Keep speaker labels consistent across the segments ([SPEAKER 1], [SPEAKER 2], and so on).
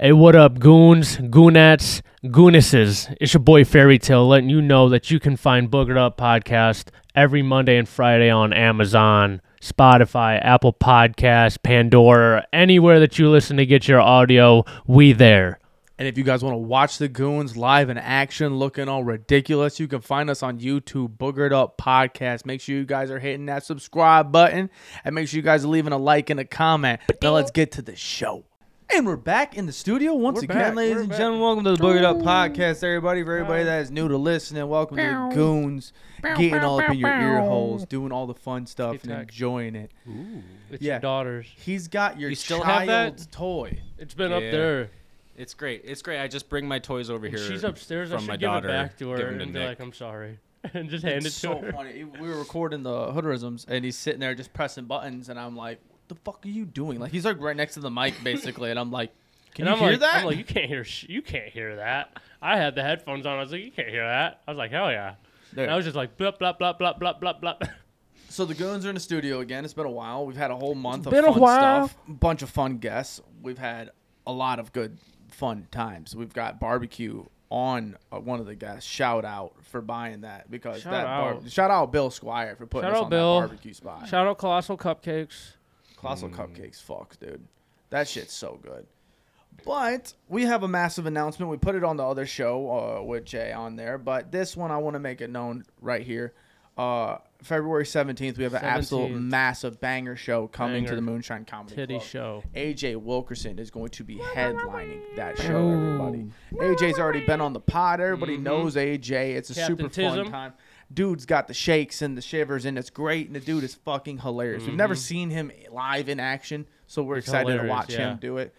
[SPEAKER 1] Hey, what up, goons, goonettes, goonesses? It's your boy Fairy Tale letting you know that you can find Boogered Up Podcast every Monday and Friday on Amazon, Spotify, Apple Podcasts, Pandora, anywhere that you listen to get your audio. We there.
[SPEAKER 2] And if you guys want to watch the goons live in action, looking all ridiculous, you can find us on YouTube, Boogered Up Podcast. Make sure you guys are hitting that subscribe button and make sure you guys are leaving a like and a comment. Now let's get to the show. And we're back in the studio once
[SPEAKER 3] We're
[SPEAKER 2] again,
[SPEAKER 3] back,
[SPEAKER 2] ladies
[SPEAKER 3] we're
[SPEAKER 2] and
[SPEAKER 3] back.
[SPEAKER 2] gentlemen. Welcome to the Boogered Up Podcast, everybody. For everybody that is new to listening, welcome to the goons. Getting all up in your ear holes, doing all the fun stuff, and
[SPEAKER 3] Tech.
[SPEAKER 2] enjoying it.
[SPEAKER 1] It's
[SPEAKER 2] your Yeah.
[SPEAKER 1] daughters.
[SPEAKER 2] He's got your
[SPEAKER 3] You still have
[SPEAKER 2] child's
[SPEAKER 3] that?
[SPEAKER 2] toy.
[SPEAKER 1] It's been
[SPEAKER 3] up
[SPEAKER 1] up
[SPEAKER 3] Yeah.
[SPEAKER 1] there.
[SPEAKER 3] there. It's great. It's great. I just bring my toys over here.
[SPEAKER 1] She's upstairs. I
[SPEAKER 3] From
[SPEAKER 1] should
[SPEAKER 3] my
[SPEAKER 1] give
[SPEAKER 3] daughter.
[SPEAKER 1] it back to her
[SPEAKER 3] Give 'em
[SPEAKER 1] and be
[SPEAKER 3] Nick.
[SPEAKER 1] like, I'm sorry. And just hand
[SPEAKER 2] it's
[SPEAKER 1] it to
[SPEAKER 2] so
[SPEAKER 1] her.
[SPEAKER 2] funny. We were recording the Hooderisms, and he's sitting there just pressing buttons, and I'm like, "What the fuck are you doing?" Like he's like right next to the mic, basically, and I'm like, "Can
[SPEAKER 1] and
[SPEAKER 2] you
[SPEAKER 1] I'm
[SPEAKER 2] hear
[SPEAKER 1] like,
[SPEAKER 2] that?"
[SPEAKER 1] I'm like, you can't hear. Sh- you can't hear that. I had the headphones on. I was like, you can't hear that. I was like, hell yeah.
[SPEAKER 2] There.
[SPEAKER 1] And I was just like, blop blop blop blop blop blop blop.
[SPEAKER 2] so the goons are in the studio again. It's been a while. We've had a whole month of
[SPEAKER 1] been a
[SPEAKER 2] fun
[SPEAKER 1] while.
[SPEAKER 2] stuff, bunch of fun guests. We've had a lot of good fun times. We've got barbecue on uh, one of the guests. Shout out for buying that because
[SPEAKER 1] Shout
[SPEAKER 2] that bar-
[SPEAKER 1] out.
[SPEAKER 2] shout out Bill Squire for putting
[SPEAKER 1] Shout
[SPEAKER 2] us
[SPEAKER 1] out
[SPEAKER 2] on
[SPEAKER 1] Bill.
[SPEAKER 2] that barbecue spot.
[SPEAKER 1] Shout out Colossal Cupcakes.
[SPEAKER 2] Colossal
[SPEAKER 1] Hmm.
[SPEAKER 2] Cupcakes, fuck, dude. That shit's so good. But we have a massive announcement. We put it on the other show uh, with Jay on there, but this one I want to make it known right here. Uh, February 17th, we have an absolute
[SPEAKER 1] 17th.
[SPEAKER 2] massive banger show coming to
[SPEAKER 1] Banger.
[SPEAKER 2] the Moonshine Comedy
[SPEAKER 1] Titty
[SPEAKER 2] Club.
[SPEAKER 1] show.
[SPEAKER 2] AJ Wilkerson is going to be headlining that show, everybody. AJ's already been on the pod. Everybody
[SPEAKER 3] Mm-hmm.
[SPEAKER 2] knows AJ. It's a
[SPEAKER 1] Captain
[SPEAKER 2] super fun
[SPEAKER 1] Tism.
[SPEAKER 2] time. Dude's got the shakes and the shivers, and it's great. And the dude is fucking hilarious. We've never
[SPEAKER 3] Mm-hmm.
[SPEAKER 2] seen him live in action, so we're excited to
[SPEAKER 1] hilarious,
[SPEAKER 2] watch
[SPEAKER 1] yeah.
[SPEAKER 2] him do it.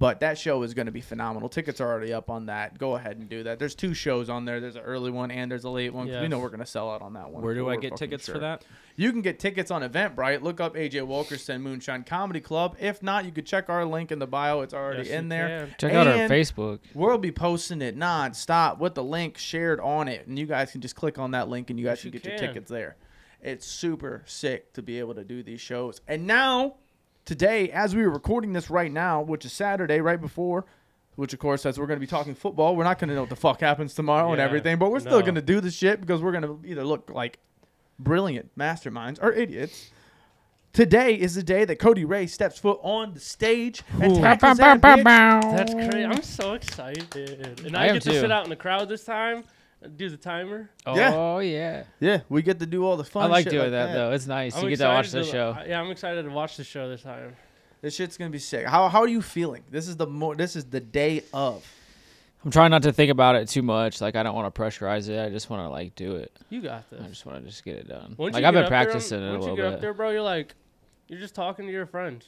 [SPEAKER 2] But that show is going to be phenomenal. Tickets are already up on that. Go ahead and do that. There's two shows on there. There's an early one and there's a late one. 'cause We
[SPEAKER 1] Yes.
[SPEAKER 2] know we're going to sell out on that one.
[SPEAKER 3] Where do
[SPEAKER 2] We're
[SPEAKER 3] I get
[SPEAKER 2] fucking
[SPEAKER 3] tickets for
[SPEAKER 2] sure.
[SPEAKER 3] that?
[SPEAKER 2] You can get tickets on Eventbrite. Look up AJ Wilkerson Moonshine Comedy Club. If not, you could check our link in the bio. It's already
[SPEAKER 1] Yes,
[SPEAKER 2] in
[SPEAKER 1] you
[SPEAKER 2] there.
[SPEAKER 1] can.
[SPEAKER 4] Check out our
[SPEAKER 2] And
[SPEAKER 4] Facebook.
[SPEAKER 2] We'll be posting it non-stop with the link shared on it, and you guys can just click on that link and you guys
[SPEAKER 1] you
[SPEAKER 2] can get your
[SPEAKER 1] can.
[SPEAKER 2] tickets there. It's super sick to be able to do these shows. And now, today, as we are recording this right now, which is Saturday, right before. Which of course, as we're going to be talking football, we're not going to know what the fuck happens tomorrow and
[SPEAKER 1] Yeah,
[SPEAKER 2] everything, but we're still
[SPEAKER 1] no.
[SPEAKER 2] going to do this shit because we're going to either look like brilliant masterminds or idiots. Today is the day that Cody Ray steps foot on the stage and tackles that bitch.
[SPEAKER 1] That's crazy. I'm so excited. And I,
[SPEAKER 4] I am
[SPEAKER 1] get to sit
[SPEAKER 4] too.
[SPEAKER 1] out in the crowd this time. Do the timer.
[SPEAKER 2] Yeah.
[SPEAKER 4] Oh yeah.
[SPEAKER 2] Yeah, we get to do all the fun.
[SPEAKER 4] I like
[SPEAKER 2] shit
[SPEAKER 4] doing
[SPEAKER 2] like
[SPEAKER 4] that, though. It's nice.
[SPEAKER 1] I'm
[SPEAKER 4] you get
[SPEAKER 1] excited
[SPEAKER 4] to watch the show.
[SPEAKER 1] Yeah, I'm excited to watch the show this time.
[SPEAKER 2] This shit's gonna be sick. How how are you feeling? This is the more. This is the day of.
[SPEAKER 4] I'm trying not to think about it too much. Like I don't want to pressurize it. I just want to like do it.
[SPEAKER 1] You got this.
[SPEAKER 4] I just want to just get it done.
[SPEAKER 1] Once
[SPEAKER 4] like
[SPEAKER 1] you
[SPEAKER 4] I've
[SPEAKER 1] get
[SPEAKER 4] been
[SPEAKER 1] up there, um,
[SPEAKER 4] practicing it a
[SPEAKER 1] once
[SPEAKER 4] little
[SPEAKER 1] you get up
[SPEAKER 4] bit.
[SPEAKER 1] there, bro, you're like, you're just talking to your friends.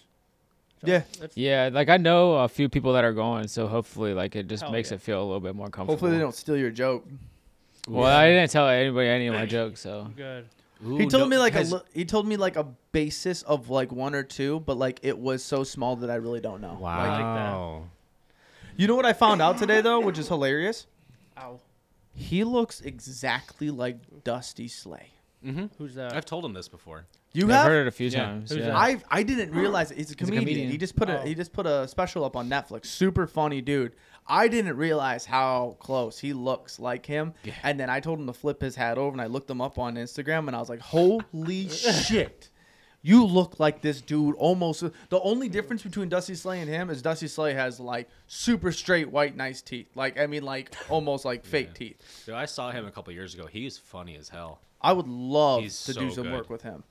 [SPEAKER 2] Yeah.
[SPEAKER 1] That's,
[SPEAKER 4] Yeah, like I know a few people that are going, so hopefully, like it just
[SPEAKER 1] Hell
[SPEAKER 4] makes
[SPEAKER 1] yeah.
[SPEAKER 4] it feel a little bit more comfortable.
[SPEAKER 2] Hopefully they don't steal your joke.
[SPEAKER 4] Well, I didn't tell anybody any of my jokes, so
[SPEAKER 1] Good.
[SPEAKER 2] he told me like a li- he told me like a basis of like one or two, but like it was so small that I really don't know. Like,
[SPEAKER 3] Wow.
[SPEAKER 2] you know what I found out today though, which is hilarious.
[SPEAKER 1] Ow.
[SPEAKER 2] He looks exactly like Dusty Slay.
[SPEAKER 1] Who's that?
[SPEAKER 3] I've told him this before.
[SPEAKER 2] You
[SPEAKER 4] I've
[SPEAKER 2] have
[SPEAKER 4] heard it a few
[SPEAKER 3] Yeah.
[SPEAKER 4] times.
[SPEAKER 1] Who's
[SPEAKER 4] yeah.
[SPEAKER 1] that?
[SPEAKER 2] I I didn't realize it. he's a comedian.
[SPEAKER 4] comedian.
[SPEAKER 2] He just put a
[SPEAKER 1] Oh.
[SPEAKER 2] he just put a special up on Netflix. Super funny dude. I didn't realize how close he looks like him. And then I told him to flip his hat over, and I looked him up on Instagram, and I was like, "Holy shit, you look like this dude!" Almost. uh, The only difference between Dusty Slay and him is Dusty Slay has like super straight, white, nice teeth. Like I mean, like almost like fake teeth.
[SPEAKER 3] Dude, I saw him a couple years ago. He's funny as hell.
[SPEAKER 2] I would love
[SPEAKER 3] He's
[SPEAKER 2] to
[SPEAKER 3] so
[SPEAKER 2] do some
[SPEAKER 3] good.
[SPEAKER 2] work with him.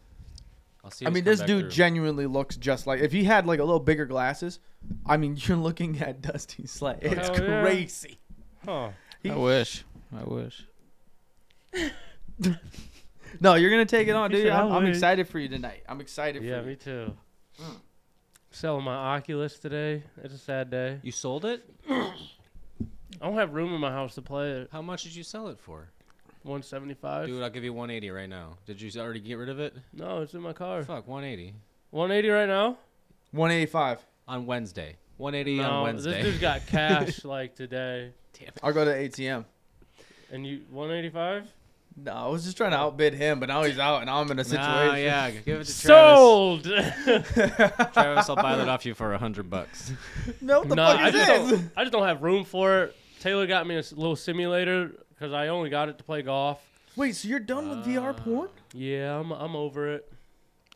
[SPEAKER 3] I'll see.
[SPEAKER 2] I
[SPEAKER 3] us
[SPEAKER 2] mean,
[SPEAKER 3] come
[SPEAKER 2] this
[SPEAKER 3] back
[SPEAKER 2] dude
[SPEAKER 3] through.
[SPEAKER 2] genuinely looks just like if he had like a little bigger glasses. I mean, you're looking at Dusty Slay. It's
[SPEAKER 1] Hell Oh, yeah.
[SPEAKER 2] crazy.
[SPEAKER 1] Huh.
[SPEAKER 4] I wish. I wish.
[SPEAKER 2] No, you're gonna take it on,
[SPEAKER 1] He
[SPEAKER 2] dude.
[SPEAKER 1] said,
[SPEAKER 2] I'm,
[SPEAKER 1] "I
[SPEAKER 2] I'm
[SPEAKER 1] would."
[SPEAKER 2] excited for you tonight. I'm excited
[SPEAKER 1] Yeah,
[SPEAKER 2] for
[SPEAKER 1] me
[SPEAKER 2] you.
[SPEAKER 1] too. Selling my Oculus today. It's a sad day.
[SPEAKER 3] You sold it?
[SPEAKER 1] I don't have room in my house to play it.
[SPEAKER 3] How much did you sell it for?
[SPEAKER 1] 175.
[SPEAKER 3] Dude, I'll give you 180 right now. Did you already get rid of it?
[SPEAKER 1] No, it's in my car.
[SPEAKER 3] Fuck, 180
[SPEAKER 1] 180 right now.
[SPEAKER 2] 185.
[SPEAKER 3] on Wednesday. 180 on
[SPEAKER 1] No,
[SPEAKER 3] Wednesday.
[SPEAKER 1] this dude's got cash like today,
[SPEAKER 2] I'll go to ATM.
[SPEAKER 1] and you 185.
[SPEAKER 2] No, I was just trying to outbid him, but now he's out, and now I'm in a situation.
[SPEAKER 3] Nah, yeah, give it to
[SPEAKER 1] Sold.
[SPEAKER 3] Travis. Travis, I'll buy that off you for a hundred bucks.
[SPEAKER 2] No, the
[SPEAKER 1] no,
[SPEAKER 2] fuck
[SPEAKER 1] I
[SPEAKER 2] is
[SPEAKER 1] just,
[SPEAKER 2] this?
[SPEAKER 1] don't, I just don't have room for it. Taylor got me a s- little simulator because I only got it to play golf.
[SPEAKER 2] Wait, so you're done with
[SPEAKER 1] Uh,
[SPEAKER 2] VR porn?
[SPEAKER 1] Yeah, I'm I'm over it.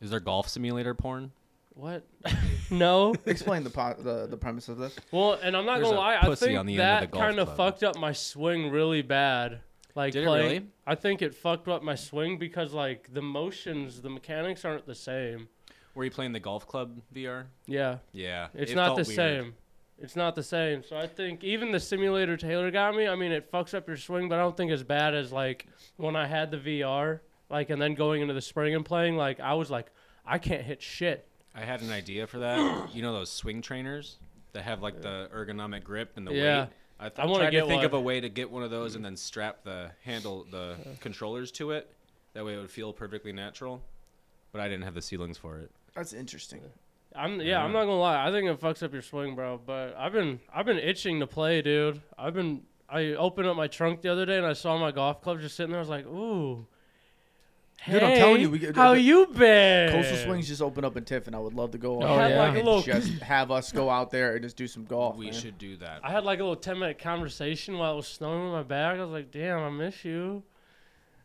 [SPEAKER 3] Is there golf simulator porn?
[SPEAKER 1] What? no.
[SPEAKER 2] Explain the, po- the the premise of this.
[SPEAKER 1] Well, and I'm not
[SPEAKER 3] There's
[SPEAKER 1] gonna
[SPEAKER 3] a
[SPEAKER 1] lie. I
[SPEAKER 3] pussy
[SPEAKER 1] think
[SPEAKER 3] on the end of the
[SPEAKER 1] that
[SPEAKER 3] golf
[SPEAKER 1] kind of
[SPEAKER 3] club.
[SPEAKER 1] fucked up my swing really bad. Like,
[SPEAKER 3] Did it
[SPEAKER 1] playing-
[SPEAKER 3] really?
[SPEAKER 1] I think it fucked up my swing because like the motions, the mechanics aren't the same.
[SPEAKER 3] Were you playing the golf club VR?
[SPEAKER 1] Yeah,
[SPEAKER 3] Yeah,
[SPEAKER 1] it's
[SPEAKER 3] it
[SPEAKER 1] not
[SPEAKER 3] felt
[SPEAKER 1] the
[SPEAKER 3] weird.
[SPEAKER 1] same. It's not the same. So I think even the simulator Taylor got me. I mean, it fucks up your swing, but I don't think as bad as like when I had the VR. Like, and then going into the spring and playing, like I was like, I can't hit shit.
[SPEAKER 3] I had an idea for that. you know those swing trainers that have like the ergonomic grip and the
[SPEAKER 1] Yeah.
[SPEAKER 3] weight. I, th-
[SPEAKER 1] I wanna
[SPEAKER 3] tried
[SPEAKER 1] get
[SPEAKER 3] to think of a
[SPEAKER 1] one.
[SPEAKER 3] way to get one of those and then strap the handle, the controllers to it. That way it would feel perfectly natural. But I didn't have the ceilings for it.
[SPEAKER 2] That's interesting.
[SPEAKER 1] I'm yeah, I'm not gonna lie. I think it fucks up your swing, bro. But I've been I've been itching to play, dude. I've been I opened up my trunk the other day and I saw my golf club just sitting there. I was like, ooh.
[SPEAKER 2] Dude, I'm telling
[SPEAKER 1] hey,
[SPEAKER 2] you, we could-
[SPEAKER 1] how
[SPEAKER 2] the-
[SPEAKER 1] you been?
[SPEAKER 2] Coastal Swings just open up in Tiff, and I would love to go.
[SPEAKER 1] Oh,
[SPEAKER 2] out
[SPEAKER 1] yeah.
[SPEAKER 2] and
[SPEAKER 1] Like a little-
[SPEAKER 2] just have us go out there and just do some golf.
[SPEAKER 3] we
[SPEAKER 2] Oh, man.
[SPEAKER 3] should do that.
[SPEAKER 1] I had like a little ten minute conversation while it was snowing in my bag. I was like, damn, I miss you.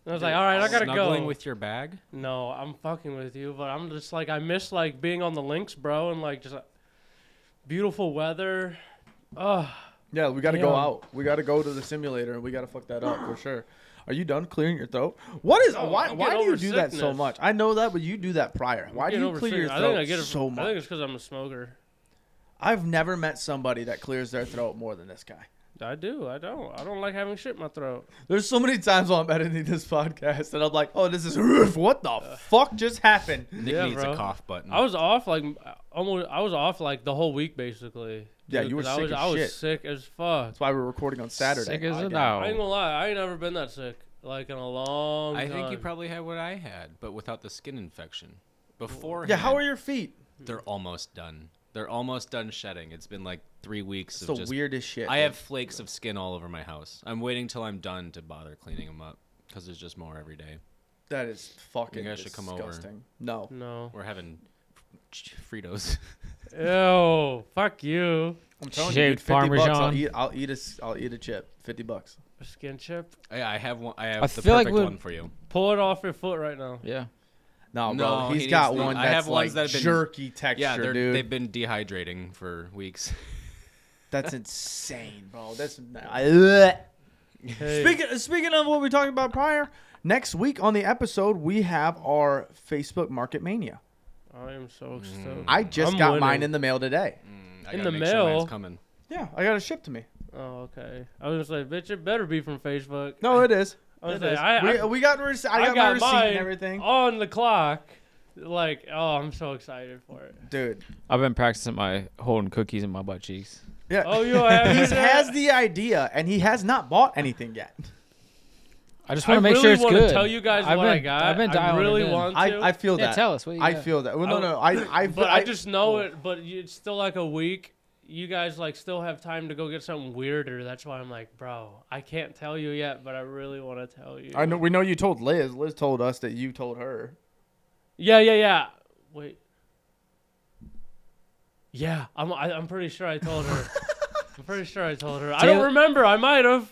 [SPEAKER 1] And I was like, all right, I gotta
[SPEAKER 3] Snuggling
[SPEAKER 1] go.
[SPEAKER 3] with your bag?
[SPEAKER 1] no, I'm fucking with you, but I'm just like I miss like being on the links, bro, and like just uh, beautiful weather. Ugh.
[SPEAKER 2] Yeah, we got to go
[SPEAKER 1] Yeah.
[SPEAKER 2] out. We got to go to the simulator, and we got to fuck that up for sure. Are you done clearing your throat? What is
[SPEAKER 1] No,
[SPEAKER 2] why?
[SPEAKER 1] Oh, I'm
[SPEAKER 2] Why
[SPEAKER 1] getting
[SPEAKER 2] do you
[SPEAKER 1] over
[SPEAKER 2] do that so
[SPEAKER 1] sickness.
[SPEAKER 2] much? I know that, but you do that prior. Why do
[SPEAKER 1] Getting
[SPEAKER 2] you
[SPEAKER 1] over
[SPEAKER 2] clear your
[SPEAKER 1] sick.
[SPEAKER 2] throat
[SPEAKER 1] I think I get it
[SPEAKER 2] so
[SPEAKER 1] from- I
[SPEAKER 2] much?
[SPEAKER 1] think it's because I'm a smoker.
[SPEAKER 2] I've never met somebody that clears their throat more than this guy.
[SPEAKER 1] I do. I don't. I don't like having shit in my throat.
[SPEAKER 2] There's so many times while I'm editing this podcast that I'm like, oh, this is what the fuck just happened?
[SPEAKER 3] Nick
[SPEAKER 1] Yeah,
[SPEAKER 3] needs
[SPEAKER 1] bro.
[SPEAKER 3] a cough button.
[SPEAKER 1] I was off like almost. I was off like the whole week basically.
[SPEAKER 2] Yeah,
[SPEAKER 1] dude,
[SPEAKER 2] you were
[SPEAKER 1] 'cause I
[SPEAKER 2] sick
[SPEAKER 1] was,
[SPEAKER 2] as
[SPEAKER 1] I was
[SPEAKER 2] shit.
[SPEAKER 1] sick as fuck.
[SPEAKER 2] That's why we're recording on Saturday.
[SPEAKER 4] Sick as a
[SPEAKER 2] Again.
[SPEAKER 4] dog.
[SPEAKER 1] I ain't gonna lie. I ain't never been that sick like in a long.
[SPEAKER 3] I think you
[SPEAKER 1] time.
[SPEAKER 3] probably had what I had, but without the skin infection. Before
[SPEAKER 2] Yeah, how are your feet?
[SPEAKER 3] they're almost done. They're almost done shedding. It's been like three weeks
[SPEAKER 2] It's
[SPEAKER 3] of
[SPEAKER 2] the
[SPEAKER 3] just
[SPEAKER 2] weirdest shit.
[SPEAKER 3] I
[SPEAKER 2] dude.
[SPEAKER 3] have flakes of skin all over my house. I'm waiting till I'm done to bother cleaning them up because there's just more every day.
[SPEAKER 2] that is fucking
[SPEAKER 3] You guys should come over.
[SPEAKER 2] disgusting. No,
[SPEAKER 1] No.
[SPEAKER 3] We're having ch- Fritos.
[SPEAKER 1] Ew. Fuck you.
[SPEAKER 2] I'm telling you,
[SPEAKER 4] Shaved
[SPEAKER 2] dude, 50 bucks, I'll
[SPEAKER 4] Parmesan.
[SPEAKER 2] eat, I'll eat a, s- I'll eat a chip, fifty bucks.
[SPEAKER 1] Skin chip.
[SPEAKER 3] I, I have one. I have
[SPEAKER 4] I
[SPEAKER 3] the
[SPEAKER 4] feel like
[SPEAKER 3] perfect
[SPEAKER 4] we-
[SPEAKER 3] one for you.
[SPEAKER 1] Pull it off your foot right now.
[SPEAKER 4] Yeah.
[SPEAKER 2] No,
[SPEAKER 3] No,
[SPEAKER 2] bro,
[SPEAKER 3] he
[SPEAKER 2] he's
[SPEAKER 3] needs
[SPEAKER 2] got
[SPEAKER 3] the-
[SPEAKER 2] one
[SPEAKER 3] I
[SPEAKER 2] that's
[SPEAKER 3] have
[SPEAKER 2] like
[SPEAKER 3] ones that have been-
[SPEAKER 2] jerky texture,
[SPEAKER 3] Yeah, they're,
[SPEAKER 2] dude.
[SPEAKER 3] they've been dehydrating for weeks.
[SPEAKER 2] That's insane, bro. That's I, bleh.
[SPEAKER 1] Hey,
[SPEAKER 2] Speaking speaking of what we talked about prior, next week on the episode we have our Facebook Market Mania.
[SPEAKER 1] I am
[SPEAKER 3] Mm.
[SPEAKER 1] so stoked.
[SPEAKER 2] I just
[SPEAKER 1] I'm
[SPEAKER 2] got
[SPEAKER 1] winning.
[SPEAKER 2] mine in the mail today.
[SPEAKER 3] I
[SPEAKER 1] In
[SPEAKER 3] gotta
[SPEAKER 1] the
[SPEAKER 3] make sure mine's
[SPEAKER 1] mail.
[SPEAKER 3] coming.
[SPEAKER 2] Yeah, I got it shipped to me.
[SPEAKER 1] oh, okay. I was just like, bitch, it better be from Facebook.
[SPEAKER 2] No, it is.
[SPEAKER 1] I was
[SPEAKER 2] It
[SPEAKER 1] like,
[SPEAKER 2] is.
[SPEAKER 1] I-
[SPEAKER 2] we,
[SPEAKER 1] I- Oh.
[SPEAKER 2] we got rece- I, got, my receipt and everything.
[SPEAKER 1] on the clock. Like, oh, I'm so excited for it.
[SPEAKER 2] Dude.
[SPEAKER 4] I've been practicing my holding cookies in my butt cheeks.
[SPEAKER 2] Yeah.
[SPEAKER 1] Oh, you have
[SPEAKER 2] he has the idea and he has not bought anything yet.
[SPEAKER 4] I just
[SPEAKER 1] I
[SPEAKER 4] want to make
[SPEAKER 1] really
[SPEAKER 4] sure it's
[SPEAKER 1] wanna
[SPEAKER 4] good.
[SPEAKER 1] tell you guys
[SPEAKER 4] I've
[SPEAKER 1] what I
[SPEAKER 4] been-
[SPEAKER 1] got.
[SPEAKER 4] I've been
[SPEAKER 1] I
[SPEAKER 4] dialing
[SPEAKER 1] really
[SPEAKER 4] it in.
[SPEAKER 1] want
[SPEAKER 2] I,
[SPEAKER 1] to.
[SPEAKER 2] I feel
[SPEAKER 4] Yeah,
[SPEAKER 2] that.
[SPEAKER 4] tell us what you
[SPEAKER 2] I
[SPEAKER 4] got.
[SPEAKER 2] feel that. Well, no,
[SPEAKER 1] I-
[SPEAKER 2] no. I I, feel,
[SPEAKER 1] but I, just know it. But you- it's still like a week. You guys like still have time to go get something weirder. That's why I'm like, bro, I can't tell you yet, but I really want to tell you.
[SPEAKER 2] I know we know you told Liz. Liz told us that you told her.
[SPEAKER 1] Yeah, yeah, yeah. Wait. Yeah, I'm. I, I'm pretty sure I told her. I'm pretty sure I told her. I don't
[SPEAKER 4] Taylor-
[SPEAKER 1] remember. I might have.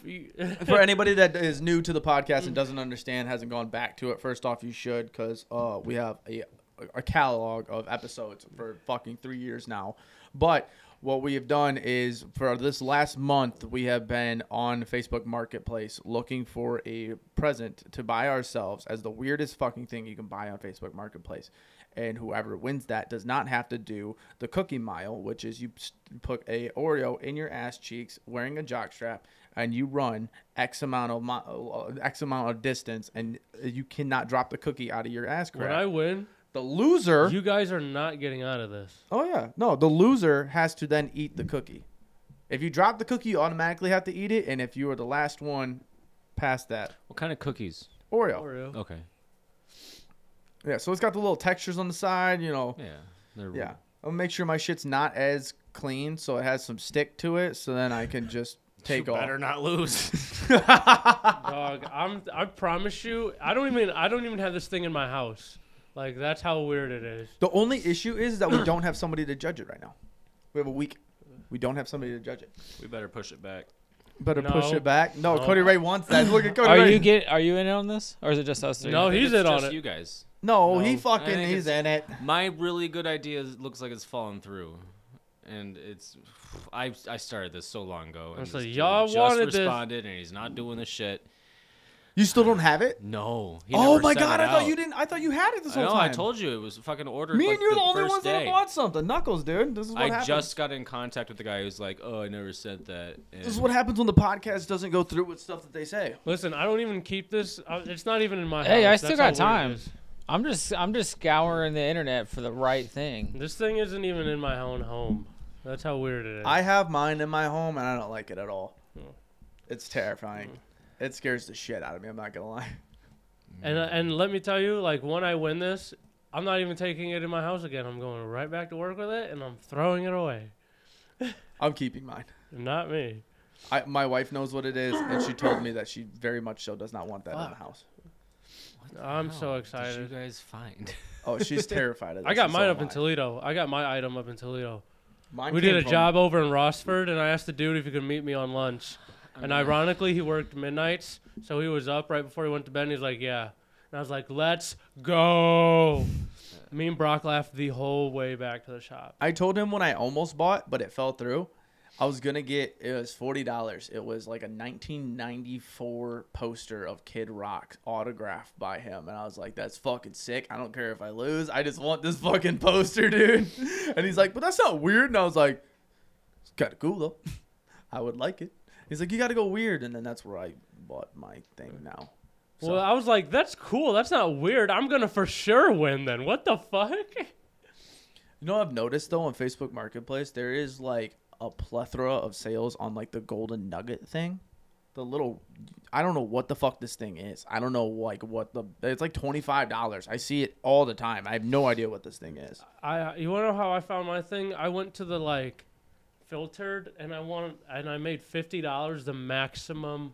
[SPEAKER 2] for anybody that is new to the podcast and doesn't understand, hasn't gone back to it, first off, you should because uh, we have a, a catalog of episodes for fucking three years now. But what we have done is for this last month, we have been on Facebook Marketplace looking for a present to buy ourselves as the weirdest fucking thing you can buy on Facebook Marketplace. And whoever wins that does not have to do the cookie mile, which is you s- put a Oreo in your ass cheeks wearing a jockstrap and you run X amount of mi- uh, X amount of distance, and you cannot drop the cookie out of your ass
[SPEAKER 1] When
[SPEAKER 2] crack.
[SPEAKER 1] I win,
[SPEAKER 2] the loser.
[SPEAKER 1] you guys are not getting out of this.
[SPEAKER 2] oh yeah, no, the loser has to then eat the cookie. If you drop the cookie, you automatically have to eat it, and if you are the last one past that,
[SPEAKER 3] What kind of cookies?
[SPEAKER 2] Oreo.
[SPEAKER 1] Oreo.
[SPEAKER 3] Okay.
[SPEAKER 2] Yeah, so it's got the little textures on the side, you know.
[SPEAKER 3] Yeah. They're
[SPEAKER 2] Yeah, I'll make sure my shit's not as clean, so it has some stick to it, so then I can just take
[SPEAKER 5] you
[SPEAKER 2] off.
[SPEAKER 5] better not lose.
[SPEAKER 1] Dog, I'm. I promise you, I don't even. I don't even have this thing in my house. Like that's how weird it is.
[SPEAKER 2] The only issue is that we don't have somebody to judge it right now. We have a week. We don't have somebody to judge it.
[SPEAKER 3] We better push it back.
[SPEAKER 2] Better
[SPEAKER 1] No.
[SPEAKER 2] push it back. No,
[SPEAKER 1] No.
[SPEAKER 2] Cody Ray wants that. Look at Cody
[SPEAKER 4] Are
[SPEAKER 2] Ray.
[SPEAKER 4] you get? Are you in on this, or is it just us three?
[SPEAKER 1] No,
[SPEAKER 3] I think
[SPEAKER 1] he's
[SPEAKER 3] it's
[SPEAKER 1] in on
[SPEAKER 3] just
[SPEAKER 1] it.
[SPEAKER 3] You guys.
[SPEAKER 2] no, he
[SPEAKER 3] No. I
[SPEAKER 2] fucking
[SPEAKER 3] think
[SPEAKER 2] is in it.
[SPEAKER 3] My really good idea is- looks like it's fallen through, and it's I I started this so long ago. And
[SPEAKER 1] It's like,
[SPEAKER 3] this dude
[SPEAKER 1] y'all
[SPEAKER 3] just
[SPEAKER 1] wanted this.
[SPEAKER 3] responded, and he's not doing the shit.
[SPEAKER 2] You still don't have it?
[SPEAKER 3] No. he
[SPEAKER 2] oh
[SPEAKER 3] never
[SPEAKER 2] my
[SPEAKER 3] sent
[SPEAKER 2] god,
[SPEAKER 3] it
[SPEAKER 2] I thought
[SPEAKER 3] out.
[SPEAKER 2] you didn't. I thought you had it this
[SPEAKER 3] I
[SPEAKER 2] whole
[SPEAKER 3] know.
[SPEAKER 2] time.
[SPEAKER 3] I told you it was fucking ordered.
[SPEAKER 2] Me
[SPEAKER 3] like,
[SPEAKER 2] and you are the,
[SPEAKER 3] the
[SPEAKER 2] only
[SPEAKER 3] first
[SPEAKER 2] ones
[SPEAKER 3] day.
[SPEAKER 2] that have bought something. Knuckles, dude. This is what
[SPEAKER 3] I
[SPEAKER 2] happens.
[SPEAKER 3] just got in contact with the guy who's like, "Oh, I never sent that." And
[SPEAKER 2] This is what happens when the podcast doesn't go through with stuff that they say.
[SPEAKER 1] Listen, I don't even keep this. I- It's not even in my.
[SPEAKER 4] Hey, I
[SPEAKER 1] house.
[SPEAKER 4] still
[SPEAKER 1] That's
[SPEAKER 4] got
[SPEAKER 1] how weird
[SPEAKER 4] time.
[SPEAKER 1] it is.
[SPEAKER 4] I'm just I'm just scouring the internet for the right thing.
[SPEAKER 1] This thing isn't even in my own home. That's how weird it is.
[SPEAKER 2] I have mine in my home and I don't like it at all.
[SPEAKER 3] Hmm.
[SPEAKER 2] It's terrifying. It scares the shit out of me. I'm not gonna lie.
[SPEAKER 1] and uh, and let me tell you, like when I win this, I'm not even taking it in my house again. I'm going right back to work with it, and I'm throwing it away.
[SPEAKER 2] I'm keeping mine.
[SPEAKER 1] Not me.
[SPEAKER 2] I, my wife knows what it is, and she told me that she very much so does not want that in the
[SPEAKER 1] Fuck.
[SPEAKER 2] house.
[SPEAKER 1] I'm
[SPEAKER 3] Wow,
[SPEAKER 1] so
[SPEAKER 3] Did "Oh, you
[SPEAKER 1] excited.
[SPEAKER 3] guys find?
[SPEAKER 2] Oh, she's terrified of this.
[SPEAKER 1] I got
[SPEAKER 2] and so
[SPEAKER 1] mine
[SPEAKER 2] am
[SPEAKER 1] up in
[SPEAKER 2] I.
[SPEAKER 1] Toledo. I got my item up in Toledo.
[SPEAKER 2] Mine
[SPEAKER 1] we did
[SPEAKER 2] came
[SPEAKER 1] a
[SPEAKER 2] from-
[SPEAKER 1] job over in Rossford, and I asked the dude if he could meet me on lunch. And
[SPEAKER 3] mean-
[SPEAKER 1] ironically, he worked midnights, so he was up right before he went to bed. and He's like, "Yeah," and I was like, "Let's go." Me and Brock laughed the whole way back to the shop.
[SPEAKER 2] I told him when I almost bought, but it fell through. I was gonna get it was forty dollars. It was like a nineteen ninety four poster of Kid Rock autographed by him, and I was like, "That's fucking sick. I don't care if I lose. I just want this fucking poster, dude." And he's like, "But that's not weird." And I was like, "It's kind of cool though. I would like it." He's like, "You got to go weird," and then that's where I bought my thing now. So-
[SPEAKER 1] Well, I was like, "That's cool. That's not weird. I'm gonna for sure win then. What the fuck?"
[SPEAKER 2] You know, what I've noticed though on Facebook Marketplace, there is like a plethora of sales on like the golden nugget thing. The little, I don't know what the fuck this thing is. I don't know like what the. It's like twenty five dollars. I see it all the time. I have no idea what this thing is.
[SPEAKER 1] I you wanna know how I found my thing? I went to the like filtered, and I won, and I made fifty dollars, the maximum,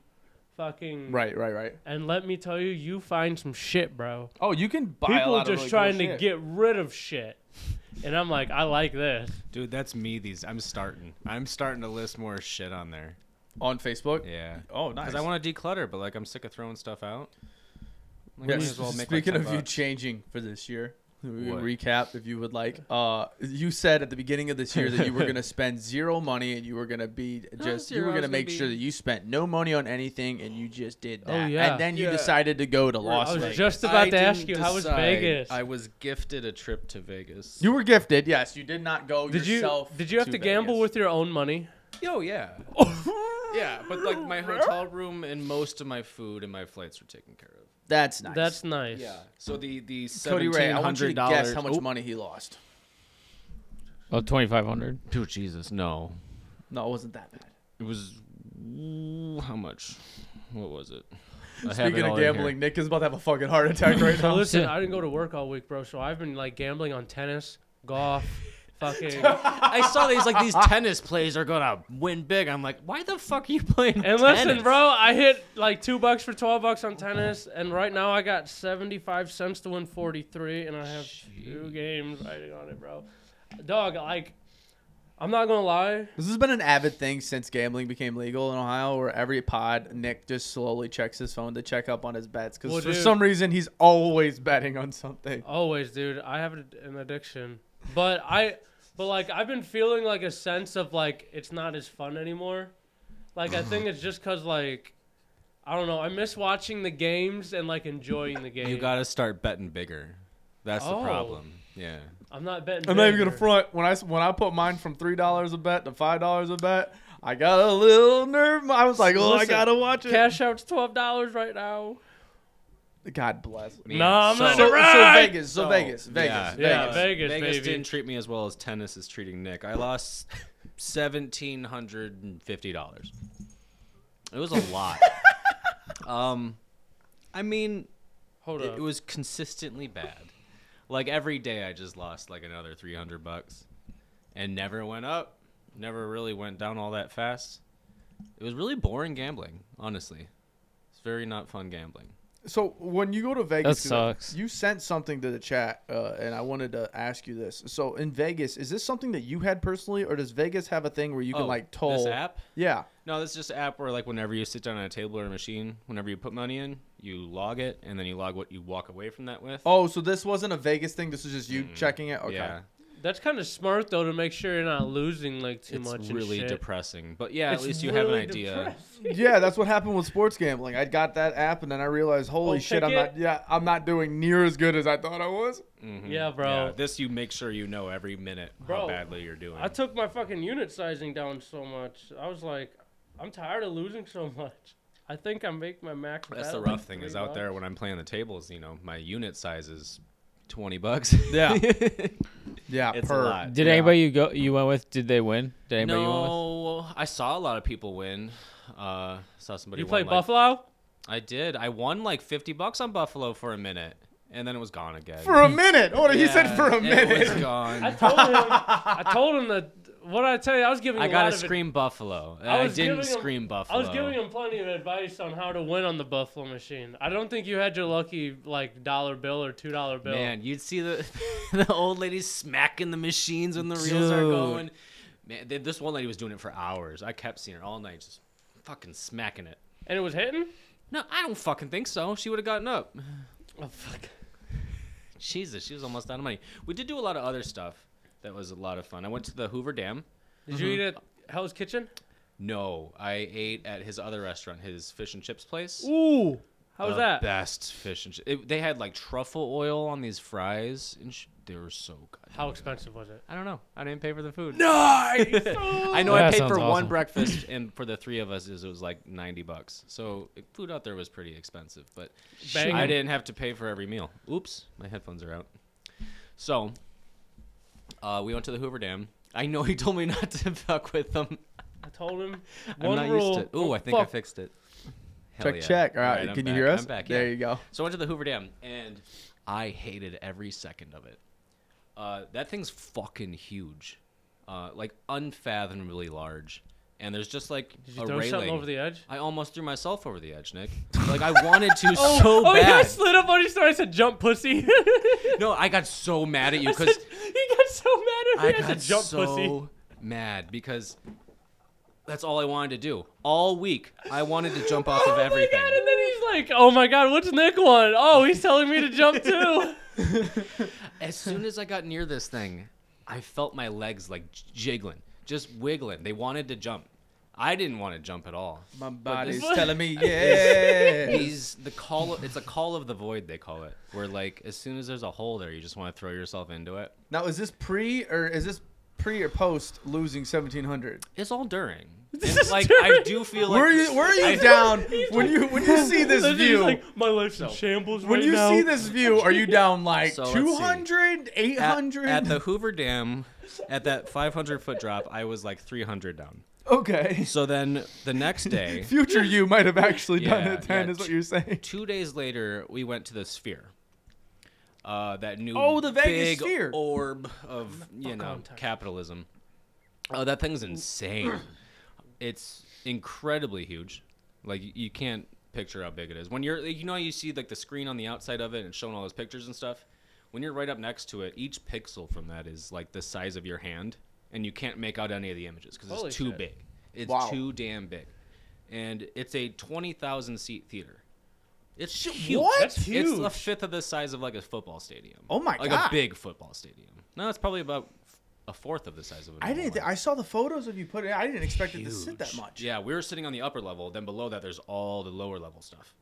[SPEAKER 1] fucking
[SPEAKER 2] Right, right, right.
[SPEAKER 1] And let me tell you, you find some shit, bro.
[SPEAKER 2] Oh, you can buy. a
[SPEAKER 1] People
[SPEAKER 2] lot
[SPEAKER 1] are just
[SPEAKER 2] of really cool
[SPEAKER 1] trying to
[SPEAKER 2] shit.
[SPEAKER 1] get rid of shit. And I'm like, I like this.
[SPEAKER 3] Dude, that's me. These I'm starting. I'm starting to list more shit on there.
[SPEAKER 2] on Facebook.
[SPEAKER 3] Yeah.
[SPEAKER 2] Oh, nice.
[SPEAKER 3] Because I want to declutter, but like I'm sick of throwing stuff out. Like, I
[SPEAKER 2] Yes.
[SPEAKER 3] may as well make, like,
[SPEAKER 2] Speaking
[SPEAKER 3] 10
[SPEAKER 2] of you
[SPEAKER 3] bucks.
[SPEAKER 2] changing for this year, we can
[SPEAKER 3] What?
[SPEAKER 2] recap if you would like. Uh, you said at the beginning of this year that you were gonna spend zero money and you were gonna be just you
[SPEAKER 3] zero,
[SPEAKER 2] were
[SPEAKER 3] I was
[SPEAKER 2] gonna
[SPEAKER 3] gonna
[SPEAKER 2] make sure
[SPEAKER 3] be-
[SPEAKER 2] that you spent no money on anything and you just did that.
[SPEAKER 1] yeah.
[SPEAKER 2] And then you
[SPEAKER 3] Yeah.
[SPEAKER 2] decided to go to Las
[SPEAKER 1] I was
[SPEAKER 2] Vegas.
[SPEAKER 1] just about
[SPEAKER 3] I
[SPEAKER 1] to ask
[SPEAKER 3] didn't
[SPEAKER 1] you, how was
[SPEAKER 3] decide.
[SPEAKER 1] Vegas?
[SPEAKER 3] I was gifted a trip to Vegas.
[SPEAKER 2] you were gifted, yes. You did not go
[SPEAKER 1] did you
[SPEAKER 2] yourself.
[SPEAKER 1] did you have to, gamble with your own money?
[SPEAKER 3] Yo, yeah. yeah, but like my hotel room and most of my food and my flights were taken care of.
[SPEAKER 2] That's nice.
[SPEAKER 1] That's nice.
[SPEAKER 3] So the the
[SPEAKER 2] Cody Ray.
[SPEAKER 3] seventeen
[SPEAKER 2] I want you to
[SPEAKER 3] hundred dollars.
[SPEAKER 2] guess how much money he lost.
[SPEAKER 4] Oh, 2,500.
[SPEAKER 3] Dude, Jesus, no.
[SPEAKER 2] No, it wasn't that bad.
[SPEAKER 3] It was how much? What was it? I have it
[SPEAKER 2] Speaking
[SPEAKER 3] all
[SPEAKER 2] of
[SPEAKER 3] in here.
[SPEAKER 2] gambling, Nick is about to have a fucking heart attack right
[SPEAKER 1] So
[SPEAKER 2] now.
[SPEAKER 1] listen, I didn't go to work all week, bro. So I've been like gambling on tennis, golf, fucking, and
[SPEAKER 3] I saw these like these tennis plays are gonna win big. I'm like, why the fuck are you playing?
[SPEAKER 1] listen,
[SPEAKER 3] tennis?
[SPEAKER 1] bro. I hit like two bucks for twelve bucks on tennis, and right now I got seventy five cents to win forty three, and I have two games riding on it, bro. Dog, like, I'm not gonna lie.
[SPEAKER 2] This has been an avid thing since gambling became legal in Ohio, where every pod Nick just slowly checks his phone to check up on his bets because
[SPEAKER 1] Well,
[SPEAKER 2] for
[SPEAKER 1] dude-
[SPEAKER 2] some reason he's always betting on something.
[SPEAKER 1] Always, dude. I have an an addiction, but I, but like I've been feeling like a sense of like it's not as fun anymore. Like I think it's just cause like, I don't know. I miss watching the games and like enjoying the game.
[SPEAKER 3] You gotta start betting bigger. That's
[SPEAKER 1] Oh.
[SPEAKER 3] the problem. Yeah.
[SPEAKER 1] I'm not betting.
[SPEAKER 2] I'm not even
[SPEAKER 1] big
[SPEAKER 2] gonna
[SPEAKER 1] or-
[SPEAKER 2] front when I s- when I put mine from three dollars a bet to five dollars a bet. I got a little nerve. I was like, oh, I
[SPEAKER 1] Listen,
[SPEAKER 2] gotta watch it.
[SPEAKER 1] Cash out's twelve dollars right now.
[SPEAKER 2] God bless.
[SPEAKER 1] No, I'm
[SPEAKER 3] So-
[SPEAKER 1] letting
[SPEAKER 2] So,
[SPEAKER 1] it
[SPEAKER 2] so
[SPEAKER 1] ride.
[SPEAKER 2] Vegas, so, Vegas, Vegas,
[SPEAKER 3] Yeah.
[SPEAKER 2] Vegas.
[SPEAKER 1] Yeah, Vegas,
[SPEAKER 3] Vegas
[SPEAKER 1] baby.
[SPEAKER 3] didn't treat me as well as tennis is treating Nick. I lost seventeen hundred and fifty dollars. It was a lot. um, I mean,
[SPEAKER 1] Hold
[SPEAKER 3] it,
[SPEAKER 1] up.
[SPEAKER 3] it was consistently bad. Like every day, I just lost like another three hundred bucks, and never went up. Never really went down all that fast. It was really boring gambling, honestly. It's very not fun gambling.
[SPEAKER 2] So when you go to Vegas,
[SPEAKER 4] That
[SPEAKER 2] 'cause I-
[SPEAKER 4] sucks.
[SPEAKER 2] You sent something to the chat, uh, and I wanted to ask you this. So in Vegas, is this something that you had personally, or does Vegas have a thing where you can
[SPEAKER 3] Oh,
[SPEAKER 2] like
[SPEAKER 3] this
[SPEAKER 2] toll
[SPEAKER 3] app?
[SPEAKER 2] Yeah.
[SPEAKER 3] No, this is just an app where like whenever you sit down at a table or a machine, whenever you put money in, you log it and then you log what you walk away from that with.
[SPEAKER 2] Oh, so this wasn't a Vegas thing. This was just you checking it. Okay.
[SPEAKER 3] Mm, Yeah,
[SPEAKER 1] That's kind of smart though to make sure you're not losing like too
[SPEAKER 3] it's
[SPEAKER 1] much. and
[SPEAKER 3] really
[SPEAKER 1] shit.
[SPEAKER 3] depressing. But yeah,
[SPEAKER 1] It's
[SPEAKER 3] at least you have an
[SPEAKER 1] really
[SPEAKER 3] idea.
[SPEAKER 1] depressing.
[SPEAKER 2] Yeah, that's what happened with sports gambling. I got that app, and then I realized, holy
[SPEAKER 1] Oh,
[SPEAKER 2] shit, I'm
[SPEAKER 1] ticket?
[SPEAKER 2] not. Yeah, I'm not doing near as good as I thought I was.
[SPEAKER 1] Yeah, bro.
[SPEAKER 3] Mm-hmm. Yeah, this you make sure you know every minute
[SPEAKER 1] Bro,
[SPEAKER 3] how badly you're doing.
[SPEAKER 1] I took my fucking unit sizing down so much. I was like, I'm tired of losing so much. I think I make my max.
[SPEAKER 3] That's
[SPEAKER 1] bet
[SPEAKER 3] the
[SPEAKER 1] at, like,
[SPEAKER 3] rough thing is
[SPEAKER 1] three
[SPEAKER 3] out there
[SPEAKER 1] bucks.
[SPEAKER 3] when I'm playing the tables. You know, my unit size is twenty bucks.
[SPEAKER 2] Yeah. Yeah,
[SPEAKER 3] it's
[SPEAKER 2] per.
[SPEAKER 3] a lot.
[SPEAKER 4] Did
[SPEAKER 2] Yeah.
[SPEAKER 4] anybody you go you went with? Did they win? Did anybody you went with?
[SPEAKER 3] no, I saw a lot of people win. Uh, saw somebody.
[SPEAKER 1] You
[SPEAKER 3] won,
[SPEAKER 1] play
[SPEAKER 3] like-
[SPEAKER 1] Buffalo?
[SPEAKER 3] I did. I won like fifty bucks on Buffalo for a minute, and then it was gone again.
[SPEAKER 2] for a minute. Oh, he
[SPEAKER 3] Yeah,
[SPEAKER 2] said for a
[SPEAKER 3] It was
[SPEAKER 2] minute.
[SPEAKER 1] I
[SPEAKER 3] gone.
[SPEAKER 1] told him. I told him that. What did I tell you? I was giving.
[SPEAKER 3] I
[SPEAKER 1] a
[SPEAKER 3] gotta
[SPEAKER 1] lot of it-
[SPEAKER 3] scream Buffalo.
[SPEAKER 1] I
[SPEAKER 3] I,
[SPEAKER 1] was
[SPEAKER 3] didn't
[SPEAKER 1] giving him-
[SPEAKER 3] scream Buffalo.
[SPEAKER 1] I was giving him plenty of advice on how to win on the Buffalo machine. I don't think you had your lucky like dollar bill or two dollar bill.
[SPEAKER 3] Man, you'd see the the old ladies smacking the machines when the reels are
[SPEAKER 4] Dude.
[SPEAKER 3] going. Man, th this one lady was doing it for hours. I kept seeing her all night, just fucking smacking it.
[SPEAKER 1] And it was hitting.
[SPEAKER 3] No, I don't fucking think so. She would have gotten up.
[SPEAKER 1] Oh fuck.
[SPEAKER 3] Jesus, she was almost out of money. We did do a lot of other stuff that was a lot of fun. I went to the Hoover Dam.
[SPEAKER 1] Did
[SPEAKER 3] Mm-hmm.
[SPEAKER 1] you eat at Hell's Kitchen?
[SPEAKER 3] No, I ate at his other restaurant, his fish and chips place.
[SPEAKER 1] Ooh, how was
[SPEAKER 3] the
[SPEAKER 1] that?
[SPEAKER 3] Best fish and chips. They had like truffle oil on these fries, and sh- they were so good.
[SPEAKER 1] How expensive was it?
[SPEAKER 3] I don't know. I didn't pay for the food.
[SPEAKER 2] Nice.
[SPEAKER 3] I know I
[SPEAKER 4] That
[SPEAKER 3] paid
[SPEAKER 4] sounds
[SPEAKER 3] for one
[SPEAKER 4] awesome.
[SPEAKER 3] breakfast, and for the three of us, it was, it was like ninety bucks. So it- food out there was pretty expensive, but
[SPEAKER 1] Bang.
[SPEAKER 3] I didn't have to pay for every meal. Oops, my headphones are out. So uh, we went to the Hoover Dam. I know he told me not to fuck with them.
[SPEAKER 1] I told him.
[SPEAKER 3] I'm
[SPEAKER 1] One
[SPEAKER 3] not
[SPEAKER 1] rule.
[SPEAKER 3] used to. Ooh, I think I
[SPEAKER 1] fuck.
[SPEAKER 3] fixed it. Hell
[SPEAKER 2] check,
[SPEAKER 3] yeah.
[SPEAKER 2] check. All right,
[SPEAKER 3] I'm
[SPEAKER 2] can you
[SPEAKER 3] back.
[SPEAKER 2] hear us?
[SPEAKER 3] I'm back.
[SPEAKER 2] There
[SPEAKER 3] yeah.
[SPEAKER 2] you go.
[SPEAKER 3] So I went to the Hoover Dam, and I hated every second of it. Uh, that thing's fucking huge, uh, like unfathomably large. And there's just like
[SPEAKER 1] Did you
[SPEAKER 3] a
[SPEAKER 1] throw
[SPEAKER 3] railing.
[SPEAKER 1] something over the edge?
[SPEAKER 3] I almost threw myself over the edge, Nick. Like I wanted to so
[SPEAKER 1] oh, yeah, I
[SPEAKER 3] bad.
[SPEAKER 1] slid up on his throat. I said, "Jump, pussy."
[SPEAKER 3] No, I got so mad at you
[SPEAKER 1] I
[SPEAKER 3] because
[SPEAKER 1] said, he got so mad
[SPEAKER 3] I
[SPEAKER 1] at me. I,
[SPEAKER 3] got
[SPEAKER 1] said, "Jump,
[SPEAKER 3] so
[SPEAKER 1] pussy."
[SPEAKER 3] mad because that's all I wanted to do all week. I wanted to jump off of
[SPEAKER 1] Oh my
[SPEAKER 3] everything.
[SPEAKER 1] god! And then he's like, "Oh my god, what's Nick one? Oh, he's telling me to jump too."
[SPEAKER 3] as soon as I got near this thing, I felt my legs like j- jiggling, just wiggling. They wanted to jump. I didn't want to jump at all.
[SPEAKER 2] My body's
[SPEAKER 1] this-
[SPEAKER 2] telling me, yeah.
[SPEAKER 3] These the call it's a call of the void they call it. Where like as soon as there's a hole there, you just want to throw yourself into it.
[SPEAKER 2] now, is this pre or is this pre or post losing seventeen hundred?
[SPEAKER 3] It's all during.
[SPEAKER 1] This
[SPEAKER 3] And,
[SPEAKER 1] is
[SPEAKER 3] like I
[SPEAKER 1] during.
[SPEAKER 3] do feel like
[SPEAKER 2] Where are you? Where are you
[SPEAKER 3] I-
[SPEAKER 2] down when you when you see this
[SPEAKER 1] Then he's
[SPEAKER 2] view?
[SPEAKER 1] like, "My life's in shambles
[SPEAKER 2] when
[SPEAKER 1] right
[SPEAKER 2] you
[SPEAKER 1] now."
[SPEAKER 2] see this view, are you down like
[SPEAKER 3] So, let's see.
[SPEAKER 2] 200,
[SPEAKER 3] at,
[SPEAKER 2] 800?
[SPEAKER 3] at the Hoover Dam, at that 500 foot drop, I was like 300 down.
[SPEAKER 2] okay.
[SPEAKER 3] So then the next day,
[SPEAKER 2] Future you might have actually done
[SPEAKER 3] Yeah,
[SPEAKER 2] it then,
[SPEAKER 3] yeah,
[SPEAKER 2] is
[SPEAKER 3] t-
[SPEAKER 2] what you're saying.
[SPEAKER 3] two days later, we went to the Sphere. Uh, that new
[SPEAKER 2] Oh, the Vegas
[SPEAKER 3] big
[SPEAKER 2] Sphere.
[SPEAKER 3] orb of you know
[SPEAKER 1] on time.
[SPEAKER 3] capitalism. Oh, that thing's insane. it's incredibly huge. Like y- you can't picture how big it is. When you're, you know, how you see like the screen on the outside of it and it's showing all those pictures and stuff. When you're right up next to it, each pixel from that is like the size of your hand, and you can't make out any of the images because
[SPEAKER 1] Holy
[SPEAKER 3] it's too
[SPEAKER 1] shit.
[SPEAKER 3] big. It's
[SPEAKER 2] Wow.
[SPEAKER 3] too damn big, and it's a twenty thousand seat theater. It's huge.
[SPEAKER 2] what?
[SPEAKER 1] That's
[SPEAKER 3] It's a
[SPEAKER 1] huge.
[SPEAKER 3] fifth of the size of like a football stadium.
[SPEAKER 2] Oh my
[SPEAKER 3] like
[SPEAKER 2] God.
[SPEAKER 3] a big football stadium. No, it's probably about f- a fourth of the size of. a
[SPEAKER 2] I
[SPEAKER 3] normal
[SPEAKER 2] didn't.
[SPEAKER 3] one.
[SPEAKER 2] Th- I saw the photos of you put it. I didn't expect it to sit that
[SPEAKER 3] Huge.
[SPEAKER 2] much.
[SPEAKER 3] Yeah, we were sitting on the upper level. Then below that, there's all the lower level stuff.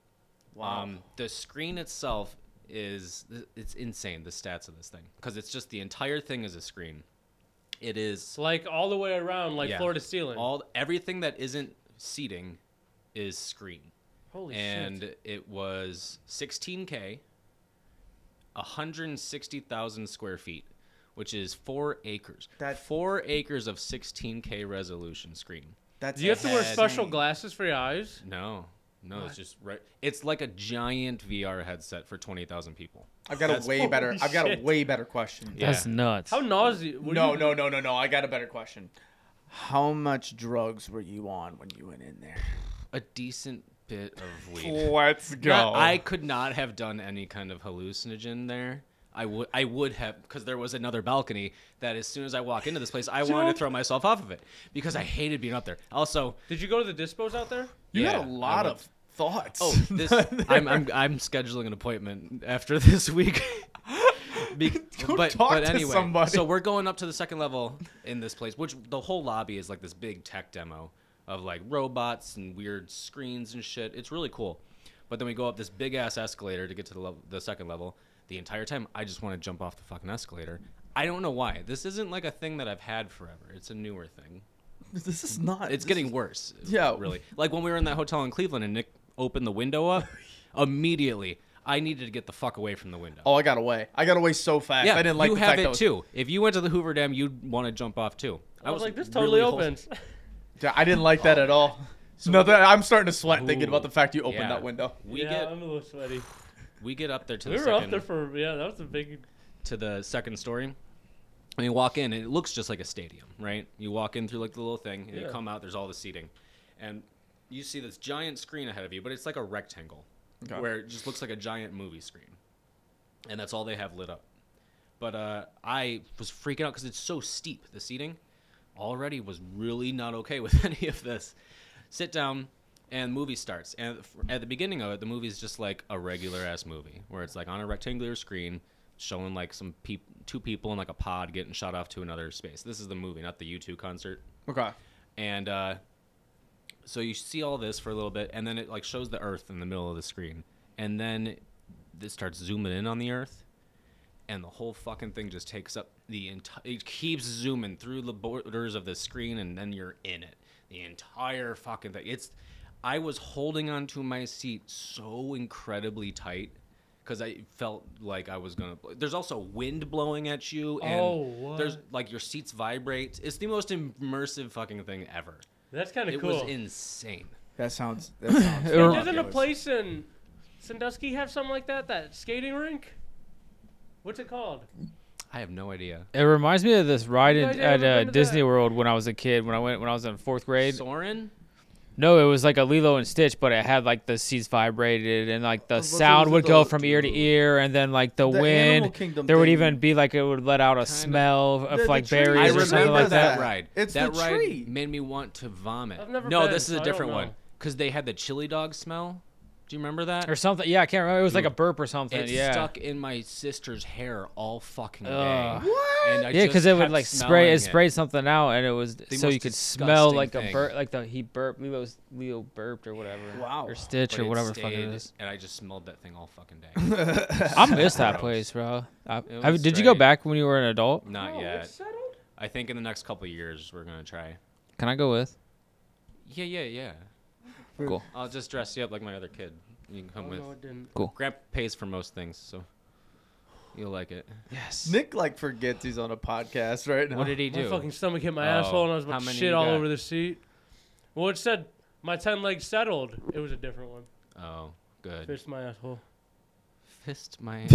[SPEAKER 2] Wow.
[SPEAKER 3] Um, the screen itself is it's insane. The stats of this thing because it's just the entire thing is a screen. It is
[SPEAKER 1] like all the way around, like
[SPEAKER 3] yeah,
[SPEAKER 1] floor to ceiling.
[SPEAKER 3] All everything that isn't seating is screen
[SPEAKER 1] Holy
[SPEAKER 3] and
[SPEAKER 1] shit!
[SPEAKER 3] it was 16k 160,000 square feet which is 4 acres
[SPEAKER 2] That-
[SPEAKER 3] 4 acres of 16k resolution screen
[SPEAKER 2] That's
[SPEAKER 1] Do you have to wear
[SPEAKER 2] insane.
[SPEAKER 1] special glasses for your eyes?
[SPEAKER 3] no no it's just right it's like a giant VR headset for 20,000 people
[SPEAKER 2] I've got a way better.
[SPEAKER 1] holy
[SPEAKER 2] I've got a
[SPEAKER 1] shit.
[SPEAKER 2] way better question.
[SPEAKER 3] Yeah.
[SPEAKER 4] That's nuts.
[SPEAKER 1] How nauseous?
[SPEAKER 2] No, no, no, no, no. I got a better question.
[SPEAKER 6] How much drugs were you on when you went in there?
[SPEAKER 3] A decent bit of weed.
[SPEAKER 2] Let's go.
[SPEAKER 3] Not- I could not have done any kind of hallucinogen there. I would I would have because there was another balcony that as soon as I walk into this place, I wanted to throw myself off of it because I hated being up there. Also,
[SPEAKER 1] Did you go to the dispos out there?
[SPEAKER 6] You
[SPEAKER 3] yeah,
[SPEAKER 6] had a lot
[SPEAKER 3] I
[SPEAKER 6] of thoughts.
[SPEAKER 3] Oh, this, I'm, I'm I'm scheduling an appointment after this week. Be- but,
[SPEAKER 6] talk
[SPEAKER 3] but
[SPEAKER 6] to
[SPEAKER 3] anyway,
[SPEAKER 6] somebody.
[SPEAKER 3] so we're going up to the second level in this place, which the whole lobby is like this big tech demo of like robots and weird screens and shit. It's really cool. But then we go up this big ass escalator to get to the level, the second level. The entire time, I just want to jump off the fucking escalator. I don't know why. This isn't like a thing that I've had forever. It's a newer thing
[SPEAKER 6] this is not.
[SPEAKER 3] it's
[SPEAKER 6] this
[SPEAKER 3] getting
[SPEAKER 6] is-
[SPEAKER 3] worse.
[SPEAKER 6] Yeah.
[SPEAKER 3] really. Like when we were in that hotel in Cleveland, and Nick opened the window up immediately. I needed to get the fuck away from the window.
[SPEAKER 6] Oh, I got away. I got away so fast.
[SPEAKER 3] yeah,
[SPEAKER 6] I didn't like
[SPEAKER 3] you
[SPEAKER 6] the
[SPEAKER 3] have
[SPEAKER 6] fact
[SPEAKER 3] it
[SPEAKER 6] that was,
[SPEAKER 3] too. If you went to the Hoover Dam, you'd want to jump off too.
[SPEAKER 1] I was like, this totally
[SPEAKER 3] really wholesome.
[SPEAKER 1] opens.
[SPEAKER 6] Yeah, I didn't like that at all. no, that, I'm starting to sweat thinking about the fact you opened
[SPEAKER 3] yeah.
[SPEAKER 6] that window.
[SPEAKER 3] We
[SPEAKER 1] yeah,
[SPEAKER 3] get
[SPEAKER 1] I'm a little sweaty.
[SPEAKER 3] we get up there to
[SPEAKER 1] We
[SPEAKER 3] the
[SPEAKER 1] were
[SPEAKER 3] second
[SPEAKER 1] up there for yeah. That was a big.
[SPEAKER 3] to the second story. And you walk in, and it looks just like a stadium, right? You walk in through like the little thing, and you
[SPEAKER 1] Yeah.
[SPEAKER 3] come out. There's all the seating, and you see this giant screen ahead of you, but it's like a rectangle,
[SPEAKER 6] Okay.
[SPEAKER 3] where it just looks like a giant movie screen, and that's all they have lit up. But uh, I was freaking out because it's so steep. The seating already was really not okay with any of this. Sit down, and the movie starts. And f- at the beginning of it, the movie's just like a regular ass movie where it's like on a rectangular screen showing like some peop- two people in like a pod getting shot off to another space. This is the movie, not the U2 concert
[SPEAKER 6] Okay.
[SPEAKER 3] and uh, so you see all this for a little bit, and then it like shows the Earth in the middle of the screen, and then this starts zooming in on the Earth, and the whole fucking thing just takes up the entire. It keeps zooming through the borders of the screen, and then you're in it. The entire fucking thing. It's. I was holding onto my seat so incredibly tight because I felt like I was gonna. There's also wind blowing at you, and
[SPEAKER 1] Oh, what?
[SPEAKER 3] there's like your seats vibrate. It's the most immersive fucking thing ever.
[SPEAKER 1] That's kind of
[SPEAKER 3] It
[SPEAKER 1] cool.
[SPEAKER 3] was insane.
[SPEAKER 6] That sounds. That sounds
[SPEAKER 4] It rem-
[SPEAKER 1] Doesn't a
[SPEAKER 6] ridiculous.
[SPEAKER 1] place in Sandusky have something like that? That skating rink? What's it called?
[SPEAKER 3] I have no idea.
[SPEAKER 4] It reminds me of this ride
[SPEAKER 1] You
[SPEAKER 4] in,
[SPEAKER 1] guys
[SPEAKER 4] at
[SPEAKER 1] ever
[SPEAKER 4] uh,
[SPEAKER 1] been to
[SPEAKER 4] Disney
[SPEAKER 1] that?
[SPEAKER 4] World when I was a kid. When I went when I was in fourth grade.
[SPEAKER 3] Soren?
[SPEAKER 4] No, it was like a Lilo and Stitch, but it had like the seats vibrated and like the
[SPEAKER 3] Oh,
[SPEAKER 6] That's what it
[SPEAKER 4] sound
[SPEAKER 6] was
[SPEAKER 4] would
[SPEAKER 6] with
[SPEAKER 4] go
[SPEAKER 6] the-
[SPEAKER 4] from ear to ear, and then like the,
[SPEAKER 6] The Animal
[SPEAKER 4] wind.
[SPEAKER 6] Kingdom
[SPEAKER 4] there would
[SPEAKER 6] thing.
[SPEAKER 4] even be like it would let out a smell of
[SPEAKER 6] the
[SPEAKER 4] like
[SPEAKER 6] trees.
[SPEAKER 4] berries
[SPEAKER 3] I
[SPEAKER 4] or
[SPEAKER 3] remember
[SPEAKER 4] something like
[SPEAKER 3] that.
[SPEAKER 4] that.
[SPEAKER 3] ride.
[SPEAKER 6] It's
[SPEAKER 3] that
[SPEAKER 6] the
[SPEAKER 3] ride
[SPEAKER 6] tree.
[SPEAKER 3] made me want to vomit.
[SPEAKER 1] I've never
[SPEAKER 3] no,
[SPEAKER 1] been,
[SPEAKER 3] this is
[SPEAKER 1] so I
[SPEAKER 3] a
[SPEAKER 1] don't
[SPEAKER 3] different
[SPEAKER 1] know.
[SPEAKER 3] one because they had the chili dog smell. Do you remember that?
[SPEAKER 4] Or something. Yeah, I can't remember. It was like a burp or something.
[SPEAKER 3] it
[SPEAKER 4] yeah.
[SPEAKER 3] stuck in my sister's hair all fucking day.
[SPEAKER 4] Ugh.
[SPEAKER 3] And I
[SPEAKER 4] Yeah,
[SPEAKER 3] just
[SPEAKER 4] because it would
[SPEAKER 3] kept
[SPEAKER 4] like spray.
[SPEAKER 3] smelling
[SPEAKER 4] It sprayed something out, and it was so
[SPEAKER 3] most
[SPEAKER 4] you could smell
[SPEAKER 3] disgusting
[SPEAKER 4] like
[SPEAKER 3] thing.
[SPEAKER 4] a burp, like the he burped. Leo's Leo burped or whatever.
[SPEAKER 6] Wow.
[SPEAKER 4] Or Stitch
[SPEAKER 3] But
[SPEAKER 4] or
[SPEAKER 3] it
[SPEAKER 4] whatever the fuck it
[SPEAKER 3] stayed,
[SPEAKER 4] is.
[SPEAKER 3] And I just smelled that thing all fucking day.
[SPEAKER 6] uh,
[SPEAKER 4] I miss that
[SPEAKER 3] Gross.
[SPEAKER 4] place, bro. I,
[SPEAKER 3] It
[SPEAKER 4] I-
[SPEAKER 3] was
[SPEAKER 4] did you go
[SPEAKER 3] great.
[SPEAKER 4] back when you were an adult?
[SPEAKER 3] Not
[SPEAKER 1] Oh,
[SPEAKER 3] yet.
[SPEAKER 1] It's settled?
[SPEAKER 3] I think in the next couple of years we're gonna try.
[SPEAKER 4] Can I go with?
[SPEAKER 3] Yeah, yeah, yeah.
[SPEAKER 4] Cool.
[SPEAKER 3] I'll just dress you up like my other kid. You can come
[SPEAKER 1] Oh,
[SPEAKER 3] with.
[SPEAKER 1] no, it didn't.
[SPEAKER 3] Grant pays for most things, so you'll like it.
[SPEAKER 4] Yes.
[SPEAKER 6] Nick like forgets he's on a podcast right now.
[SPEAKER 3] What did he
[SPEAKER 1] My
[SPEAKER 3] do?
[SPEAKER 1] fucking stomach hit my
[SPEAKER 3] Oh,
[SPEAKER 1] asshole, and I was
[SPEAKER 3] how
[SPEAKER 1] about to
[SPEAKER 3] many
[SPEAKER 1] shit
[SPEAKER 3] you
[SPEAKER 1] all
[SPEAKER 3] got?
[SPEAKER 1] over the seat. Well, it said my ten legs settled. It was a different one.
[SPEAKER 3] Oh, good.
[SPEAKER 1] Fist my asshole.
[SPEAKER 3] Fist my.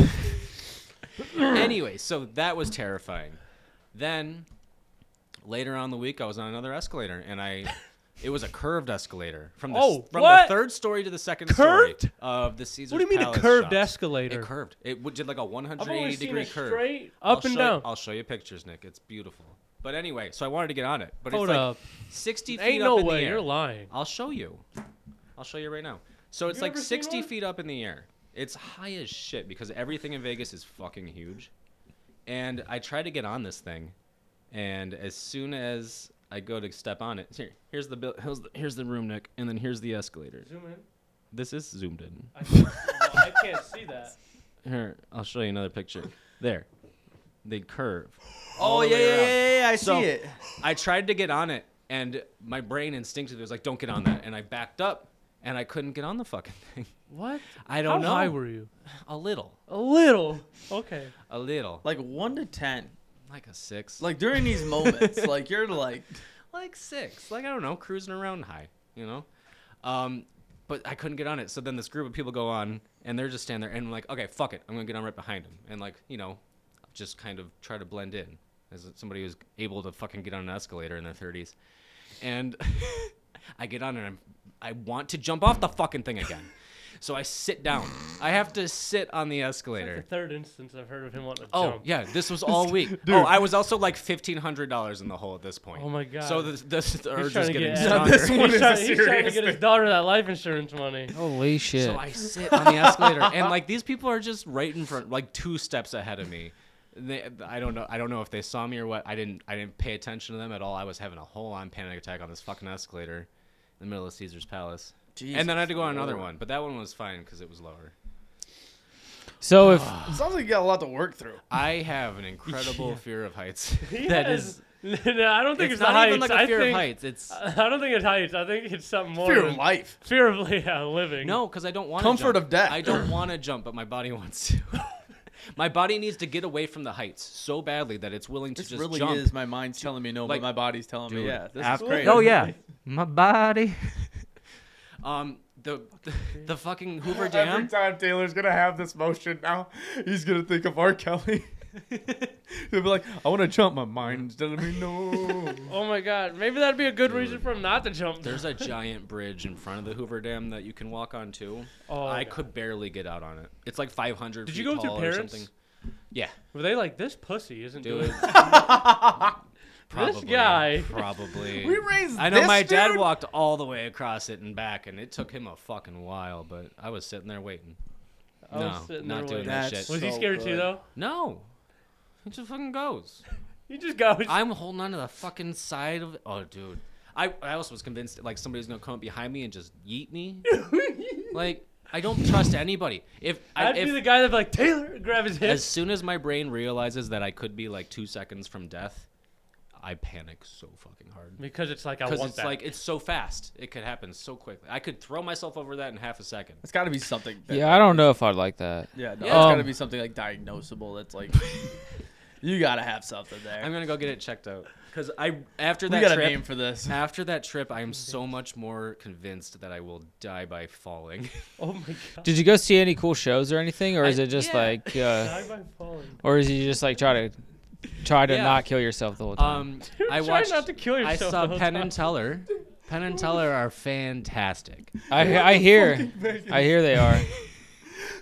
[SPEAKER 3] anyway, so that was terrifying. Then later on in the week, I was on another escalator, and I. It was a curved escalator from the, s-
[SPEAKER 1] Oh,
[SPEAKER 3] from
[SPEAKER 1] what?
[SPEAKER 3] the third story to the second
[SPEAKER 1] Curved?
[SPEAKER 3] story of the Caesar's
[SPEAKER 1] What do you mean
[SPEAKER 3] Palace
[SPEAKER 1] a curved
[SPEAKER 3] shops.
[SPEAKER 1] escalator?
[SPEAKER 3] It curved. It w- did like a 180
[SPEAKER 1] I've only seen
[SPEAKER 3] degree
[SPEAKER 1] a
[SPEAKER 3] curve.
[SPEAKER 1] straight
[SPEAKER 3] I'll
[SPEAKER 1] up and
[SPEAKER 3] show you-
[SPEAKER 1] down.
[SPEAKER 3] I'll show you pictures, Nick. It's beautiful. But anyway, so I wanted to get on it, but
[SPEAKER 1] Hold
[SPEAKER 3] it's like
[SPEAKER 1] up.
[SPEAKER 3] 60 feet
[SPEAKER 1] Ain't
[SPEAKER 3] up
[SPEAKER 1] no
[SPEAKER 3] in the
[SPEAKER 1] way.
[SPEAKER 3] air.
[SPEAKER 1] You're lying.
[SPEAKER 3] I'll show you. I'll show you right now. So it's
[SPEAKER 1] you
[SPEAKER 3] like
[SPEAKER 1] ever seen
[SPEAKER 3] 60
[SPEAKER 1] one?
[SPEAKER 3] feet up in the air. It's high as shit because everything in Vegas is fucking huge. And I try to get on this thing, and as soon as I go to step on it, here, here's the, buil- here's the here's the room, Nick, and then here's the escalator.
[SPEAKER 1] Zoom in.
[SPEAKER 3] This is zoomed in.
[SPEAKER 1] I can't, I can't see that.
[SPEAKER 3] Here, I'll show you another picture. There, they curve.
[SPEAKER 6] Oh yeah, yeah, yeah, yeah, I
[SPEAKER 3] So-
[SPEAKER 6] see it.
[SPEAKER 3] I tried to get on it, and my brain instinctively was like, "Don't get on that," and I backed up, and I couldn't get on the fucking thing.
[SPEAKER 1] What?
[SPEAKER 3] I don't
[SPEAKER 1] How
[SPEAKER 3] know.
[SPEAKER 1] high were you?
[SPEAKER 3] A little.
[SPEAKER 1] A little. Okay.
[SPEAKER 3] A little.
[SPEAKER 6] Like one to ten.
[SPEAKER 3] Like a six.
[SPEAKER 6] Like during these moments, like you're like,
[SPEAKER 3] like six. Like I don't know, cruising around high, you know? Um, but I couldn't get on it. So then this group of people go on and they're just standing there and I'm like, okay, fuck it. I'm gonna get on right behind them and like, you know, just kind of try to blend in. as somebody who's able to fucking get on an escalator in their 30s. And I get on and I'm, I want to jump off the fucking thing again. So I sit down. I have to sit on the escalator.
[SPEAKER 1] third instance I've heard of him wanting to
[SPEAKER 3] Oh
[SPEAKER 1] jump.
[SPEAKER 3] yeah, this was all week. Oh, I was also like fifteen hundred dollars in the hole at this point.
[SPEAKER 1] Oh, my God.
[SPEAKER 3] So the, the, the
[SPEAKER 1] He's
[SPEAKER 3] urge
[SPEAKER 1] trying
[SPEAKER 3] is
[SPEAKER 1] to
[SPEAKER 3] getting
[SPEAKER 1] get
[SPEAKER 3] stronger.
[SPEAKER 6] This one
[SPEAKER 1] he's
[SPEAKER 6] is
[SPEAKER 1] trying,
[SPEAKER 6] a
[SPEAKER 1] he's trying to
[SPEAKER 6] serious
[SPEAKER 1] get his daughter that life insurance money.
[SPEAKER 4] Holy shit.
[SPEAKER 3] So I sit on the escalator, and like these people are just right in front, like two steps ahead of me. They, I don't know. I don't know if they saw me or what. I didn't. I didn't pay attention to them at all. I was having a whole on panic attack on this fucking escalator in the middle of Caesar's Palace. and then I had to go on another one, but that one was fine because it was lower.
[SPEAKER 4] so if
[SPEAKER 6] Sounds like you got a lot to work through.
[SPEAKER 3] I have an incredible fear of heights.
[SPEAKER 1] He
[SPEAKER 3] that
[SPEAKER 1] has-
[SPEAKER 3] is.
[SPEAKER 1] no, I don't think it's,
[SPEAKER 3] It's,
[SPEAKER 1] the
[SPEAKER 3] not
[SPEAKER 1] heights.
[SPEAKER 3] even like
[SPEAKER 1] I
[SPEAKER 3] a fear
[SPEAKER 1] think,
[SPEAKER 3] of heights. It's
[SPEAKER 1] I don't think it's heights. I think it's something more.
[SPEAKER 6] Fear
[SPEAKER 1] than,
[SPEAKER 6] of life.
[SPEAKER 1] Fear of yeah, living.
[SPEAKER 3] No, because I don't want
[SPEAKER 6] Comfort
[SPEAKER 3] jump.
[SPEAKER 6] of death.
[SPEAKER 3] I don't want to jump, but my body wants to. my body needs to get away from the heights so badly that it's willing to
[SPEAKER 6] This
[SPEAKER 3] just
[SPEAKER 6] really
[SPEAKER 3] jump.
[SPEAKER 6] is my mind's telling me no,
[SPEAKER 3] Like,
[SPEAKER 6] but my body's telling me
[SPEAKER 3] dude,
[SPEAKER 6] yeah. This
[SPEAKER 3] after-
[SPEAKER 6] is great.
[SPEAKER 3] Oh, yeah. my body. um, the the, the fucking Hoover Dam.
[SPEAKER 6] time Taylor's gonna have this motion now, he's gonna think of R. Kelly. He'll be like, I want to jump. My mind's telling me no.
[SPEAKER 1] Oh my God. Maybe that'd be a good reason for him not to jump.
[SPEAKER 3] There's a giant bridge in front of the Hoover Dam that you can walk on too.
[SPEAKER 1] Oh,
[SPEAKER 3] I
[SPEAKER 1] God.
[SPEAKER 3] could barely get out on it. It's like 500.
[SPEAKER 1] Did
[SPEAKER 3] feet
[SPEAKER 1] you go with your
[SPEAKER 3] tall or
[SPEAKER 1] parents?
[SPEAKER 3] something. Yeah,
[SPEAKER 1] Were they like this pussy isn't
[SPEAKER 3] do
[SPEAKER 1] doing?
[SPEAKER 3] it. probably,
[SPEAKER 1] guy.
[SPEAKER 3] Probably.
[SPEAKER 6] we raised.
[SPEAKER 3] I know
[SPEAKER 6] this
[SPEAKER 3] my dad
[SPEAKER 6] dude?
[SPEAKER 3] walked all the way across it and back, and it took him a fucking while. But I was sitting there waiting.
[SPEAKER 1] I was
[SPEAKER 3] no,
[SPEAKER 1] sitting
[SPEAKER 3] not
[SPEAKER 1] there
[SPEAKER 3] doing
[SPEAKER 1] waiting.
[SPEAKER 3] that
[SPEAKER 6] That's-
[SPEAKER 3] shit.
[SPEAKER 1] Was he
[SPEAKER 6] So
[SPEAKER 1] scared too
[SPEAKER 6] good.
[SPEAKER 1] though?
[SPEAKER 3] No, it just fucking goes.
[SPEAKER 1] He just goes.
[SPEAKER 3] I'm holding onto the fucking side of. Oh, dude, I I also was convinced that, like somebody's gonna come up behind me and just yeet me. like I don't trust anybody. If I,
[SPEAKER 1] I'd
[SPEAKER 3] if
[SPEAKER 1] be the guy that'd be like Taylor, grab his
[SPEAKER 3] as
[SPEAKER 1] hips.
[SPEAKER 3] soon as my brain realizes that I could be like two seconds from death, I panic so fucking hard.
[SPEAKER 1] Because it's like I
[SPEAKER 3] Because
[SPEAKER 1] want
[SPEAKER 3] it's
[SPEAKER 1] that.
[SPEAKER 3] like it's so fast, it could happen so quickly. I could throw myself over that in half a second.
[SPEAKER 6] It's got to be something. That,
[SPEAKER 4] yeah, I don't know if I'd like that.
[SPEAKER 6] Yeah,
[SPEAKER 3] Yeah.
[SPEAKER 6] no, it's got to
[SPEAKER 4] Um,
[SPEAKER 6] be something like diagnosable. That's like, you got to have something there.
[SPEAKER 3] I'm gonna go get it checked out. Cause I after
[SPEAKER 6] we
[SPEAKER 3] that
[SPEAKER 6] got a
[SPEAKER 3] trip,
[SPEAKER 6] name for this.
[SPEAKER 3] after that trip, I am so much more convinced that I will die by falling.
[SPEAKER 1] oh my God.
[SPEAKER 4] Did you go see any cool shows or anything, or is
[SPEAKER 3] I-
[SPEAKER 4] it just
[SPEAKER 3] yeah.
[SPEAKER 4] like, uh,
[SPEAKER 1] Die by falling.
[SPEAKER 4] or is you just like try to try to
[SPEAKER 3] Yeah.
[SPEAKER 4] not kill yourself the whole time?
[SPEAKER 3] Um,
[SPEAKER 1] Dude,
[SPEAKER 3] I
[SPEAKER 1] try
[SPEAKER 3] watched.
[SPEAKER 1] not to kill
[SPEAKER 3] I
[SPEAKER 1] yourself
[SPEAKER 3] saw
[SPEAKER 1] the whole
[SPEAKER 3] Penn
[SPEAKER 1] time.
[SPEAKER 3] and Teller. Penn and Teller are fantastic.
[SPEAKER 4] I I hear
[SPEAKER 6] Vegas.
[SPEAKER 4] I hear they are.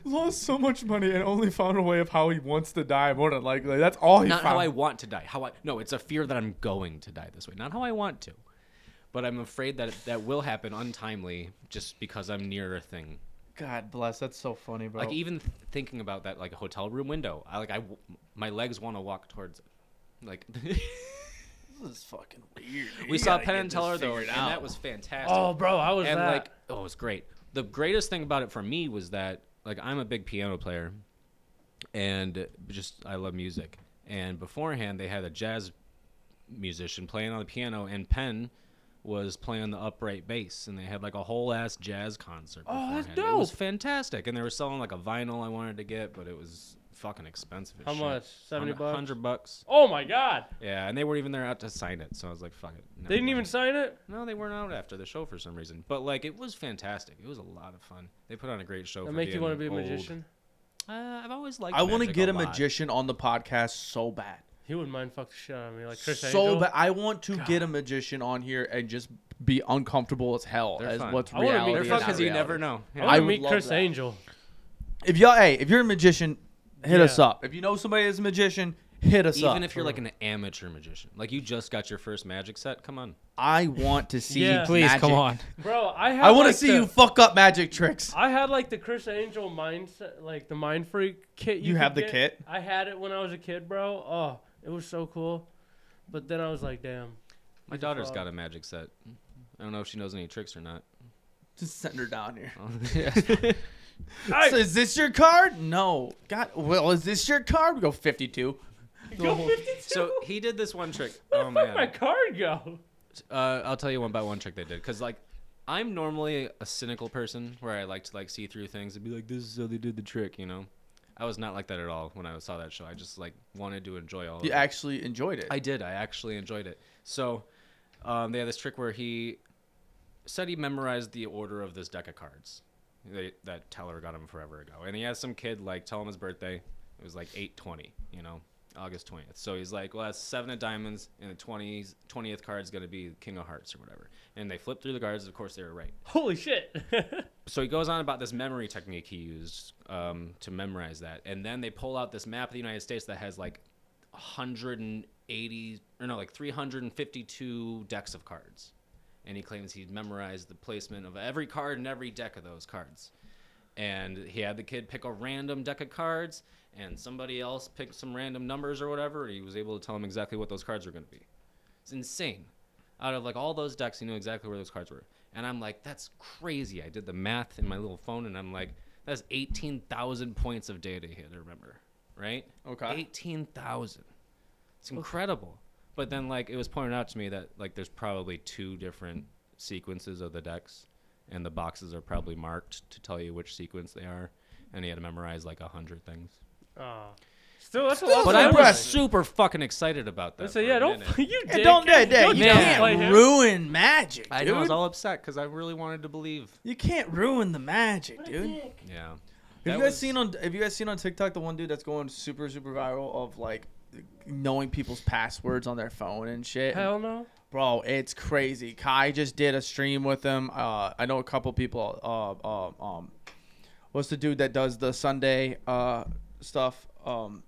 [SPEAKER 6] Lost so much money and only found a way of how he wants to die. More than likely, that's all he
[SPEAKER 3] Not how I want to die. How I no, it's a fear that I'm going to die this way. Not how I want to, but I'm afraid that that will happen untimely, just because I'm near a thing.
[SPEAKER 6] God bless. That's so funny, bro.
[SPEAKER 3] Like even th- thinking about that, like a hotel room window. I like I, w- my legs want to walk towards it. Like
[SPEAKER 6] this is fucking weird.
[SPEAKER 3] we saw Penn and Teller though, and that was fantastic.
[SPEAKER 1] Oh, bro, I was
[SPEAKER 3] and
[SPEAKER 1] that.
[SPEAKER 3] like oh it was great the greatest thing about it for me was that like i'm a big piano player and just i love music and beforehand they had a jazz musician playing on the piano and penn was playing the upright bass and they had like a whole ass jazz concert
[SPEAKER 1] Oh, that's
[SPEAKER 3] beforehand. it was
[SPEAKER 1] dope.
[SPEAKER 3] fantastic and they were selling like a vinyl i wanted to get but it was fucking expensive as
[SPEAKER 1] How
[SPEAKER 3] shit.
[SPEAKER 1] much? 70
[SPEAKER 3] Hun-
[SPEAKER 1] bucks?
[SPEAKER 3] 100 bucks
[SPEAKER 1] Oh my God.
[SPEAKER 3] yeah and they were even there out to sign it so i was like fuck it never
[SPEAKER 1] They didn't
[SPEAKER 3] mind.
[SPEAKER 1] even sign it.
[SPEAKER 3] No, they weren't out after the show for some reason. But like, it was fantastic. It was a lot of fun. They put on a great show.
[SPEAKER 1] That
[SPEAKER 3] for
[SPEAKER 1] make you
[SPEAKER 3] being
[SPEAKER 1] want to be a
[SPEAKER 3] old.
[SPEAKER 1] magician?
[SPEAKER 3] Uh, I've always liked.
[SPEAKER 6] I want to
[SPEAKER 3] magic
[SPEAKER 6] get a
[SPEAKER 3] lot.
[SPEAKER 6] magician on the podcast so bad,
[SPEAKER 1] He wouldn't mind fuck the shit out of me like Chris
[SPEAKER 6] so
[SPEAKER 1] Angel.
[SPEAKER 6] bad. I want to get a magician on here and just be uncomfortable as hell
[SPEAKER 3] They're
[SPEAKER 6] as
[SPEAKER 3] fun.
[SPEAKER 6] what's
[SPEAKER 1] I wanna meet
[SPEAKER 3] They're
[SPEAKER 6] reality.
[SPEAKER 1] Yeah,
[SPEAKER 6] and
[SPEAKER 3] fun
[SPEAKER 6] not
[SPEAKER 3] because you
[SPEAKER 6] reality.
[SPEAKER 3] never know.
[SPEAKER 1] I
[SPEAKER 3] Yeah.
[SPEAKER 1] want
[SPEAKER 6] I
[SPEAKER 1] to
[SPEAKER 6] would
[SPEAKER 1] meet
[SPEAKER 6] love
[SPEAKER 1] Chris
[SPEAKER 6] that.
[SPEAKER 1] Angel.
[SPEAKER 6] If y'all, hey, if you're a magician, hit us
[SPEAKER 1] Yeah.
[SPEAKER 6] up. If you know somebody that's a magician, hit us up.
[SPEAKER 3] Even if you're like an amateur magician, like you just got your first magic set. Come on.
[SPEAKER 6] I want to see,
[SPEAKER 1] Yeah.
[SPEAKER 4] Please come
[SPEAKER 6] magic.
[SPEAKER 4] on.
[SPEAKER 1] Bro, I had
[SPEAKER 6] I want to
[SPEAKER 1] like
[SPEAKER 6] see
[SPEAKER 1] the-
[SPEAKER 6] you fuck up magic tricks.
[SPEAKER 1] I had like the Chris Angel mindset, like the Mind Freak kit.
[SPEAKER 6] You
[SPEAKER 1] could
[SPEAKER 6] have the
[SPEAKER 1] get.
[SPEAKER 6] kit?
[SPEAKER 1] I had it when I was a kid, bro. Oh, it was so cool. But then I was like, damn.
[SPEAKER 3] My
[SPEAKER 1] He's a
[SPEAKER 3] daughter's
[SPEAKER 1] fraud.
[SPEAKER 3] got a magic set. I don't know if she knows any tricks or not.
[SPEAKER 6] Just send her down here.
[SPEAKER 1] Hey,
[SPEAKER 6] So is this your card? No. God. Well, is this your card? We go 52.
[SPEAKER 1] go 52.
[SPEAKER 3] So he did this one trick.
[SPEAKER 1] Where
[SPEAKER 3] Oh
[SPEAKER 1] the fuck my
[SPEAKER 3] man.
[SPEAKER 1] card go?
[SPEAKER 3] Uh, I'll tell you one by one trick they did. Cause like, I'm normally a cynical person where I like to like see through things and be like, this is how they did the trick, you know. I was not like that at all when I saw that show. I just like wanted to enjoy all. of
[SPEAKER 6] You
[SPEAKER 3] it.
[SPEAKER 6] actually enjoyed it.
[SPEAKER 3] I did. I actually enjoyed it. So um, they had this trick where he said he memorized the order of this deck of cards they, that teller got him forever ago, and he had some kid like tell him his birthday. It was like eight twenty, you know, August 20th. So he's like, well, that's seven of diamonds, and the 20s, 20th card's going to be King of Hearts or whatever. And they flip through the cards. Of course, they were right.
[SPEAKER 1] Holy shit.
[SPEAKER 3] So he goes on about this memory technique he used um, to memorize that. And then they pull out this map of the United States that has like 180, or no, like 352 decks of cards. And he claims he memorized the placement of every card and every deck of those cards and he had the kid pick a random deck of cards and somebody else picked some random numbers or whatever and he was able to tell him exactly what those cards were going to be it's insane out of like all those decks he knew exactly where those cards were and i'm like that's crazy i did the math in my little phone and i'm like that's 18000 points of data he had to remember right
[SPEAKER 6] Okay.
[SPEAKER 3] 18000 it's incredible but then like it was pointed out to me that like there's probably two different sequences of the decks and the boxes are probably marked to tell you which sequence they are. And he had to memorize like a hundred things.
[SPEAKER 1] Still, that's a lot.
[SPEAKER 3] But I was super fucking excited about that.
[SPEAKER 1] So
[SPEAKER 3] for
[SPEAKER 1] yeah,
[SPEAKER 3] a
[SPEAKER 1] don't
[SPEAKER 3] minute.
[SPEAKER 1] you
[SPEAKER 6] Yeah,
[SPEAKER 1] dick.
[SPEAKER 6] don't yeah, yeah,
[SPEAKER 1] Don't
[SPEAKER 6] You
[SPEAKER 1] downplay
[SPEAKER 6] can't
[SPEAKER 1] him.
[SPEAKER 6] ruin magic,
[SPEAKER 3] I
[SPEAKER 6] dude.
[SPEAKER 3] know, I was all upset because I really wanted to believe.
[SPEAKER 6] you can't ruin the magic, dude.
[SPEAKER 3] Yeah.
[SPEAKER 6] Have
[SPEAKER 3] That
[SPEAKER 6] you guys
[SPEAKER 3] was-
[SPEAKER 6] seen on Have you guys seen on TikTok the one dude that's going super super viral of like knowing people's passwords on their phone and shit?
[SPEAKER 1] Hell no.
[SPEAKER 6] Bro, it's crazy. Kai just did a stream with him. Uh, I know a couple people. Uh, um, um, what's the dude that does the Sunday uh stuff? Um,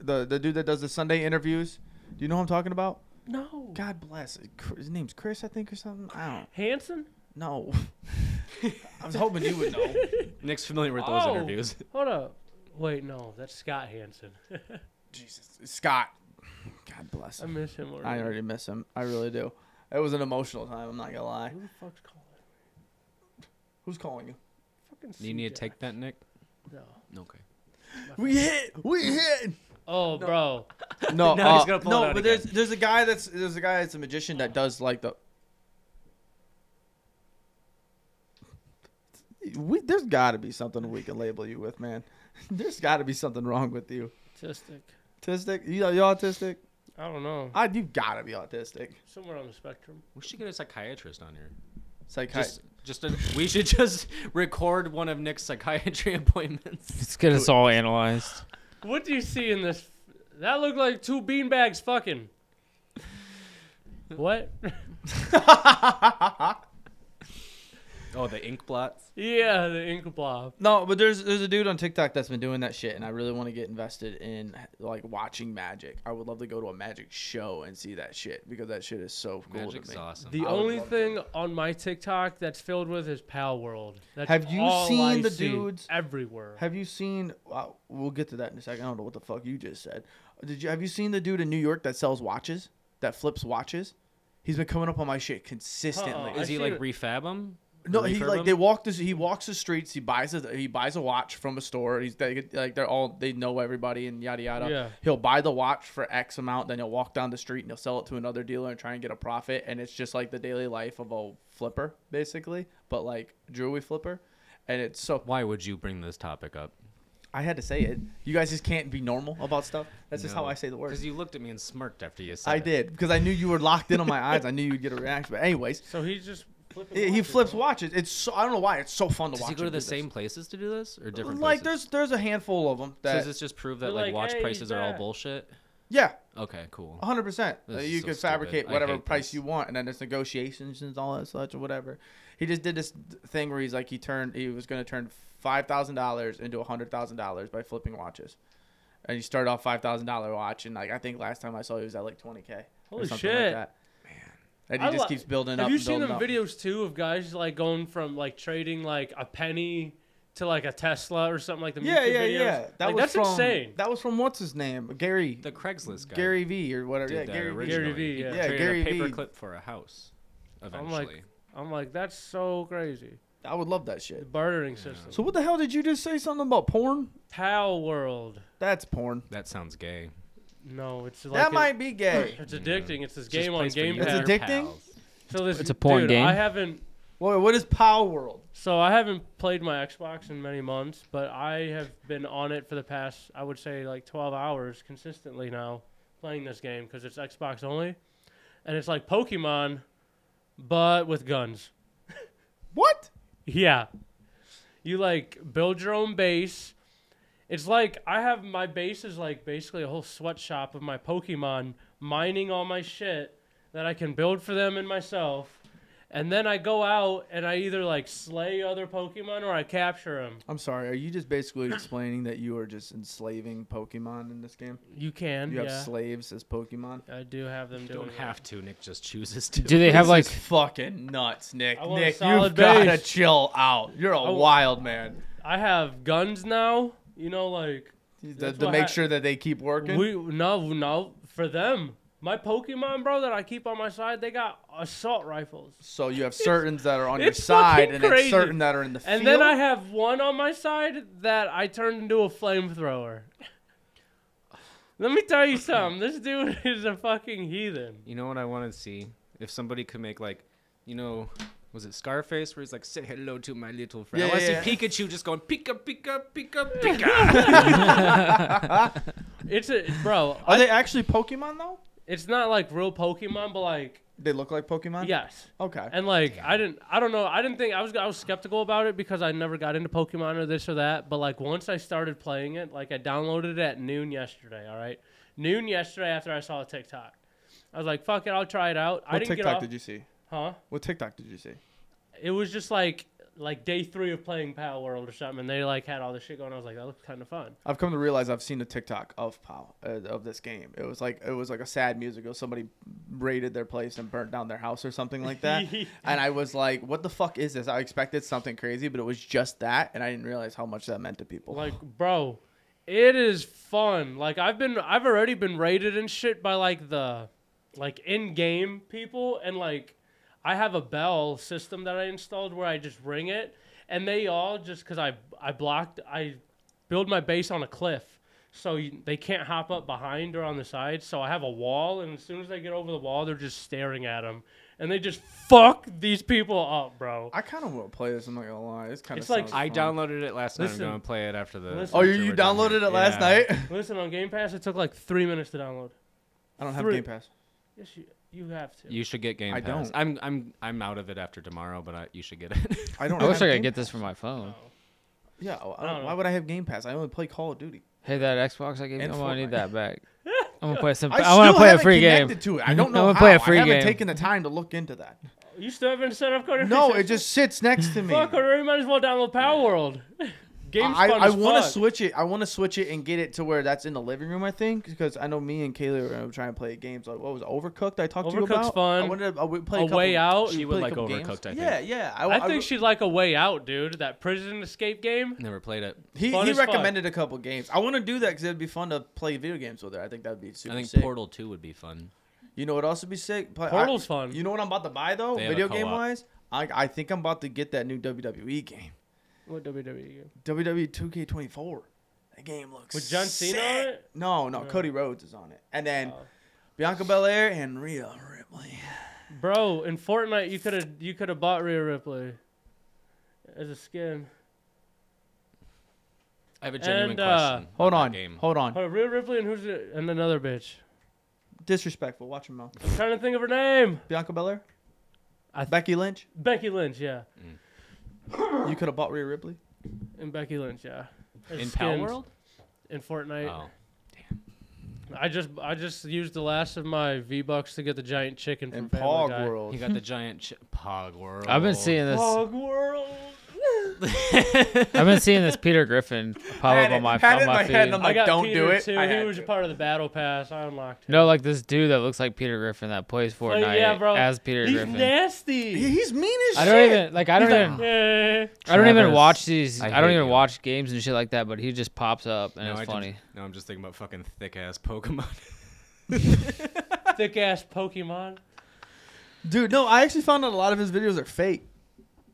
[SPEAKER 6] the the dude that does the Sunday interviews. Do you know who I'm talking about?
[SPEAKER 1] No.
[SPEAKER 6] God bless. Chr- His name's Chris, I think, or something. I don't
[SPEAKER 1] Hanson?
[SPEAKER 6] know. I was hoping you would know.
[SPEAKER 3] Nick's familiar with those
[SPEAKER 1] Oh.
[SPEAKER 3] interviews.
[SPEAKER 1] Hold up. Wait, no, that's Scott Hanson.
[SPEAKER 6] Jesus, Scott. God bless
[SPEAKER 1] I
[SPEAKER 6] him.
[SPEAKER 1] miss him already.
[SPEAKER 6] I already miss him. I really do. It was an emotional time. I'm not gonna lie.
[SPEAKER 1] Who the fuck's calling?
[SPEAKER 6] Who's calling you?
[SPEAKER 1] Fucking
[SPEAKER 3] You need to
[SPEAKER 1] CJ.
[SPEAKER 3] take that, Nick?
[SPEAKER 1] No.
[SPEAKER 3] Okay.
[SPEAKER 6] We hit. We hit.
[SPEAKER 1] Oh, bro.
[SPEAKER 6] No,
[SPEAKER 3] Now he's
[SPEAKER 6] uh,
[SPEAKER 3] gonna pull
[SPEAKER 6] no,
[SPEAKER 3] it out
[SPEAKER 6] but there's there's a guy that's there's a guy that's a magician that does like the. We, there's got to be something we can label you with, man. There's got to be something wrong with you.
[SPEAKER 1] Autistic.
[SPEAKER 6] Autistic? You you autistic?
[SPEAKER 1] I don't know.
[SPEAKER 6] I you gotta be autistic.
[SPEAKER 1] Somewhere on the spectrum.
[SPEAKER 3] We should get a psychiatrist on here.
[SPEAKER 6] Psychiatrist.
[SPEAKER 3] Just, just a, we should just record one of Nick's psychiatry appointments.
[SPEAKER 4] Let's get us all analyzed.
[SPEAKER 1] What do you see in this? That looked like two beanbags fucking. What?
[SPEAKER 3] Oh, the ink blots.
[SPEAKER 1] yeah, the ink blob.
[SPEAKER 6] No, but there's there's a dude on TikTok that's been doing that shit, and I really want to get invested in like watching magic. I would love to go to a magic show and see that shit because that shit is so cool to
[SPEAKER 3] Magic's
[SPEAKER 6] me.
[SPEAKER 3] awesome.
[SPEAKER 1] The
[SPEAKER 6] I would
[SPEAKER 1] only
[SPEAKER 6] love
[SPEAKER 1] thing on my TikTok that's filled with is Pal World. That's
[SPEAKER 6] Have you
[SPEAKER 1] all I
[SPEAKER 6] seen the
[SPEAKER 1] see
[SPEAKER 6] dudes-
[SPEAKER 1] everywhere?
[SPEAKER 6] Have you seen? Uh, we'll get to that in a second. I don't know what the fuck you just said. Did you have you seen the dude in New York that sells watches? That flips watches. He's been coming up on my shit consistently.
[SPEAKER 1] Uh-uh.
[SPEAKER 3] Is
[SPEAKER 1] I
[SPEAKER 3] he
[SPEAKER 1] see
[SPEAKER 3] like
[SPEAKER 1] it.
[SPEAKER 3] refab 'em?
[SPEAKER 6] No,
[SPEAKER 3] Refurb
[SPEAKER 6] he like
[SPEAKER 3] 'em?
[SPEAKER 6] they walk this. He walks the streets. He buys a he buys a watch from a store. He's they, like they're all they know everybody and yada yada.
[SPEAKER 1] Yeah.
[SPEAKER 6] He'll buy the watch for X amount, then he'll walk down the street and he'll sell it to another dealer and try and get a profit. And it's just like the daily life of a flipper basically, but like jewelry flipper. And it's so
[SPEAKER 3] Why would you bring this topic up?
[SPEAKER 6] I had to say it. You guys just can't be normal about stuff. That's just how I say the word.
[SPEAKER 3] Because you looked at me and smirked after you said
[SPEAKER 6] I
[SPEAKER 3] it.
[SPEAKER 6] did because I knew you were locked in on my eyes. I knew you'd get a reaction. But anyways,
[SPEAKER 1] so he's just flipping.
[SPEAKER 6] he he
[SPEAKER 1] watches,
[SPEAKER 6] flips
[SPEAKER 1] huh?
[SPEAKER 6] watches. It's so, I don't know why it's so fun to
[SPEAKER 3] Does
[SPEAKER 6] watch.
[SPEAKER 3] he go to
[SPEAKER 6] him do
[SPEAKER 3] the
[SPEAKER 6] this.
[SPEAKER 3] same places to do this or different
[SPEAKER 6] Like
[SPEAKER 3] places?
[SPEAKER 6] there's there's a handful of them
[SPEAKER 3] So
[SPEAKER 6] that
[SPEAKER 3] Does this just prove that
[SPEAKER 1] They're
[SPEAKER 3] like,
[SPEAKER 1] like,
[SPEAKER 3] watch
[SPEAKER 1] "Hey,
[SPEAKER 3] prices
[SPEAKER 1] he's
[SPEAKER 3] are all
[SPEAKER 1] back."
[SPEAKER 3] bullshit?
[SPEAKER 6] yeah,
[SPEAKER 3] Okay, cool.
[SPEAKER 6] 100. percent
[SPEAKER 3] This is
[SPEAKER 6] You
[SPEAKER 3] so
[SPEAKER 6] could
[SPEAKER 3] stupid.
[SPEAKER 6] fabricate
[SPEAKER 3] I
[SPEAKER 6] whatever
[SPEAKER 3] hate
[SPEAKER 6] price
[SPEAKER 3] this.
[SPEAKER 6] you want, and then there's negotiations and all that such or whatever. He just did this thing where he's like he turned he was gonna turn five thousand dollars into hundred thousand dollars by flipping watches, and he started off five thousand dollar watch, and like I think last time I saw he was at like 20k. or
[SPEAKER 1] Holy
[SPEAKER 6] something
[SPEAKER 1] shit.
[SPEAKER 6] Like that. Man, and he
[SPEAKER 1] I
[SPEAKER 6] just
[SPEAKER 1] li-
[SPEAKER 6] keeps building up.
[SPEAKER 1] Have you
[SPEAKER 6] and
[SPEAKER 1] seen
[SPEAKER 6] building
[SPEAKER 1] them
[SPEAKER 6] up.
[SPEAKER 1] videos too of guys like going from like trading like a penny to like a Tesla or something like the
[SPEAKER 6] Yeah,
[SPEAKER 1] YouTube
[SPEAKER 6] yeah,
[SPEAKER 1] videos?
[SPEAKER 6] yeah. That
[SPEAKER 1] Like,
[SPEAKER 6] was
[SPEAKER 1] that's
[SPEAKER 6] from,
[SPEAKER 1] insane.
[SPEAKER 6] That was from what's his name, Gary,
[SPEAKER 3] The Craigslist guy.
[SPEAKER 6] Gary V or whatever.
[SPEAKER 3] did
[SPEAKER 6] Yeah,
[SPEAKER 3] that
[SPEAKER 6] Gary V.
[SPEAKER 3] originally.
[SPEAKER 1] Gary V,
[SPEAKER 3] He
[SPEAKER 1] yeah.
[SPEAKER 6] Yeah,
[SPEAKER 3] traded
[SPEAKER 6] Gary
[SPEAKER 3] a
[SPEAKER 6] V.
[SPEAKER 3] paperclip for a house.
[SPEAKER 1] I'm
[SPEAKER 3] Eventually.
[SPEAKER 1] like, I'm like, that's so crazy.
[SPEAKER 6] I would love that
[SPEAKER 1] The
[SPEAKER 6] shit.
[SPEAKER 1] bartering system.
[SPEAKER 6] So what the hell did you just say something about porn?
[SPEAKER 1] Pal World.
[SPEAKER 6] That's porn.
[SPEAKER 3] that sounds gay.
[SPEAKER 1] No, it's like
[SPEAKER 6] that
[SPEAKER 1] it-
[SPEAKER 6] might be gay.
[SPEAKER 1] It's addicting. It's this
[SPEAKER 3] It's just
[SPEAKER 1] game
[SPEAKER 3] a
[SPEAKER 1] on
[SPEAKER 3] place for you
[SPEAKER 1] Game
[SPEAKER 3] and
[SPEAKER 6] It's
[SPEAKER 1] Pass.
[SPEAKER 3] your
[SPEAKER 6] addicting?
[SPEAKER 3] pals.
[SPEAKER 1] so this
[SPEAKER 4] It's a porn
[SPEAKER 1] dude,
[SPEAKER 4] game?
[SPEAKER 1] I haven't.
[SPEAKER 6] Wait, what is Power World?
[SPEAKER 1] So I haven't played my Xbox in many months, but I have been on it for the past, I would say, like 12 hours consistently now, playing this game because it's Xbox only, and it's like Pokemon, but with guns.
[SPEAKER 6] What?
[SPEAKER 1] Yeah. You like build your own base It's like I have my base is like basically a whole sweatshop of my Pokemon mining all my shit that I can build for them and myself. And then I go out and I either like slay other Pokemon or I capture them.
[SPEAKER 6] I'm sorry. Are you just basically explaining that you are just enslaving Pokemon in this game?
[SPEAKER 1] You can,
[SPEAKER 6] You have
[SPEAKER 1] yeah.
[SPEAKER 6] slaves as Pokemon.
[SPEAKER 1] I do have them doing
[SPEAKER 3] Don't
[SPEAKER 1] that.
[SPEAKER 3] have to. Nick just chooses to.
[SPEAKER 4] Do they have like?
[SPEAKER 6] This is fucking nuts, Nick.
[SPEAKER 1] I want a
[SPEAKER 6] Nick, you've
[SPEAKER 1] solid
[SPEAKER 6] gotta
[SPEAKER 1] base.
[SPEAKER 6] chill out. You're a
[SPEAKER 1] I want-
[SPEAKER 6] wild man.
[SPEAKER 1] I have guns now. You know, like
[SPEAKER 6] To,
[SPEAKER 1] That's
[SPEAKER 6] to
[SPEAKER 1] what
[SPEAKER 6] make
[SPEAKER 1] hap-
[SPEAKER 6] sure that they keep working.
[SPEAKER 1] we no no for them. My Pokemon, bro, that I keep on my side, they got assault rifles.
[SPEAKER 6] so you have certains that are on your
[SPEAKER 1] it's
[SPEAKER 6] side,
[SPEAKER 1] fucking
[SPEAKER 6] and
[SPEAKER 1] crazy.
[SPEAKER 6] it's certain that are in the
[SPEAKER 1] And
[SPEAKER 6] field.
[SPEAKER 1] then I have one on my side that I turned into a flamethrower. Let me tell you something. This dude is a fucking heathen.
[SPEAKER 3] You know what I want to see? If somebody could make like, you know, was it Scarface where he's like, "Say hello to my little friend." I
[SPEAKER 6] Yeah,
[SPEAKER 3] want to
[SPEAKER 6] yeah,
[SPEAKER 3] see Pikachu just going, "Pika, Pika, Pika, Pika."
[SPEAKER 1] It's a bro.
[SPEAKER 6] are they actually Pokemon though?
[SPEAKER 1] It's not like real Pokemon, but like
[SPEAKER 6] They look like Pokemon.
[SPEAKER 1] yes.
[SPEAKER 6] Okay.
[SPEAKER 1] And like I didn't, I don't know, I didn't think I was, I was skeptical about it because I never got into Pokemon or this or that. But like once I started playing it, like I downloaded it at noon yesterday. All right, noon yesterday after I saw a TikTok, I was like, "Fuck it, I'll try it out." I
[SPEAKER 6] what
[SPEAKER 1] didn't get
[SPEAKER 6] TikTok
[SPEAKER 1] off,
[SPEAKER 6] did you see?
[SPEAKER 1] huh?
[SPEAKER 6] What TikTok did you see?
[SPEAKER 1] It was just like like day three of playing Pal World or something, and they like had all this shit going. I was like, "That looks kind of fun."
[SPEAKER 6] I've come to realize I've seen a TikTok of Pow uh, of this game. It was like it was like a sad music. It was somebody raided their place and burnt down their house or something like that. and I was like, "What the fuck is this?" I expected something crazy, but it was just that, and I didn't realize how much that meant to people.
[SPEAKER 1] Like, bro, it is fun. Like, I've been, I've already been rated and shit by like the, like in game people, and like, I have a bell system that I installed where I just ring it, and they all just because I, I blocked, I build my base on a cliff, so you, they can't hop up behind or on the side. So I have a wall, and as soon as they get over the wall, they're just staring at them, and they just fuck these people up, bro.
[SPEAKER 6] I kind of want to play this. I'm not gonna lie. It's kind of
[SPEAKER 1] It's like-
[SPEAKER 3] I downloaded it last night.
[SPEAKER 1] Listen.
[SPEAKER 3] I'm gonna play it after the.
[SPEAKER 1] Listen.
[SPEAKER 6] Oh,
[SPEAKER 3] after
[SPEAKER 6] you, you
[SPEAKER 3] we're done here.
[SPEAKER 6] downloaded it last
[SPEAKER 3] Yeah.
[SPEAKER 6] night.
[SPEAKER 1] Listen, on Game Pass, it took like three minutes to download.
[SPEAKER 6] I don't have
[SPEAKER 1] Three-
[SPEAKER 6] Game Pass.
[SPEAKER 1] Yes, you, you have to.
[SPEAKER 3] You should get Game
[SPEAKER 6] I
[SPEAKER 3] Pass.
[SPEAKER 6] don't.
[SPEAKER 3] I'm I'm I'm out of it after tomorrow, but I, you should get it.
[SPEAKER 6] I don't.
[SPEAKER 4] I wish
[SPEAKER 6] have
[SPEAKER 4] I could
[SPEAKER 6] Game
[SPEAKER 4] get this for my phone.
[SPEAKER 6] Pass. Yeah. I
[SPEAKER 1] I
[SPEAKER 6] don't,
[SPEAKER 1] don't
[SPEAKER 6] why
[SPEAKER 1] know.
[SPEAKER 6] would I have Game Pass? I only play Call of Duty.
[SPEAKER 4] Hey, that Xbox I gave you,
[SPEAKER 6] And
[SPEAKER 4] I'm gonna
[SPEAKER 6] Fortnite.
[SPEAKER 4] need that back. I'm gonna play some.
[SPEAKER 6] I,
[SPEAKER 4] I, want
[SPEAKER 6] still
[SPEAKER 4] to play a
[SPEAKER 6] haven't
[SPEAKER 4] free game.
[SPEAKER 6] connected To it. I don't
[SPEAKER 4] I'm
[SPEAKER 6] know
[SPEAKER 4] gonna
[SPEAKER 6] how.
[SPEAKER 4] play a
[SPEAKER 6] I
[SPEAKER 4] free
[SPEAKER 6] haven't
[SPEAKER 4] game.
[SPEAKER 6] taken the time to look into that.
[SPEAKER 1] You still haven't set up Coder
[SPEAKER 6] No, it just sits next to me.
[SPEAKER 1] Fuck, or you might as well download Power World. Game's
[SPEAKER 6] I,
[SPEAKER 1] fun
[SPEAKER 6] I
[SPEAKER 1] as
[SPEAKER 6] want to
[SPEAKER 1] fuck.
[SPEAKER 6] switch it. I want to switch it and get it to where that's in the living room. I think because I know me and Kaylee were gonna try and play games. Like what was it, Overcooked? I talked to you
[SPEAKER 1] Overcooked's
[SPEAKER 6] about.
[SPEAKER 1] fun.
[SPEAKER 6] I wanted to I would play
[SPEAKER 1] A
[SPEAKER 6] couple-
[SPEAKER 1] Way Out.
[SPEAKER 6] should
[SPEAKER 1] She
[SPEAKER 6] we
[SPEAKER 3] would
[SPEAKER 6] play a
[SPEAKER 3] like
[SPEAKER 6] couple games?
[SPEAKER 3] Overcooked, I think.
[SPEAKER 6] Yeah, yeah. I,
[SPEAKER 1] I think she'd like a way out, dude. That prison escape game.
[SPEAKER 3] Never played it.
[SPEAKER 6] he,
[SPEAKER 1] fun
[SPEAKER 6] he
[SPEAKER 1] as fuck.
[SPEAKER 6] recommended a couple games. I want to do that because it'd be fun to play video games with her. I think that'd be super
[SPEAKER 3] I think
[SPEAKER 6] sick.
[SPEAKER 3] Portal Two would be fun.
[SPEAKER 6] you know what else would be sick? Play, I-
[SPEAKER 1] Portal's fun.
[SPEAKER 6] You know what I'm about to buy though,
[SPEAKER 3] They have a
[SPEAKER 6] video game
[SPEAKER 3] co-op.
[SPEAKER 6] wise. I I think I'm about to get that new WWE game, E
[SPEAKER 1] What WWE game?
[SPEAKER 6] WWE 2K24. That game looks
[SPEAKER 1] With John Cena on
[SPEAKER 6] sick.
[SPEAKER 1] it?
[SPEAKER 6] No, no, Cody Rhodes is on it, and then.
[SPEAKER 1] Oh.
[SPEAKER 6] Bianca Belair and Rhea Ripley.
[SPEAKER 1] Bro, in Fortnite, you could have you could have bought Rhea Ripley as a skin.
[SPEAKER 3] I have a genuine
[SPEAKER 1] And, uh,
[SPEAKER 3] question. about
[SPEAKER 6] Hold
[SPEAKER 3] that
[SPEAKER 6] on,
[SPEAKER 3] Game.
[SPEAKER 6] hold on.
[SPEAKER 1] Oh, Rhea Ripley and who's it? and another bitch.
[SPEAKER 6] Disrespectful. Watch your mouth.
[SPEAKER 1] I'm trying to think of her name.
[SPEAKER 6] Bianca Belair,
[SPEAKER 1] I th-
[SPEAKER 6] Becky Lynch.
[SPEAKER 1] Becky Lynch, yeah,
[SPEAKER 6] You could have bought Rhea Ripley.
[SPEAKER 1] and Becky Lynch, yeah. As
[SPEAKER 3] in Power
[SPEAKER 1] skins
[SPEAKER 3] World.
[SPEAKER 1] In Fortnite.
[SPEAKER 3] Oh,
[SPEAKER 1] I just I just used the last of my V bucks to get the giant chicken from
[SPEAKER 6] And
[SPEAKER 1] Family
[SPEAKER 6] Pog
[SPEAKER 1] Guy.
[SPEAKER 6] World.
[SPEAKER 3] Oh. he got the giant ch- Pog World.
[SPEAKER 4] I've
[SPEAKER 6] Oh.
[SPEAKER 4] been seeing this.
[SPEAKER 1] Pog World.
[SPEAKER 4] I've been seeing this Peter Griffin pop
[SPEAKER 6] Had
[SPEAKER 4] up
[SPEAKER 6] it-
[SPEAKER 4] on my
[SPEAKER 6] had it
[SPEAKER 4] on
[SPEAKER 6] in my
[SPEAKER 4] my
[SPEAKER 6] head,
[SPEAKER 4] feed.
[SPEAKER 6] I'm
[SPEAKER 1] I
[SPEAKER 6] Like,
[SPEAKER 1] got
[SPEAKER 6] don't
[SPEAKER 1] Peter
[SPEAKER 6] do it.
[SPEAKER 1] Too.
[SPEAKER 6] I
[SPEAKER 1] He
[SPEAKER 6] had
[SPEAKER 1] was a
[SPEAKER 6] to.
[SPEAKER 1] part of the battle pass. I unlocked him.
[SPEAKER 4] No, like this dude that looks like Peter Griffin that plays
[SPEAKER 1] But
[SPEAKER 4] Fortnite
[SPEAKER 1] yeah, bro.
[SPEAKER 4] as Peter
[SPEAKER 1] He's
[SPEAKER 4] Griffin.
[SPEAKER 1] nasty.
[SPEAKER 6] He- He's mean as
[SPEAKER 4] I
[SPEAKER 6] shit.
[SPEAKER 4] don't even like. I don't even.
[SPEAKER 1] yeah.
[SPEAKER 4] I don't even
[SPEAKER 3] Travis,
[SPEAKER 4] watch these.
[SPEAKER 3] I
[SPEAKER 4] I, don't
[SPEAKER 3] hate
[SPEAKER 4] even
[SPEAKER 3] you.
[SPEAKER 4] watch games and shit like that. But he just pops up and
[SPEAKER 3] No,
[SPEAKER 4] it's
[SPEAKER 3] I
[SPEAKER 4] funny.
[SPEAKER 3] Just, no, I'm just thinking about fucking thick ass Pokemon.
[SPEAKER 1] Thick ass Pokemon.
[SPEAKER 6] Dude, no. I actually found out a lot of his videos are fake.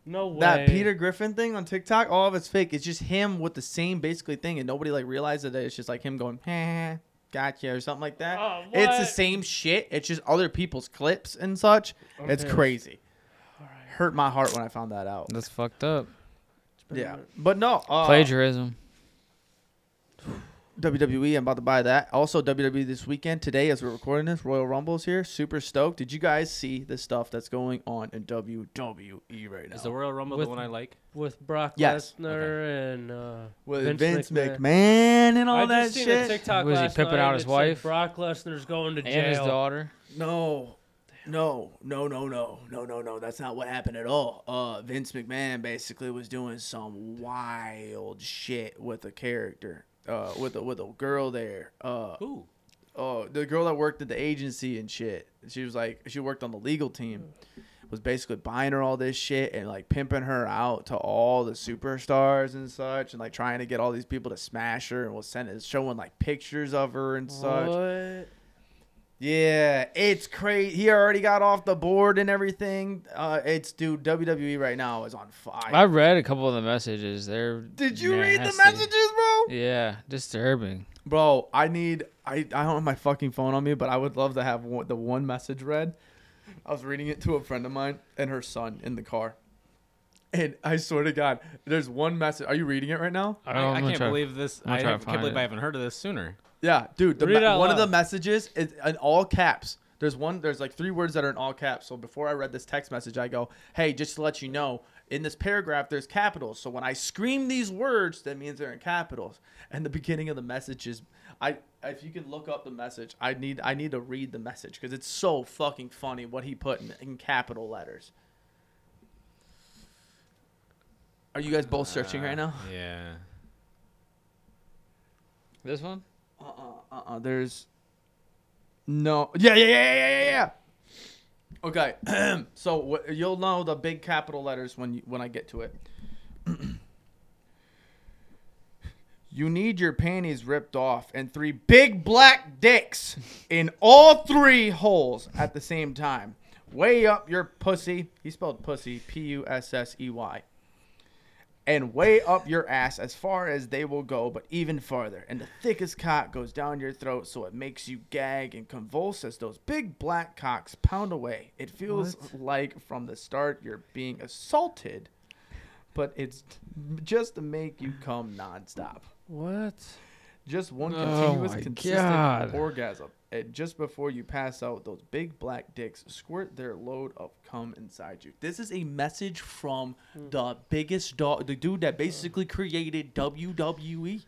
[SPEAKER 1] No way.
[SPEAKER 6] That Peter Griffin thing on TikTok, all of it's fake. It's just him with the same basically thing, and nobody like realizes that it's just like him going, "Heh, gotcha" or something like that.
[SPEAKER 1] Oh,
[SPEAKER 6] it's the
[SPEAKER 1] what?
[SPEAKER 6] same shit. It's just other people's clips and such. It's
[SPEAKER 1] pissed.
[SPEAKER 6] crazy. Hurt my heart when I found that out.
[SPEAKER 4] That's fucked up.
[SPEAKER 6] uh, Yeah, but no. Uh,
[SPEAKER 4] Plagiarism.
[SPEAKER 6] WWE. E, I'm about to buy that. Also, WWE this weekend today, as we're recording this, Royal Rumble's here. Super stoked. Did you guys see the stuff that's going on in WWE right now?
[SPEAKER 3] Is the Royal Rumble
[SPEAKER 1] With-
[SPEAKER 3] the one I like?
[SPEAKER 1] with Brock
[SPEAKER 6] Yes.
[SPEAKER 1] Lesnar and uh,
[SPEAKER 6] With
[SPEAKER 1] Vince
[SPEAKER 6] Vince,
[SPEAKER 1] McMahon.
[SPEAKER 6] McMahon. and all
[SPEAKER 1] I
[SPEAKER 6] that
[SPEAKER 1] just seen
[SPEAKER 6] shit.
[SPEAKER 1] A TikTok
[SPEAKER 4] Was he
[SPEAKER 1] last
[SPEAKER 4] pimping
[SPEAKER 1] night
[SPEAKER 4] out his
[SPEAKER 1] that said
[SPEAKER 4] wife?
[SPEAKER 1] Brock Lesnar's going to jail.
[SPEAKER 4] and his daughter.
[SPEAKER 6] No, no, no, no, no, no, no, no. That's not what happened at all. Uh, Vince McMahon basically was doing some wild shit with a character, uh, with a with a girl there. Uh,
[SPEAKER 3] Who?
[SPEAKER 6] oh, the girl that worked at the agency and shit. She was like, she worked on the legal team. Was basically buying her all this shit and like pimping her out to all the superstars and such, and like trying to get all these people to smash her and was sending showing like pictures of her and such.
[SPEAKER 1] What?
[SPEAKER 6] Yeah, it's crazy. He already got off the board and everything. Uh, it's dude, WWE right now is on fire.
[SPEAKER 4] I read a couple of the messages. They're
[SPEAKER 6] Did you read the
[SPEAKER 4] nasty.
[SPEAKER 6] messages, bro?
[SPEAKER 4] Yeah, disturbing.
[SPEAKER 6] Bro, I need. I I don't have my fucking phone on me, but I would love to have one, the one message read. I was reading it to a friend of mine and her son in the car, and I swear to God, there's one message. Are you reading it right now?
[SPEAKER 4] don't- I'm
[SPEAKER 3] I, I
[SPEAKER 4] gonna
[SPEAKER 3] can't
[SPEAKER 4] try-
[SPEAKER 3] believe this.
[SPEAKER 4] I'm gonna
[SPEAKER 3] I
[SPEAKER 4] try to
[SPEAKER 3] can't
[SPEAKER 4] find
[SPEAKER 3] believe
[SPEAKER 4] it.
[SPEAKER 3] I haven't heard of this sooner.
[SPEAKER 6] Yeah, dude. The
[SPEAKER 1] Read it
[SPEAKER 6] me-
[SPEAKER 1] out
[SPEAKER 6] one of the
[SPEAKER 1] loud.
[SPEAKER 6] messages is in all caps. There's one. There's like three words that are in all caps. So before I read this text message, I go, "Hey, just to let you know, in this paragraph, there's capitals. So when I scream these words, that means they're in capitals." And the beginning of the message is, I if you could look up the message, I need I need to read the message because it's so fucking funny what he put in, in capital letters. Are you guys both searching right
[SPEAKER 1] Uh,
[SPEAKER 6] now?
[SPEAKER 3] Yeah.
[SPEAKER 4] This one?
[SPEAKER 6] Uh uh uh uh. There's no. Yeah yeah yeah yeah yeah yeah. Okay. so wh- you'll know the big capital letters when you, when I get to it. you need your panties ripped off and three big black dicks in all three holes at the same time. Way up your pussy. He spelled pussy P U S S E Y and way up your ass as far as they will go, but even farther. And the thickest cock goes down your throat, so it makes you gag and convulse as those big black cocks pound away. It feels like from the start you're being assaulted, but it's just to make you come nonstop.
[SPEAKER 1] What?
[SPEAKER 6] Just one
[SPEAKER 4] Oh
[SPEAKER 6] continuous,
[SPEAKER 4] my
[SPEAKER 6] consistent
[SPEAKER 4] God.
[SPEAKER 6] orgasm. And just before you pass out, those big black dicks squirt their load of cum inside you. This is a message from the biggest dog, the dude that basically created E. WWE.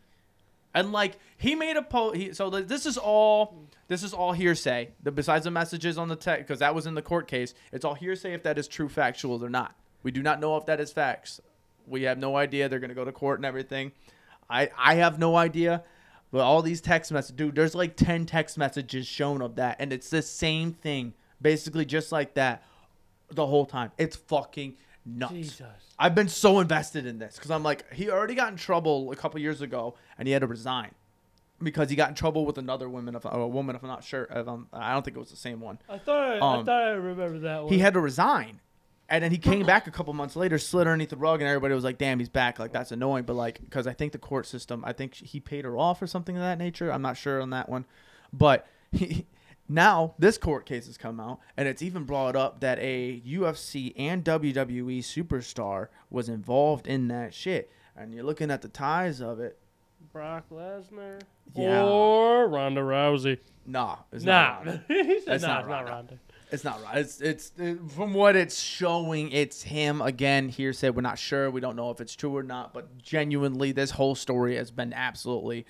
[SPEAKER 6] And like he made a post. He, so like, this is all this is all hearsay. The, besides the messages on the text, because that was in the court case. It's all hearsay if that is true factual or not. We do not know if that is facts. We have no idea. They're gonna go to court and everything. I I have no idea. But all these text messages, dude. There's like ten text messages shown of that, and it's the same thing, basically just like that, the whole time. It's fucking nuts.
[SPEAKER 1] Jesus.
[SPEAKER 6] I've been so invested in this because I'm like, he already got in trouble a couple years ago, and he had to resign because he got in trouble with another woman, if, or a woman, if I'm not sure. If I'm, I don't think it was the same one.
[SPEAKER 1] I thought I, I
[SPEAKER 6] Um,
[SPEAKER 1] thought I remembered that one.
[SPEAKER 6] He had to resign, and then he came back a couple months later, slid underneath the rug, and everybody was like, "Damn, he's back!" Like that's annoying, but like because I think the court system, I think he paid her off or something of that nature. I'm not sure on that one, but he. Now this court case has come out, and it's even brought up that a UFC and WWE superstar was involved in that shit. And you're looking at the ties of it.
[SPEAKER 1] Brock Lesnar
[SPEAKER 6] Yeah.
[SPEAKER 1] or Ronda Rousey.
[SPEAKER 6] Nah, it's
[SPEAKER 1] Nah,
[SPEAKER 6] not. Ronda.
[SPEAKER 1] he said
[SPEAKER 6] It's
[SPEAKER 1] nah,
[SPEAKER 6] not
[SPEAKER 1] it's not
[SPEAKER 6] Ronda.
[SPEAKER 1] Ronda.
[SPEAKER 6] It's not right. It's it's it, from what it's showing. It's him again. Hearsay. We're not sure. We don't know if it's true or not. But genuinely, this whole story has been absolutely.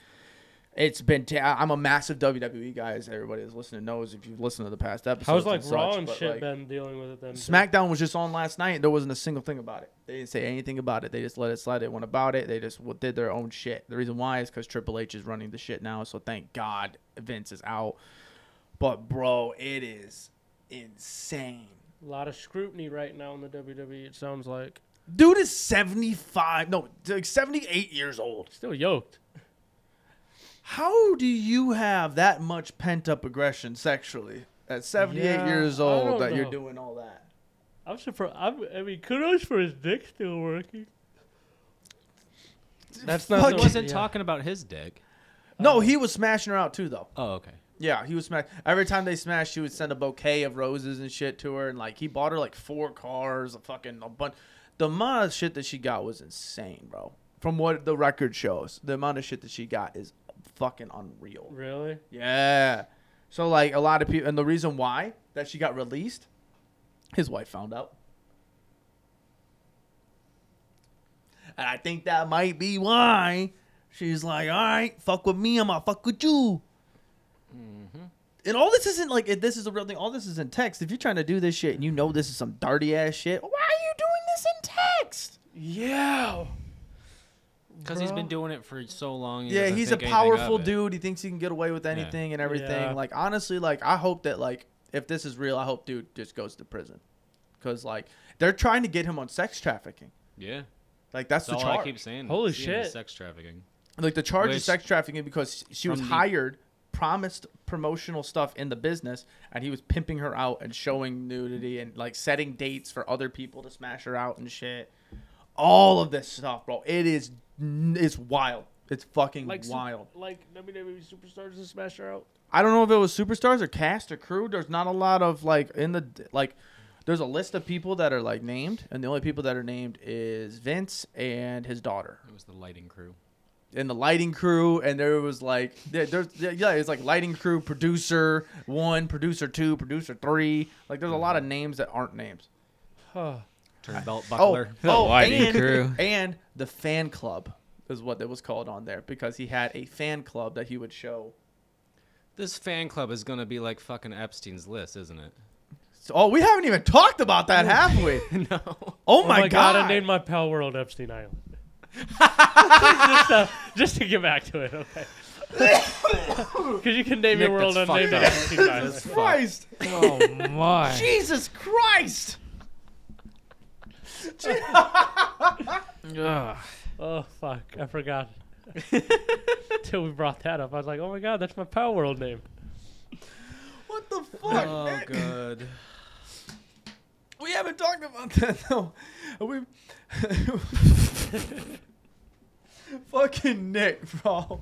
[SPEAKER 6] It's been. i I'm a massive WWE guy, as everybody that's listening knows. If you've listened to the past episodes,
[SPEAKER 1] How's like
[SPEAKER 6] and such,
[SPEAKER 1] Raw and
[SPEAKER 6] but,
[SPEAKER 1] shit
[SPEAKER 6] like,
[SPEAKER 1] been dealing with it then? too?
[SPEAKER 6] SmackDown was just on last night. and There wasn't a single thing about it. They didn't say anything about it. They just let it slide. They went about it. They just w- did their own shit. The reason why is because Triple H is running the shit now. So thank God Vince is out. But bro, it is insane.
[SPEAKER 1] A lot of scrutiny right now in the WWE. It sounds like
[SPEAKER 6] Dude is seventy five. No, like seventy eight years old.
[SPEAKER 1] still yoked.
[SPEAKER 6] How do you have that much pent up aggression sexually at seventy eight
[SPEAKER 1] Yeah,
[SPEAKER 6] years
[SPEAKER 1] I don't
[SPEAKER 6] old that
[SPEAKER 1] know.
[SPEAKER 6] you're doing all that?
[SPEAKER 1] I'm surprised. I'm, I mean, kudos for his dick still working.
[SPEAKER 4] That's
[SPEAKER 6] not
[SPEAKER 3] I
[SPEAKER 6] Fuck.
[SPEAKER 3] wasn't
[SPEAKER 1] Yeah.
[SPEAKER 3] talking about his dick.
[SPEAKER 6] No, he was smashing her out too though.
[SPEAKER 3] Oh, okay.
[SPEAKER 6] Yeah, he was smash. Every time they smashed, he would send a bouquet of roses and shit to her, and like he bought her like four cars, a fucking a bunch. The amount of shit that she got was insane, bro. From what the record shows, the amount of shit that she got is fucking unreal.
[SPEAKER 1] Really?
[SPEAKER 6] Yeah. So like a lot of people, and the reason why that she got released, his wife found out. And I think that might be why she's like, all right, fuck with me, I'm gonna fuck with you. And all this isn't like, if this is a real thing, all this is in text. If you're trying to do this shit and you know this is some dirty ass shit, why are you doing this in text?
[SPEAKER 3] Yeah. Because he's
[SPEAKER 6] Bro.
[SPEAKER 3] been doing it for so long. he
[SPEAKER 6] yeah,
[SPEAKER 3] doesn't
[SPEAKER 6] he's a
[SPEAKER 3] think anything of
[SPEAKER 6] powerful
[SPEAKER 3] it.
[SPEAKER 6] dude. He thinks he can get away with anything and everything.
[SPEAKER 1] Yeah.
[SPEAKER 6] Like honestly, like I hope that like if this is real, I hope dude just goes to prison, because like they're trying to get him on sex trafficking.
[SPEAKER 3] Yeah.
[SPEAKER 6] Like that's
[SPEAKER 3] That's all
[SPEAKER 6] the charge.
[SPEAKER 3] I keep saying.
[SPEAKER 1] Holy
[SPEAKER 3] It's the end of
[SPEAKER 1] shit.
[SPEAKER 3] Sex trafficking.
[SPEAKER 6] like the charge
[SPEAKER 3] Which-
[SPEAKER 6] is sex trafficking because she was
[SPEAKER 3] From the-
[SPEAKER 6] hired, promised promotional stuff in the business, and he was pimping her out and showing nudity and like setting dates for other people to smash her out and shit. All of this stuff, bro. It is n- it's wild. It's fucking
[SPEAKER 1] Like
[SPEAKER 6] wild.
[SPEAKER 1] like WWE superstars and Smash her out.
[SPEAKER 6] I don't know if it was superstars or cast or crew. There's not a lot of like in the like. There's a list of people that are like named, and the only people that are named is Vince and his daughter,
[SPEAKER 3] It was the lighting crew.
[SPEAKER 6] and the lighting crew. And there was like there, there's yeah, it's like lighting crew, producer one, producer two, producer three. Like there's a lot of names that aren't names.
[SPEAKER 3] Turnbelt
[SPEAKER 6] Oh,
[SPEAKER 3] buckler.
[SPEAKER 6] oh,
[SPEAKER 4] lighting
[SPEAKER 6] and,
[SPEAKER 4] crew.
[SPEAKER 6] and the fan club is what it was called on there because he had a fan club that he would show.
[SPEAKER 3] This fan club is gonna be like fucking Epstein's list, isn't it?
[SPEAKER 6] So, oh, we haven't even talked about that, have we?
[SPEAKER 3] no.
[SPEAKER 6] Oh,
[SPEAKER 1] Oh
[SPEAKER 6] my, god!
[SPEAKER 1] I named my pal World Epstein Island. just, to, just to get back to it, okay? Because you can name
[SPEAKER 3] Nick,
[SPEAKER 1] your world
[SPEAKER 3] that's
[SPEAKER 1] unnamed
[SPEAKER 3] fucked up.
[SPEAKER 1] Epstein Island.
[SPEAKER 6] Christ!
[SPEAKER 4] Oh my.
[SPEAKER 6] Jesus Christ!
[SPEAKER 4] Ugh.
[SPEAKER 1] Oh fuck, I forgot. Till we brought that up, I was like, "Oh my god, that's my Power World name."
[SPEAKER 6] What the fuck?
[SPEAKER 3] Oh
[SPEAKER 6] Nick?
[SPEAKER 3] good.
[SPEAKER 6] We haven't talked about that though. We fucking Nick, bro.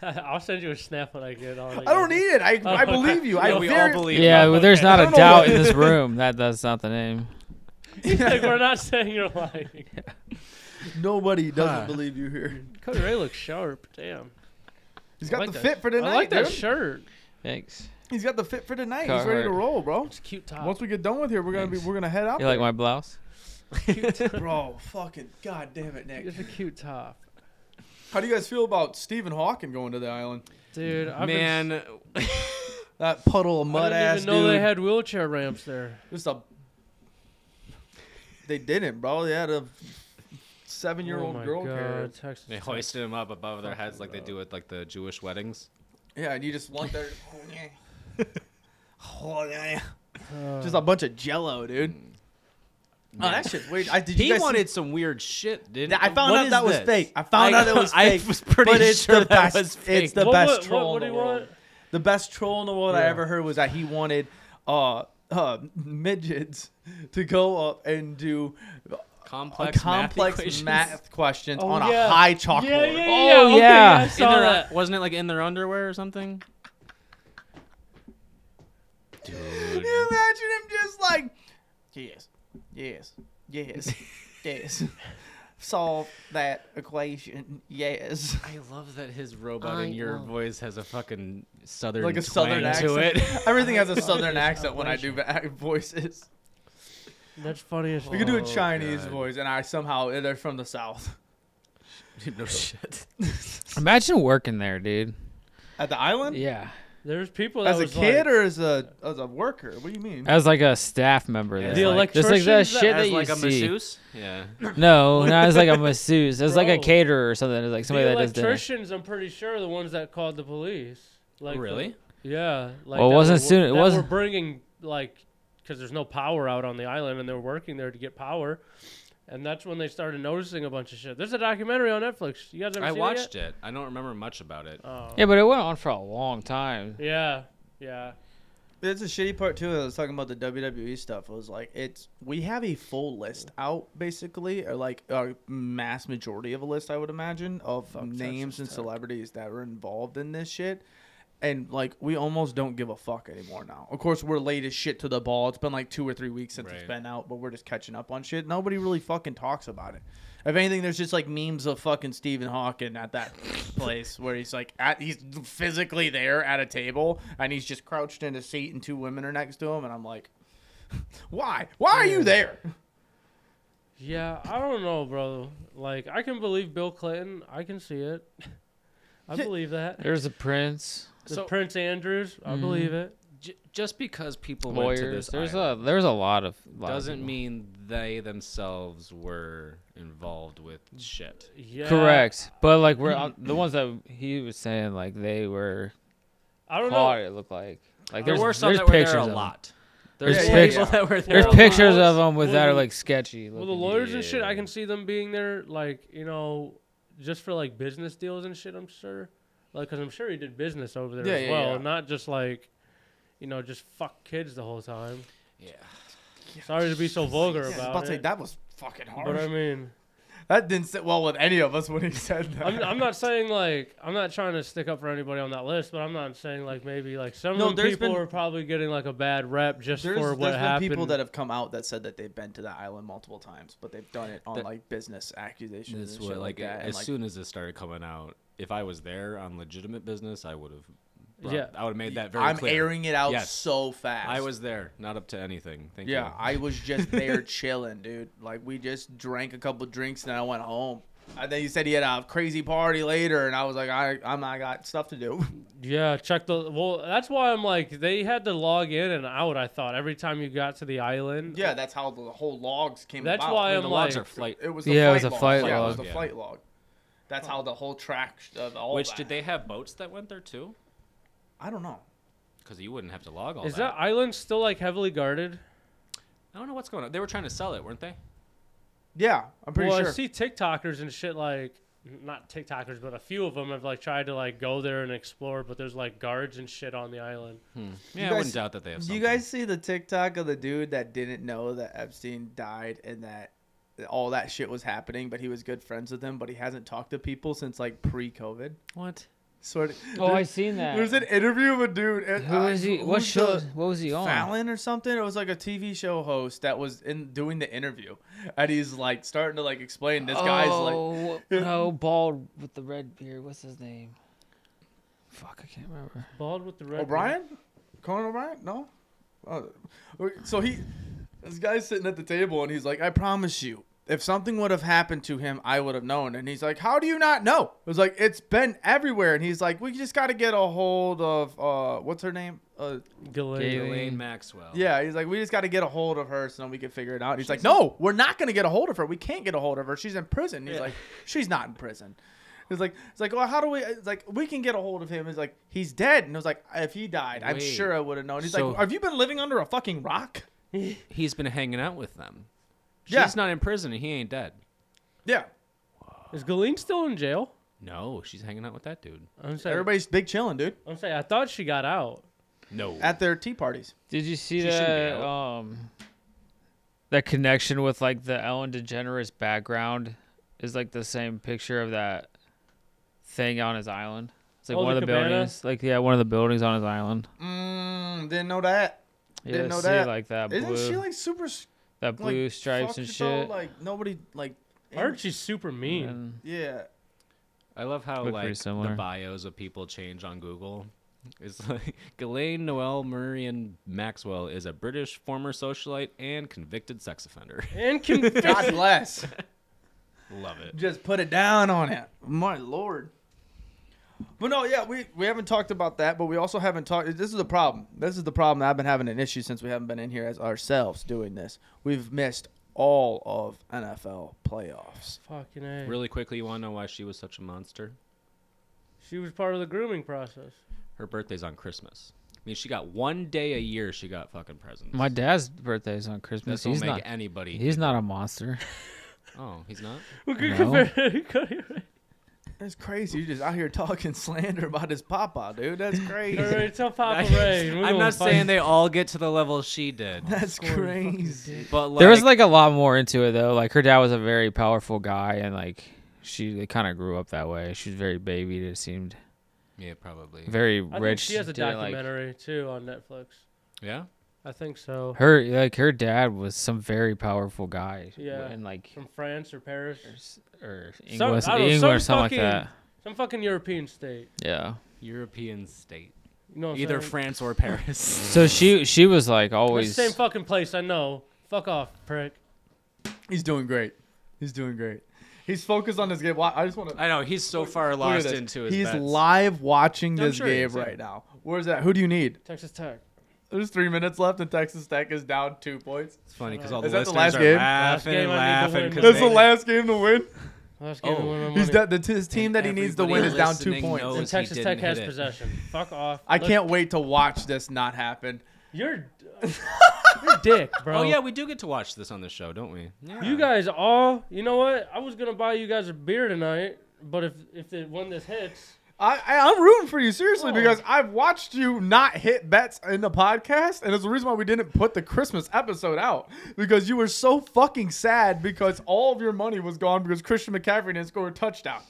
[SPEAKER 1] I'll send you a snap when I get on.
[SPEAKER 6] I don't need it. I, I Oh, believe you. I
[SPEAKER 1] Yeah,
[SPEAKER 3] we all
[SPEAKER 6] very-
[SPEAKER 3] believe.
[SPEAKER 4] Yeah, well, there's not
[SPEAKER 6] I
[SPEAKER 4] a
[SPEAKER 6] don't know
[SPEAKER 4] doubt
[SPEAKER 6] what-
[SPEAKER 4] in this room that that's not the name.
[SPEAKER 1] like, we're not saying you're lying.
[SPEAKER 6] Nobody doesn't
[SPEAKER 4] Huh.
[SPEAKER 6] believe you here.
[SPEAKER 1] Cody Ray looks sharp. Damn.
[SPEAKER 6] He's
[SPEAKER 1] I
[SPEAKER 6] got
[SPEAKER 1] like
[SPEAKER 6] the
[SPEAKER 1] that.
[SPEAKER 6] fit for tonight.
[SPEAKER 1] I like that
[SPEAKER 6] dude.
[SPEAKER 1] shirt.
[SPEAKER 4] Thanks.
[SPEAKER 6] He's got the fit for tonight. He's ready to
[SPEAKER 4] Carhartt.
[SPEAKER 6] roll, bro.
[SPEAKER 1] It's a cute top.
[SPEAKER 6] Once we get done with here, we're gonna be
[SPEAKER 4] Thanks.
[SPEAKER 6] we're gonna head out.
[SPEAKER 4] You like my blouse?
[SPEAKER 6] there. bro? Fucking god damn it, Nick.
[SPEAKER 1] it's a cute top,
[SPEAKER 6] How do you guys feel about Stephen Hawking going to the island?
[SPEAKER 1] dude. I've been,
[SPEAKER 3] Man,
[SPEAKER 6] That puddle of
[SPEAKER 1] I
[SPEAKER 6] mud
[SPEAKER 1] didn't
[SPEAKER 6] ass
[SPEAKER 1] even know
[SPEAKER 6] dude.
[SPEAKER 1] they had wheelchair ramps there.
[SPEAKER 6] Just a. They didn't, bro. They had a seven-year-old
[SPEAKER 1] oh my
[SPEAKER 6] girl
[SPEAKER 1] God,
[SPEAKER 6] carried.
[SPEAKER 1] Texas
[SPEAKER 3] they
[SPEAKER 1] Tech.
[SPEAKER 3] hoisted him up above their heads like they do at like the Jewish weddings.
[SPEAKER 6] Yeah, and you just want their. Oh,
[SPEAKER 1] Uh,
[SPEAKER 6] just a bunch of Jello, dude. Oh, that shit's weird. I did.
[SPEAKER 3] Mm. He
[SPEAKER 6] you guys
[SPEAKER 3] wanted some weird shit, didn't?
[SPEAKER 6] See, I found
[SPEAKER 3] What
[SPEAKER 6] out
[SPEAKER 3] is
[SPEAKER 6] that was
[SPEAKER 3] this?
[SPEAKER 6] fake. I found out it was
[SPEAKER 3] I
[SPEAKER 6] fake.
[SPEAKER 3] was pretty
[SPEAKER 6] but it's
[SPEAKER 3] sure
[SPEAKER 6] the
[SPEAKER 3] that
[SPEAKER 6] best.
[SPEAKER 3] was fake.
[SPEAKER 6] It's the
[SPEAKER 1] What-
[SPEAKER 6] best
[SPEAKER 1] what-
[SPEAKER 6] troll
[SPEAKER 1] what
[SPEAKER 6] in
[SPEAKER 1] do
[SPEAKER 6] the
[SPEAKER 1] you
[SPEAKER 6] world.
[SPEAKER 1] want?
[SPEAKER 6] The best troll in the world I
[SPEAKER 1] Yeah.
[SPEAKER 6] ever heard was that he wanted uh, uh, midgets to go up and do uh,
[SPEAKER 3] complex,
[SPEAKER 6] complex math, questions
[SPEAKER 1] Oh,
[SPEAKER 6] on
[SPEAKER 1] yeah.
[SPEAKER 6] a high chalkboard.
[SPEAKER 1] Yeah, yeah, yeah.
[SPEAKER 4] Oh,
[SPEAKER 1] okay,
[SPEAKER 4] yeah.
[SPEAKER 1] I
[SPEAKER 4] In
[SPEAKER 1] saw that.
[SPEAKER 3] Wasn't it like in their underwear or something? Dude.
[SPEAKER 6] Can you imagine him just like, yes, yes, yes, yes. Solve that equation, yes.
[SPEAKER 3] I love that his robot
[SPEAKER 2] I
[SPEAKER 3] in your
[SPEAKER 2] love-
[SPEAKER 3] voice has a fucking southern
[SPEAKER 6] Like a
[SPEAKER 3] twang
[SPEAKER 6] southern
[SPEAKER 3] to
[SPEAKER 6] accent.
[SPEAKER 3] it.
[SPEAKER 6] Everything has a
[SPEAKER 1] Fuck
[SPEAKER 6] southern
[SPEAKER 1] is
[SPEAKER 6] accent when I do va- voices.
[SPEAKER 1] That's funny as
[SPEAKER 6] We could do a
[SPEAKER 3] Oh,
[SPEAKER 6] Chinese
[SPEAKER 3] God.
[SPEAKER 6] voice, and I somehow they're from the south.
[SPEAKER 3] no shit.
[SPEAKER 4] Imagine working there, dude.
[SPEAKER 6] At the island?
[SPEAKER 4] Yeah.
[SPEAKER 1] There's people that
[SPEAKER 6] As a
[SPEAKER 1] was like,
[SPEAKER 6] kid or as a as a worker? What do you mean?
[SPEAKER 4] As like a staff member there.
[SPEAKER 1] The
[SPEAKER 4] like, just like that
[SPEAKER 1] electricians
[SPEAKER 4] shit that
[SPEAKER 3] As
[SPEAKER 4] you
[SPEAKER 3] like a
[SPEAKER 4] see.
[SPEAKER 3] masseuse? Yeah.
[SPEAKER 4] No, not as like a masseuse. As like a
[SPEAKER 1] Bro.
[SPEAKER 4] caterer or something. As like somebody
[SPEAKER 1] the
[SPEAKER 4] that does dinner.
[SPEAKER 1] electricians. I'm pretty sure are the ones that called the police. Like the-
[SPEAKER 3] really?
[SPEAKER 1] yeah. Like
[SPEAKER 4] Well, it
[SPEAKER 1] that
[SPEAKER 4] wasn't
[SPEAKER 1] were,
[SPEAKER 4] soon- it
[SPEAKER 1] that
[SPEAKER 4] wasn't-
[SPEAKER 1] We're bringing like because there's no power out on the island, and they're working there to get power. And that's when they started noticing a bunch of shit. There's a documentary on Netflix. You guys ever
[SPEAKER 3] I
[SPEAKER 1] seen
[SPEAKER 3] watched
[SPEAKER 1] it?
[SPEAKER 3] it. I don't remember much about it.
[SPEAKER 1] Yet? Oh.
[SPEAKER 4] Yeah, but it went on for a long time.
[SPEAKER 1] Yeah. Yeah.
[SPEAKER 6] It's a shitty part too. I was talking about the WWE stuff. It was like it's we have a full list out basically, or like a mass majority of a list, I would imagine, of names
[SPEAKER 1] Texas
[SPEAKER 6] and
[SPEAKER 1] Tech.
[SPEAKER 6] celebrities that were involved in this shit. and like we almost don't give a fuck anymore now. Of course, we're late as shit to the ball. It's been like two or three weeks since it's
[SPEAKER 3] Right.
[SPEAKER 6] been out, but we're just catching up on shit. Nobody really fucking talks about it. If anything, there's just like memes of fucking Stephen Hawking at that place where he's like at he's physically there at a table and he's just crouched in a seat and two women are next to him and I'm like, why? Why are you there?
[SPEAKER 1] Yeah, I don't know, bro. Like, I can believe Bill Clinton. I can see it. I
[SPEAKER 6] Yeah.
[SPEAKER 1] believe that.
[SPEAKER 4] There's a prince.
[SPEAKER 1] The
[SPEAKER 3] So-
[SPEAKER 1] Prince Andrews.
[SPEAKER 4] Mm-hmm.
[SPEAKER 1] I believe it.
[SPEAKER 3] J- just because people went to
[SPEAKER 4] Lawyers.
[SPEAKER 3] this
[SPEAKER 4] There's
[SPEAKER 3] island
[SPEAKER 4] a there's a lot of lot of
[SPEAKER 3] doesn't
[SPEAKER 4] people.
[SPEAKER 3] mean they themselves were involved with shit.
[SPEAKER 1] Yeah.
[SPEAKER 4] correct. But like we're out- the ones that he was saying like they were
[SPEAKER 1] I don't
[SPEAKER 4] caught.
[SPEAKER 1] know.
[SPEAKER 4] It looked like like
[SPEAKER 3] There
[SPEAKER 4] there's,
[SPEAKER 3] were some
[SPEAKER 4] there's
[SPEAKER 3] that were
[SPEAKER 4] pictures
[SPEAKER 3] there a
[SPEAKER 4] of 'em.
[SPEAKER 3] lot.
[SPEAKER 4] There's
[SPEAKER 3] There's
[SPEAKER 4] pic-
[SPEAKER 3] people that were there.
[SPEAKER 4] There's
[SPEAKER 3] a
[SPEAKER 1] Well,
[SPEAKER 3] lot.
[SPEAKER 4] pictures
[SPEAKER 1] lawyers-
[SPEAKER 4] of them with that are
[SPEAKER 1] well,
[SPEAKER 4] like sketchy.
[SPEAKER 1] Well, the
[SPEAKER 4] looking.
[SPEAKER 1] lawyers and shit, I
[SPEAKER 3] Yeah.
[SPEAKER 1] can see them being there, like you know, just for like business deals and shit. I'm sure, like, cause I'm sure he did business over there
[SPEAKER 6] Yeah,
[SPEAKER 1] as
[SPEAKER 6] yeah,
[SPEAKER 1] well,
[SPEAKER 6] yeah.
[SPEAKER 1] not just like, you know, just fuck kids the whole time.
[SPEAKER 3] Yeah.
[SPEAKER 1] Sorry to be so vulgar
[SPEAKER 6] Yeah, I was
[SPEAKER 1] about
[SPEAKER 6] about to say
[SPEAKER 1] it,
[SPEAKER 6] that was fucking hard.
[SPEAKER 1] but I mean.
[SPEAKER 6] that didn't sit well with any of us when he said that.
[SPEAKER 1] I'm, I'm not saying like I'm not trying to stick up for anybody on that list, but I'm not saying like maybe like some
[SPEAKER 6] No,
[SPEAKER 1] of them
[SPEAKER 6] there's
[SPEAKER 1] people
[SPEAKER 6] been-
[SPEAKER 1] are probably getting like a bad rep just
[SPEAKER 6] There's,
[SPEAKER 1] for what
[SPEAKER 6] there's been
[SPEAKER 1] happened.
[SPEAKER 6] people that have come out that said that they've been to that island multiple times, but they've done it on
[SPEAKER 3] That-
[SPEAKER 6] like business accusations
[SPEAKER 3] This
[SPEAKER 6] and shit
[SPEAKER 3] was like
[SPEAKER 6] like, that. and,
[SPEAKER 3] as
[SPEAKER 6] like,
[SPEAKER 3] soon as this started coming out, if I was there on legitimate business, I would have. brought-
[SPEAKER 1] Yeah.
[SPEAKER 3] I would have made that very
[SPEAKER 6] I'm
[SPEAKER 3] clear.
[SPEAKER 6] airing it out
[SPEAKER 3] Yes.
[SPEAKER 6] so fast.
[SPEAKER 3] I was there, not up to anything. Thank you.
[SPEAKER 6] yeah, I was just there chilling, dude. Like we just drank a couple drinks and then I went home. And then he said he had a crazy party later, and I was like, I I'm I got stuff to do.
[SPEAKER 1] yeah, check the well. That's why I'm like they had to log in and out. I thought every time you got to the island.
[SPEAKER 6] yeah, that's how the whole logs came.
[SPEAKER 1] That's
[SPEAKER 6] about.
[SPEAKER 1] why
[SPEAKER 3] I mean,
[SPEAKER 1] I'm
[SPEAKER 3] the logs
[SPEAKER 1] like-
[SPEAKER 3] are flight.
[SPEAKER 6] It was the
[SPEAKER 4] Yeah, it was
[SPEAKER 6] flight
[SPEAKER 4] a
[SPEAKER 6] log.
[SPEAKER 4] flight
[SPEAKER 6] Yeah, it
[SPEAKER 4] log.
[SPEAKER 6] was the
[SPEAKER 3] Yeah.
[SPEAKER 6] flight log. That's how the whole track of all
[SPEAKER 3] Which
[SPEAKER 6] that.
[SPEAKER 3] did they have boats that went there too?
[SPEAKER 6] I don't know.
[SPEAKER 3] Because you wouldn't have to log all
[SPEAKER 1] is that. island still like heavily guarded?
[SPEAKER 3] I don't know what's going on. They were trying to sell it, weren't they?
[SPEAKER 6] Yeah, I'm pretty
[SPEAKER 1] well,
[SPEAKER 6] sure.
[SPEAKER 1] I see TikTokers and shit like not TikTokers, but a few of them have like tried to like go there and explore, but there's like guards and shit on the island.
[SPEAKER 3] Yeah, I
[SPEAKER 6] guys-
[SPEAKER 3] wouldn't doubt that they have.
[SPEAKER 6] Do you
[SPEAKER 3] Something.
[SPEAKER 6] guys see the TikTok of the dude that didn't know that Epstein died and that all that shit was happening, but he was good friends with him, but he hasn't talked to people since like pre-COVID?
[SPEAKER 3] What?
[SPEAKER 6] Sort of.
[SPEAKER 4] Oh, I
[SPEAKER 6] there's,
[SPEAKER 4] seen that.
[SPEAKER 6] there's an interview of a dude. and,
[SPEAKER 4] Who
[SPEAKER 6] uh,
[SPEAKER 4] was he? What
[SPEAKER 6] who's
[SPEAKER 4] show?
[SPEAKER 6] the-
[SPEAKER 4] What was he on?
[SPEAKER 6] Fallon or something. It was like a TV show host that was in doing the interview, and he's like starting to like explain. This guy's like,
[SPEAKER 4] oh, no, bald with the red beard. What's his name? Fuck, I can't remember.
[SPEAKER 1] Bald with the red.
[SPEAKER 6] O'Brien? Conan O'Brien? No. Oh, okay, so he, this guy's sitting at the table and he's like, I promise you, if something would have happened to him, I would have known. And he's like, How do you not know? It was like, It's been everywhere. And he's like, We just got to get a hold of, uh, what's her name? Uh,
[SPEAKER 1] Ghislaine.
[SPEAKER 3] Elaine Maxwell.
[SPEAKER 6] yeah, he's like, We just got to get a hold of her so we can figure it out. He's like, No, we're not going to get a hold of her. We can't get a hold of her. She's in prison. He's like, She's not in prison. He's like, it's like, well, how do we? It's like, we can get a hold of him. He's like, he's dead. And I was like, if he died, I'm
[SPEAKER 3] Wait.
[SPEAKER 6] sure I would have known. He's
[SPEAKER 3] So-
[SPEAKER 6] like, have you been living under a fucking rock?
[SPEAKER 3] He's been hanging out with them. She's
[SPEAKER 6] Yeah.
[SPEAKER 3] not in prison and he ain't dead.
[SPEAKER 6] Yeah,
[SPEAKER 1] Is Galeen still in jail?
[SPEAKER 3] No, she's hanging out with that dude.
[SPEAKER 1] I'm saying,
[SPEAKER 6] everybody's big chilling, dude,
[SPEAKER 1] I'm saying, I thought she got out.
[SPEAKER 3] No.
[SPEAKER 6] at their tea parties.
[SPEAKER 4] Did you see
[SPEAKER 3] She shouldn't be
[SPEAKER 4] that?
[SPEAKER 3] out.
[SPEAKER 4] Um, that connection with like the Ellen DeGeneres background is like the same picture of that thing on his island. It's like
[SPEAKER 1] Oh,
[SPEAKER 4] one
[SPEAKER 1] the
[SPEAKER 4] of the
[SPEAKER 1] cabana?
[SPEAKER 4] buildings. Like yeah, one of the buildings on his island.
[SPEAKER 6] Mm, didn't know that.
[SPEAKER 4] Yeah,
[SPEAKER 6] Didn't know
[SPEAKER 4] see
[SPEAKER 6] that.
[SPEAKER 4] like that
[SPEAKER 6] Isn't
[SPEAKER 4] blue,
[SPEAKER 6] she like super s-
[SPEAKER 4] that
[SPEAKER 6] like,
[SPEAKER 4] blue stripes
[SPEAKER 6] fucked
[SPEAKER 4] and
[SPEAKER 6] though?
[SPEAKER 4] shit.
[SPEAKER 6] Like nobody like. in-
[SPEAKER 1] Archie's super mean.
[SPEAKER 4] And
[SPEAKER 6] Yeah.
[SPEAKER 3] I love how
[SPEAKER 4] Look pretty
[SPEAKER 3] like the
[SPEAKER 4] similar.
[SPEAKER 3] bios of people change on Google. It's like Ghislaine Noel Murray and Maxwell is a British former socialite and convicted sex offender.
[SPEAKER 1] And convinced.
[SPEAKER 6] God bless.
[SPEAKER 3] Love it.
[SPEAKER 6] Just put it down on it. My lord. But no, yeah, we, we haven't talked about that, but we also haven't talked. This is the problem. This is the problem. I've been having an issue since we haven't been in here as ourselves doing this. We've missed all of NFL playoffs.
[SPEAKER 1] Fucking A.
[SPEAKER 3] Really quickly, you want to know why she was such a monster?
[SPEAKER 1] She was part of the grooming process.
[SPEAKER 3] Her birthday's on Christmas. I mean, she got one day a year she got fucking presents.
[SPEAKER 4] my dad's birthday is on Christmas.
[SPEAKER 3] This will
[SPEAKER 4] He's
[SPEAKER 3] make
[SPEAKER 4] not.
[SPEAKER 3] anybody.
[SPEAKER 4] He's not a monster.
[SPEAKER 3] oh, he's not.
[SPEAKER 1] We could
[SPEAKER 4] No.
[SPEAKER 1] compare-
[SPEAKER 6] That's crazy. You're just out here talking slander about his papa, dude. That's
[SPEAKER 1] All
[SPEAKER 6] crazy.
[SPEAKER 1] right, tell Papa Ray. and we're
[SPEAKER 3] I'm
[SPEAKER 1] gonna
[SPEAKER 3] not
[SPEAKER 1] fight.
[SPEAKER 3] saying they all get to the level she did,
[SPEAKER 6] That's crazy.
[SPEAKER 3] but like,
[SPEAKER 4] there was like a lot more into it though. Like her dad was a very powerful guy, and like she kind of grew up that way. She was very babied. It seemed.
[SPEAKER 3] Yeah, probably.
[SPEAKER 4] Very
[SPEAKER 1] I think
[SPEAKER 4] rich.
[SPEAKER 1] she has a
[SPEAKER 4] dude, like-
[SPEAKER 1] documentary too on Netflix.
[SPEAKER 3] Yeah.
[SPEAKER 1] I think so.
[SPEAKER 4] her like her dad was some very powerful guy.
[SPEAKER 1] Yeah.
[SPEAKER 4] And like
[SPEAKER 1] From France or Paris,
[SPEAKER 4] or
[SPEAKER 1] Some-
[SPEAKER 4] England,
[SPEAKER 1] I don't know,
[SPEAKER 4] England or
[SPEAKER 1] some
[SPEAKER 4] something like that.
[SPEAKER 1] fucking- some fucking European state.
[SPEAKER 4] Yeah.
[SPEAKER 3] European state.
[SPEAKER 1] You know, what I'm
[SPEAKER 3] Either
[SPEAKER 1] saying?
[SPEAKER 3] France or Paris.
[SPEAKER 4] So she she was like always
[SPEAKER 1] It's the same fucking place. I know. Fuck off, prick.
[SPEAKER 6] He's doing great. He's doing great. He's focused on this game. Wa- I just want to.
[SPEAKER 3] I know he's so far lost into his.
[SPEAKER 6] He's
[SPEAKER 3] bets.
[SPEAKER 6] live watching
[SPEAKER 3] I'm
[SPEAKER 6] this
[SPEAKER 3] sure he
[SPEAKER 6] game
[SPEAKER 3] is, yeah.
[SPEAKER 6] right now. Where's that? Who do you need?
[SPEAKER 1] Texas Tech.
[SPEAKER 6] There's three minutes left, and Texas Tech is down two points.
[SPEAKER 3] It's funny because all the
[SPEAKER 6] Is that
[SPEAKER 3] listeners
[SPEAKER 6] the
[SPEAKER 3] are
[SPEAKER 6] last game?
[SPEAKER 1] Last
[SPEAKER 3] laughing,
[SPEAKER 1] game I need to
[SPEAKER 3] laughing.
[SPEAKER 1] win.
[SPEAKER 3] 'cause
[SPEAKER 6] That's
[SPEAKER 3] they-
[SPEAKER 6] the last game to win.
[SPEAKER 1] Last game
[SPEAKER 3] Oh,
[SPEAKER 1] oh, win my
[SPEAKER 6] He's
[SPEAKER 1] money.
[SPEAKER 6] de- the his team that he needs to
[SPEAKER 3] everybody
[SPEAKER 6] win is down two
[SPEAKER 3] listening
[SPEAKER 6] points.
[SPEAKER 3] knows
[SPEAKER 1] and
[SPEAKER 3] he
[SPEAKER 1] Texas
[SPEAKER 3] didn't
[SPEAKER 1] Tech
[SPEAKER 3] hit
[SPEAKER 1] has
[SPEAKER 3] it.
[SPEAKER 1] possession. Fuck off.
[SPEAKER 6] I
[SPEAKER 1] Look,
[SPEAKER 6] can't wait to watch this not happen.
[SPEAKER 1] You're, you're dick, bro.
[SPEAKER 3] Oh yeah, we do get to watch this on the show, don't we? Yeah.
[SPEAKER 1] You guys all, you know what? I was gonna buy you guys a beer tonight, but if if the, when this hits,
[SPEAKER 6] I, I I'm rooting for you seriously
[SPEAKER 1] Oh.
[SPEAKER 6] because I've watched you not hit bets in the podcast, and it's the reason why we didn't put the Christmas episode out because you were so fucking sad because all of your money was gone because Christian McCaffrey didn't score a touchdown.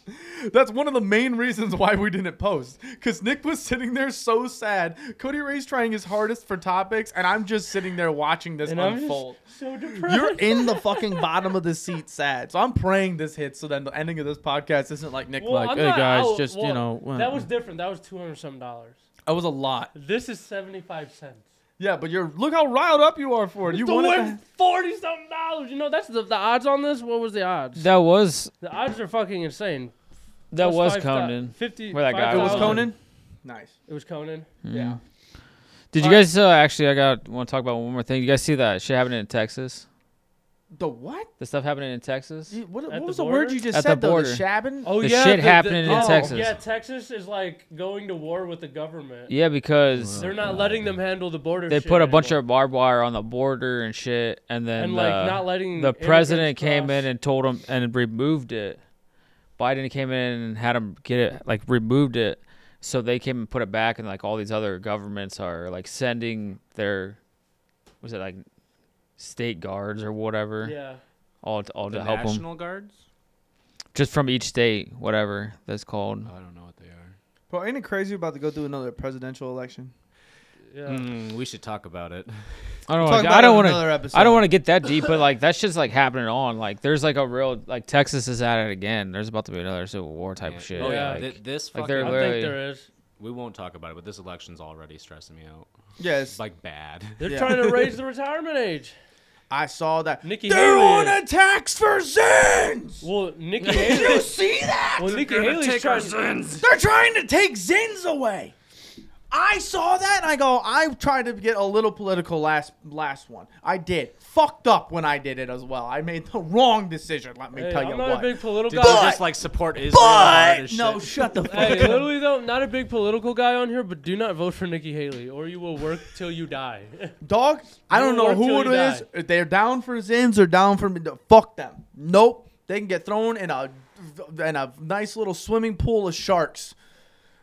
[SPEAKER 6] That's one of the main reasons why we didn't post because Nick was sitting there so sad. Cody Ray's trying his hardest for topics, and I'm just sitting there watching this
[SPEAKER 1] and I'm just
[SPEAKER 6] unfold.
[SPEAKER 1] so depressed.
[SPEAKER 6] You're in the fucking bottom of the seat, sad. So I'm praying this hits, so then the ending of this podcast isn't like Nick,
[SPEAKER 1] Well,
[SPEAKER 6] like,
[SPEAKER 1] I'm
[SPEAKER 6] hey
[SPEAKER 1] not
[SPEAKER 6] guys,
[SPEAKER 1] out-
[SPEAKER 6] just you
[SPEAKER 1] well,
[SPEAKER 6] know. uh,
[SPEAKER 1] that was different. That was two hundred something dollars.
[SPEAKER 6] that was a lot.
[SPEAKER 1] This is seventy five cents.
[SPEAKER 6] Yeah, but you're look how riled up you are for it. You
[SPEAKER 1] to
[SPEAKER 6] want
[SPEAKER 1] win
[SPEAKER 6] it.
[SPEAKER 1] forty something dollars. You know that's the the odds on this. What was the odds?
[SPEAKER 4] that was
[SPEAKER 1] the odds are fucking insane.
[SPEAKER 4] that
[SPEAKER 1] Plus
[SPEAKER 4] was
[SPEAKER 1] five thou-
[SPEAKER 4] Conan.
[SPEAKER 1] Fifty.
[SPEAKER 4] Where that guy
[SPEAKER 6] It
[SPEAKER 1] five
[SPEAKER 6] was
[SPEAKER 1] thousand.
[SPEAKER 6] Conan. Nice.
[SPEAKER 1] It was Conan.
[SPEAKER 6] Yeah.
[SPEAKER 4] Did you
[SPEAKER 1] Alright.
[SPEAKER 4] guys uh, actually? I got want to talk about one more thing. You guys see that shit happening in Texas?
[SPEAKER 6] The what?
[SPEAKER 4] The stuff happening in Texas.
[SPEAKER 6] You- What,
[SPEAKER 1] At
[SPEAKER 6] what
[SPEAKER 1] the
[SPEAKER 6] was the word
[SPEAKER 1] border?
[SPEAKER 6] you just
[SPEAKER 4] At the
[SPEAKER 6] said though? The
[SPEAKER 4] border.
[SPEAKER 6] shabbing.
[SPEAKER 1] Oh
[SPEAKER 4] The
[SPEAKER 1] yeah,
[SPEAKER 4] shit happening in
[SPEAKER 1] oh,
[SPEAKER 4] Texas.
[SPEAKER 1] Yeah, Texas is like going to war with the government.
[SPEAKER 4] Yeah, because
[SPEAKER 1] They're not letting them handle the border.
[SPEAKER 4] they
[SPEAKER 1] shit
[SPEAKER 4] put a bunch
[SPEAKER 1] anymore.
[SPEAKER 4] of barbed wire on the border and shit, and then
[SPEAKER 1] and like
[SPEAKER 4] uh,
[SPEAKER 1] not letting
[SPEAKER 4] the
[SPEAKER 1] immigrants
[SPEAKER 4] president came
[SPEAKER 1] cross.
[SPEAKER 4] in and told him and removed it. Biden came in and had him get it like removed it, so they came and put it back, and like all these other governments are like sending their, was it like, state guards or whatever,
[SPEAKER 1] yeah.
[SPEAKER 4] all to, all
[SPEAKER 3] The
[SPEAKER 4] to help them,
[SPEAKER 3] National Guards.
[SPEAKER 4] just from each state, whatever that's called.
[SPEAKER 3] I don't know what they are.
[SPEAKER 6] Bro, ain't it crazy about to go through another presidential election?
[SPEAKER 1] Yeah.
[SPEAKER 4] Mm,
[SPEAKER 3] Hmm, we should talk about it.
[SPEAKER 4] I don't.
[SPEAKER 6] We'll talk
[SPEAKER 4] Wanna,
[SPEAKER 6] about
[SPEAKER 4] I
[SPEAKER 6] it
[SPEAKER 4] don't
[SPEAKER 6] on
[SPEAKER 4] want
[SPEAKER 6] another
[SPEAKER 4] to.
[SPEAKER 6] episode.
[SPEAKER 4] I don't want to get that deep, but like that's just like happening on. Like there's like a real like Texas is at it again. There's about to be another civil war type of shit.
[SPEAKER 3] Oh yeah.
[SPEAKER 4] like-
[SPEAKER 3] Th- this
[SPEAKER 4] like
[SPEAKER 1] I
[SPEAKER 4] they're
[SPEAKER 3] fucking-
[SPEAKER 1] don't
[SPEAKER 4] literally-
[SPEAKER 1] think there is.
[SPEAKER 3] we won't talk about it, but this election's already stressing me out.
[SPEAKER 6] Yes,
[SPEAKER 3] Like bad.
[SPEAKER 1] They're
[SPEAKER 6] Yeah.
[SPEAKER 1] trying to raise the retirement age.
[SPEAKER 6] I saw that.
[SPEAKER 1] Nikki
[SPEAKER 6] They're
[SPEAKER 1] Haley.
[SPEAKER 6] on a tax for Zins.
[SPEAKER 1] Well, Nikki
[SPEAKER 6] Did you
[SPEAKER 1] Haley.
[SPEAKER 6] see that?
[SPEAKER 1] Well, Nikki Haley's trying.
[SPEAKER 6] They're trying to take Zins away. I saw that and I go, I tried to get a little political last last one. I did. Fucked up when I did it as well. I made the wrong decision, let me
[SPEAKER 1] Hey,
[SPEAKER 6] tell
[SPEAKER 1] I'm
[SPEAKER 6] you
[SPEAKER 1] not
[SPEAKER 6] what.
[SPEAKER 1] a big
[SPEAKER 3] Did
[SPEAKER 1] political
[SPEAKER 3] you
[SPEAKER 1] guy.
[SPEAKER 3] just like support Israel? hard
[SPEAKER 6] but
[SPEAKER 3] as
[SPEAKER 6] no,
[SPEAKER 3] shit?
[SPEAKER 6] shut the fuck
[SPEAKER 1] Hey,
[SPEAKER 6] up.
[SPEAKER 1] literally though, not a big political guy on here, but do not vote for Nikki Haley, or you will work till you die.
[SPEAKER 6] Dog, I don't know
[SPEAKER 1] You'll work
[SPEAKER 6] who it
[SPEAKER 1] till you
[SPEAKER 6] is.
[SPEAKER 1] die.
[SPEAKER 6] If they're down for Zins or down for fuck them. Nope. They can get thrown in a in a nice little swimming pool of sharks.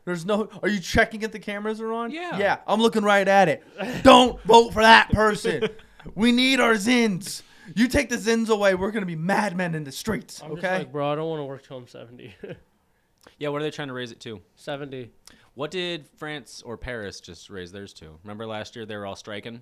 [SPEAKER 6] There's no Are you checking if the cameras are on?
[SPEAKER 3] Yeah.
[SPEAKER 6] Yeah, I'm looking right at it. Don't vote for that person. we need our Zins. You take the Zins away, we're going to be madmen in the streets,
[SPEAKER 1] I'm just
[SPEAKER 6] okay?
[SPEAKER 1] like, bro, I don't want to work till I'm 70.
[SPEAKER 3] Yeah, what are they trying to raise it to?
[SPEAKER 1] 70.
[SPEAKER 3] What did France or Paris just raise theirs to? Remember last year they were all striking?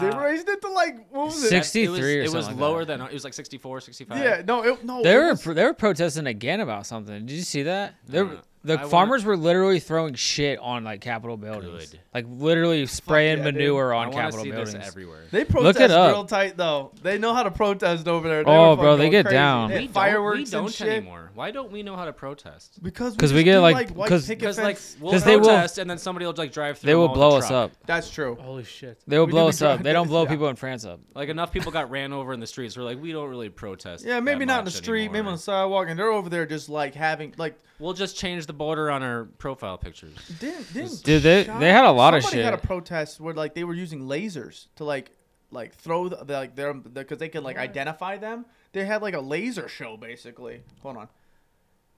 [SPEAKER 6] they
[SPEAKER 1] "Ah."
[SPEAKER 6] raised it to like what was
[SPEAKER 4] Six-
[SPEAKER 6] it?
[SPEAKER 3] It
[SPEAKER 4] 63
[SPEAKER 3] was,
[SPEAKER 4] or
[SPEAKER 3] it was
[SPEAKER 4] something like
[SPEAKER 3] lower
[SPEAKER 4] that.
[SPEAKER 3] than it was like 64, 65.
[SPEAKER 6] Yeah, no, it, no.
[SPEAKER 4] They
[SPEAKER 6] it
[SPEAKER 4] were
[SPEAKER 6] was-
[SPEAKER 4] pro- they were protesting again about something. Did you see that? They were-
[SPEAKER 3] no.
[SPEAKER 4] the
[SPEAKER 3] I wanna-
[SPEAKER 4] farmers were literally throwing shit on like Capitol buildings,
[SPEAKER 3] Good.
[SPEAKER 4] like literally spraying
[SPEAKER 6] yeah, dude.
[SPEAKER 4] manure
[SPEAKER 3] I
[SPEAKER 4] on
[SPEAKER 3] want to
[SPEAKER 4] Capitol
[SPEAKER 3] see
[SPEAKER 4] buildings.
[SPEAKER 3] this everywhere.
[SPEAKER 6] They
[SPEAKER 4] Look
[SPEAKER 6] protest
[SPEAKER 4] it up.
[SPEAKER 6] real tight though. They know how to protest over there. They
[SPEAKER 4] Oh,
[SPEAKER 6] were
[SPEAKER 4] bro,
[SPEAKER 6] fucking
[SPEAKER 4] they
[SPEAKER 6] going
[SPEAKER 4] get
[SPEAKER 6] crazy.
[SPEAKER 4] down.
[SPEAKER 6] They
[SPEAKER 4] We
[SPEAKER 6] had
[SPEAKER 3] don't-
[SPEAKER 6] fireworks
[SPEAKER 3] we don't
[SPEAKER 6] and shit.
[SPEAKER 3] anymore. Why don't we know how to protest?
[SPEAKER 6] Because we,
[SPEAKER 4] 'Cause we
[SPEAKER 6] just
[SPEAKER 4] get,
[SPEAKER 6] do,
[SPEAKER 4] like-
[SPEAKER 6] like white
[SPEAKER 4] 'cause-
[SPEAKER 6] picket
[SPEAKER 3] Because like
[SPEAKER 6] fence.
[SPEAKER 3] we'll
[SPEAKER 4] 'Cause they will-
[SPEAKER 3] protest and then somebody will like drive through.
[SPEAKER 4] They
[SPEAKER 3] them
[SPEAKER 4] will
[SPEAKER 3] all
[SPEAKER 4] blow
[SPEAKER 3] with a
[SPEAKER 4] us up.
[SPEAKER 3] truck.
[SPEAKER 6] that's true.
[SPEAKER 1] Holy shit.
[SPEAKER 4] They will
[SPEAKER 6] We
[SPEAKER 4] blow
[SPEAKER 6] do
[SPEAKER 4] us
[SPEAKER 6] be
[SPEAKER 4] up. They don't
[SPEAKER 6] driving-
[SPEAKER 4] blow
[SPEAKER 6] yeah.
[SPEAKER 4] people in France up.
[SPEAKER 3] Like enough people got ran over in the streets. We're like, we don't really protest.
[SPEAKER 6] Yeah,
[SPEAKER 3] that
[SPEAKER 6] maybe not in the
[SPEAKER 3] much
[SPEAKER 6] street, maybe
[SPEAKER 3] anymore.
[SPEAKER 6] on the sidewalk, and they're over there just like having like
[SPEAKER 3] We'll just change the border on our profile pictures.
[SPEAKER 6] didn't didn't
[SPEAKER 4] Dude, they-
[SPEAKER 6] Chi-
[SPEAKER 4] they had a lot of
[SPEAKER 6] somebody had a
[SPEAKER 4] shit.
[SPEAKER 6] protest where like they were using lasers to like like throw the, like their because they could like identify them. They had like a laser show basically. Hold on,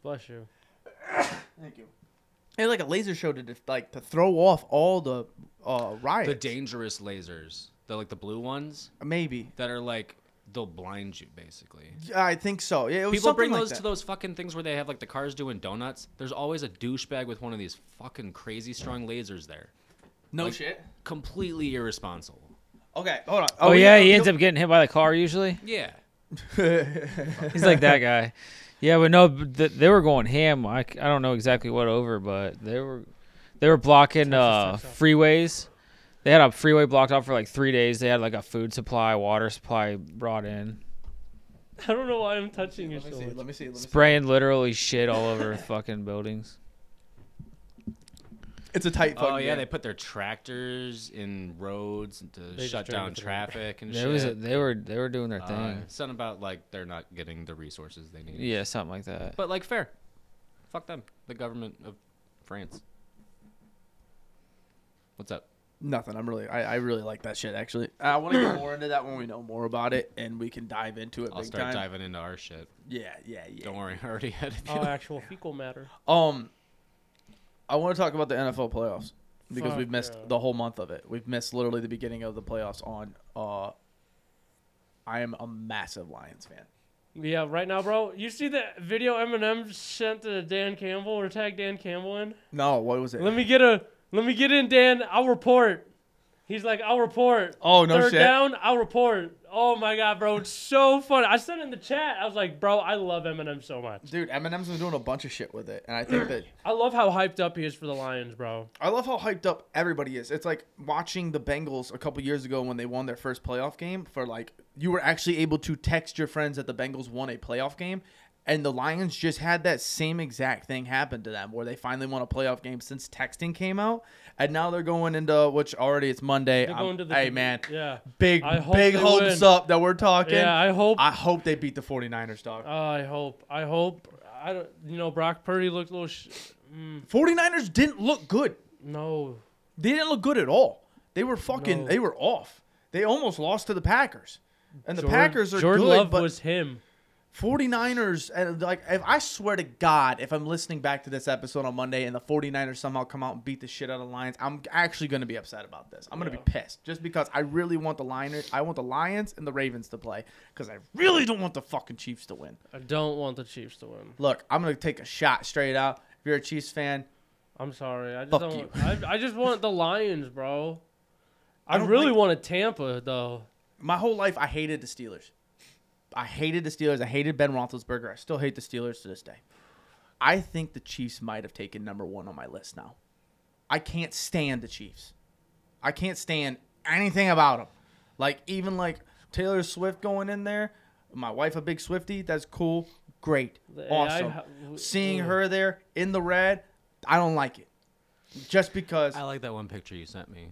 [SPEAKER 1] Bless you.
[SPEAKER 6] thank you. They had like a laser show to just, like to throw off all the uh
[SPEAKER 3] The
[SPEAKER 6] riots.
[SPEAKER 3] dangerous lasers, the like the blue ones
[SPEAKER 6] Maybe
[SPEAKER 3] that are like they'll blind you basically.
[SPEAKER 6] I think so. Yeah, it was
[SPEAKER 3] People
[SPEAKER 6] something
[SPEAKER 3] bring
[SPEAKER 6] like
[SPEAKER 3] those
[SPEAKER 6] that.
[SPEAKER 3] to those fucking things where they have like the cars doing donuts. There's always a douchebag with one of these fucking crazy strong lasers there.
[SPEAKER 6] no
[SPEAKER 3] like-
[SPEAKER 6] shit.
[SPEAKER 3] Completely irresponsible.
[SPEAKER 6] Okay, hold on.
[SPEAKER 4] Oh, yeah, he ends up getting hit by the car usually.
[SPEAKER 3] Yeah.
[SPEAKER 4] He's like that guy. Yeah, but no, but th- they were going ham. I, c- I don't know exactly what over, but they were they were blocking uh, freeways. They had a freeway blocked off for like three days. They had like a food supply, water supply brought in,
[SPEAKER 1] I don't know why I'm touching you
[SPEAKER 6] Let me
[SPEAKER 1] so
[SPEAKER 6] see.
[SPEAKER 1] much.
[SPEAKER 6] Let me see. Let me see.
[SPEAKER 4] spraying literally shit all over fucking buildings.
[SPEAKER 6] It's a tight.
[SPEAKER 3] Oh
[SPEAKER 6] fucking
[SPEAKER 3] yeah,
[SPEAKER 6] game.
[SPEAKER 3] they put their tractors in roads to
[SPEAKER 1] just
[SPEAKER 3] shut
[SPEAKER 1] drive
[SPEAKER 3] down
[SPEAKER 1] it through.
[SPEAKER 3] traffic and
[SPEAKER 4] There
[SPEAKER 3] shit.
[SPEAKER 4] was a, they were they were doing their thing.
[SPEAKER 3] Uh, something about like they're not getting the resources they need.
[SPEAKER 4] yeah, something like that.
[SPEAKER 3] But like fair. Fuck them. The government of France. What's up?
[SPEAKER 6] Nothing. I'm really. I, I really like that shit. Actually, I want to get more into that when we know more about it and we can dive into it.
[SPEAKER 3] I'll
[SPEAKER 6] big
[SPEAKER 3] start
[SPEAKER 6] time.
[SPEAKER 3] diving into our shit.
[SPEAKER 6] Yeah, yeah, yeah.
[SPEAKER 3] Don't worry, I already had it.
[SPEAKER 1] Oh, actual fecal matter.
[SPEAKER 6] Um, I want to talk about the NFL playoffs because
[SPEAKER 1] Fuck
[SPEAKER 6] we've missed
[SPEAKER 1] yeah.
[SPEAKER 6] the whole month of it. We've missed literally the beginning of the playoffs. On, uh, I am a massive Lions fan.
[SPEAKER 1] Yeah, right now, bro. You see that video Eminem sent to Dan Campbell or tagged Dan Campbell in?
[SPEAKER 6] No, what was it?
[SPEAKER 1] Let me get a let me get in, Dan. I'll report. He's like, I'll report.
[SPEAKER 6] Oh, no
[SPEAKER 1] Third
[SPEAKER 6] shit.
[SPEAKER 1] down, I'll report. Oh my god, bro, it's so funny. I said in the chat, I was like, bro, I love Eminem so much.
[SPEAKER 6] Dude, Eminem's been doing a bunch of shit with it, and I think that
[SPEAKER 1] I love how hyped up he is for the Lions, bro.
[SPEAKER 6] I love how hyped up everybody is. It's like watching the Bengals a couple years ago when they won their first playoff game for like you were actually able to text your friends that the Bengals won a playoff game and the Lions just had that same exact thing happen to them where they finally won a playoff game since texting came out and now they're going into which already it's Monday.
[SPEAKER 1] They're
[SPEAKER 6] I'm-
[SPEAKER 1] going to the
[SPEAKER 6] hey man.
[SPEAKER 1] Yeah.
[SPEAKER 6] Big
[SPEAKER 1] I hope
[SPEAKER 6] big
[SPEAKER 1] they
[SPEAKER 6] hopes
[SPEAKER 1] win.
[SPEAKER 6] up that we're talking.
[SPEAKER 1] Yeah, I hope. uh,
[SPEAKER 6] I hope they beat the 49ers, dog.
[SPEAKER 1] I hope. I hope. I don't. You know, Brock Purdy looked a little. Sh-
[SPEAKER 6] 49ers didn't look good.
[SPEAKER 1] no.
[SPEAKER 6] they didn't look good at all. They were fucking.
[SPEAKER 1] No.
[SPEAKER 6] They were off. They almost lost to the Packers, and the
[SPEAKER 1] Jordan-
[SPEAKER 6] Packers are
[SPEAKER 1] Jordan
[SPEAKER 6] good.
[SPEAKER 1] Love
[SPEAKER 6] but
[SPEAKER 1] was him.
[SPEAKER 6] 49ers and like if I swear to God, if I'm listening back to this episode on Monday and the 49ers somehow come out and beat the shit out of the Lions, I'm actually going to be upset about this. I'm going to be pissed just because I really want the Lions. I want the Lions and the Ravens to play because I really don't want the fucking Chiefs to win.
[SPEAKER 1] I don't want the Chiefs to win.
[SPEAKER 6] Look, I'm going to take a shot straight out. If you're a Chiefs fan,
[SPEAKER 1] I'm sorry. I just
[SPEAKER 6] Fuck
[SPEAKER 1] don't.
[SPEAKER 6] you.
[SPEAKER 1] I, I just want the Lions, bro. I,
[SPEAKER 6] don't
[SPEAKER 1] really
[SPEAKER 6] like-
[SPEAKER 1] wanted Tampa though.
[SPEAKER 6] my whole life I hated the Steelers. I hated the Steelers. I hated Ben Roethlisberger. I still hate the Steelers to this day. I think the Chiefs might have taken number one on my list now. I can't stand the Chiefs. I can't stand anything about them. Like even like Taylor Swift going in there. My wife a big Swifty. That's cool. Great.
[SPEAKER 1] The
[SPEAKER 6] Awesome.
[SPEAKER 1] AI ho-
[SPEAKER 6] Seeing her there in the red, I don't like it. Just because.
[SPEAKER 3] I like that one picture you sent me.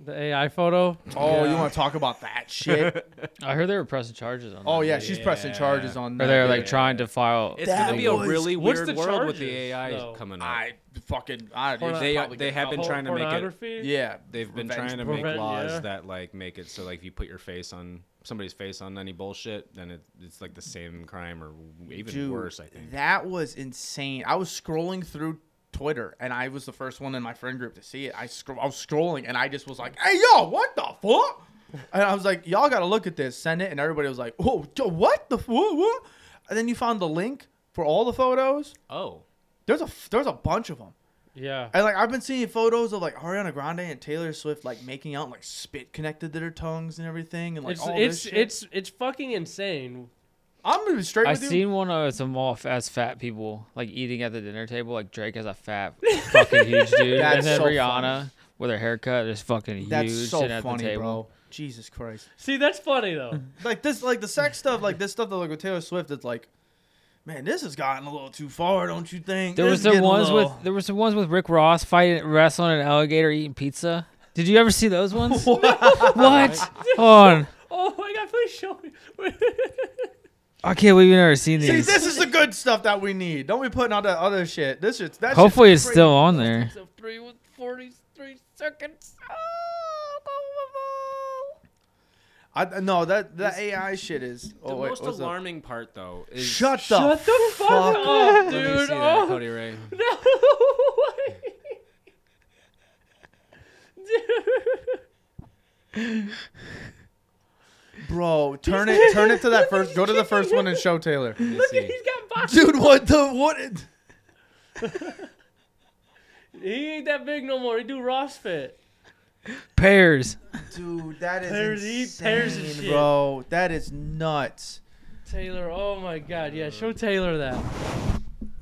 [SPEAKER 1] The AI photo.
[SPEAKER 6] Oh, you want to talk about that shit?
[SPEAKER 4] I heard they were pressing charges on.
[SPEAKER 6] Oh
[SPEAKER 4] that.
[SPEAKER 6] yeah, she's pressing charges
[SPEAKER 3] Yeah.
[SPEAKER 6] on
[SPEAKER 4] or
[SPEAKER 6] that.
[SPEAKER 4] they're
[SPEAKER 6] dude.
[SPEAKER 4] like trying to file.
[SPEAKER 3] It's
[SPEAKER 6] That
[SPEAKER 3] gonna be a
[SPEAKER 6] was-
[SPEAKER 3] really
[SPEAKER 1] What's
[SPEAKER 3] weird
[SPEAKER 1] the
[SPEAKER 3] world with the
[SPEAKER 1] charges,
[SPEAKER 3] AI
[SPEAKER 1] though?
[SPEAKER 3] coming up.
[SPEAKER 6] I fucking I
[SPEAKER 1] Porno-
[SPEAKER 6] they,
[SPEAKER 3] they
[SPEAKER 6] probably
[SPEAKER 3] they
[SPEAKER 6] get-
[SPEAKER 3] have been
[SPEAKER 1] Porno-
[SPEAKER 3] trying to make it.
[SPEAKER 1] pornography?
[SPEAKER 6] yeah
[SPEAKER 3] They've been
[SPEAKER 6] revenge
[SPEAKER 3] trying to
[SPEAKER 6] porn.
[SPEAKER 3] make
[SPEAKER 1] Prevent-
[SPEAKER 3] laws
[SPEAKER 1] yeah.
[SPEAKER 3] that like make it so like if you put your face on somebody's face on any bullshit, then it, it's like the same crime or even
[SPEAKER 6] Dude,
[SPEAKER 3] worse. I think.
[SPEAKER 6] that was insane. I was scrolling through Twitter and I was the first one in my friend group to see it. I scro- I was scrolling and I just was like, "Hey yo, what the fuck?" And I was like, "Y'all got to look at this, send it." And everybody was like, "Oh, yo, what the what, what?" And then you found the link for all the photos.
[SPEAKER 3] oh,
[SPEAKER 6] There's a there's a bunch of them.
[SPEAKER 1] Yeah.
[SPEAKER 6] And like I've been seeing photos of like Ariana Grande and Taylor Swift like making out and, like spit connected to their tongues and everything and like
[SPEAKER 1] It's
[SPEAKER 6] all
[SPEAKER 1] it's
[SPEAKER 6] this shit.
[SPEAKER 1] it's it's fucking insane.
[SPEAKER 6] I'm gonna be straight
[SPEAKER 4] I
[SPEAKER 6] with you.
[SPEAKER 4] seen one of some all as fat people like eating at the dinner table. Like Drake has a fat, fucking huge dude,
[SPEAKER 6] That's
[SPEAKER 4] and then
[SPEAKER 6] so
[SPEAKER 4] Rihanna
[SPEAKER 6] funny.
[SPEAKER 4] with her haircut is fucking
[SPEAKER 6] That's
[SPEAKER 4] huge
[SPEAKER 6] so
[SPEAKER 4] sitting at
[SPEAKER 6] funny,
[SPEAKER 4] the table.
[SPEAKER 6] bro. Jesus Christ!
[SPEAKER 1] See, that's funny though.
[SPEAKER 6] Like this, like the sex stuff, like this stuff that like with Taylor Swift, it's like, man, this has gotten a little too far, don't you think?
[SPEAKER 4] There
[SPEAKER 6] This
[SPEAKER 4] was
[SPEAKER 6] is
[SPEAKER 4] the
[SPEAKER 6] getting a
[SPEAKER 4] ones with
[SPEAKER 6] little-
[SPEAKER 4] there was the ones with Rick Ross fighting, wrestling an alligator, eating pizza. Did you ever see those ones? what? Hold on.
[SPEAKER 1] oh my god, please show me.
[SPEAKER 4] I can't believe you never seen
[SPEAKER 6] See,
[SPEAKER 4] these.
[SPEAKER 6] this is the good stuff that we need. Don't be putting all that other shit. This shit's that. shit's
[SPEAKER 4] Hopefully, it's
[SPEAKER 6] crazy.
[SPEAKER 4] still on there.
[SPEAKER 1] so three with forty-three seconds. Oh,
[SPEAKER 6] I, no, that that AI shit is. Oh
[SPEAKER 3] the
[SPEAKER 6] wait,
[SPEAKER 3] most
[SPEAKER 6] what's up?
[SPEAKER 3] alarming part though is
[SPEAKER 6] Shut,
[SPEAKER 1] Shut the fuck, up,
[SPEAKER 6] fuck
[SPEAKER 3] Let me
[SPEAKER 1] dude.
[SPEAKER 3] see that,
[SPEAKER 1] Oh,
[SPEAKER 3] Cody Ray.
[SPEAKER 1] no way. Dude.
[SPEAKER 6] Bro, turn it turn it to that first. Go to the first one and show Taylor.
[SPEAKER 3] Let's see.
[SPEAKER 1] He's got box.
[SPEAKER 6] Dude, what the what?
[SPEAKER 1] He ain't that big no more. He do Ross fit.
[SPEAKER 4] Pears.
[SPEAKER 6] Dude, that is
[SPEAKER 1] Pears- he
[SPEAKER 6] insane,
[SPEAKER 1] pears his shit.
[SPEAKER 6] bro. That is nuts.
[SPEAKER 1] Taylor, oh my god, yeah, show Taylor that.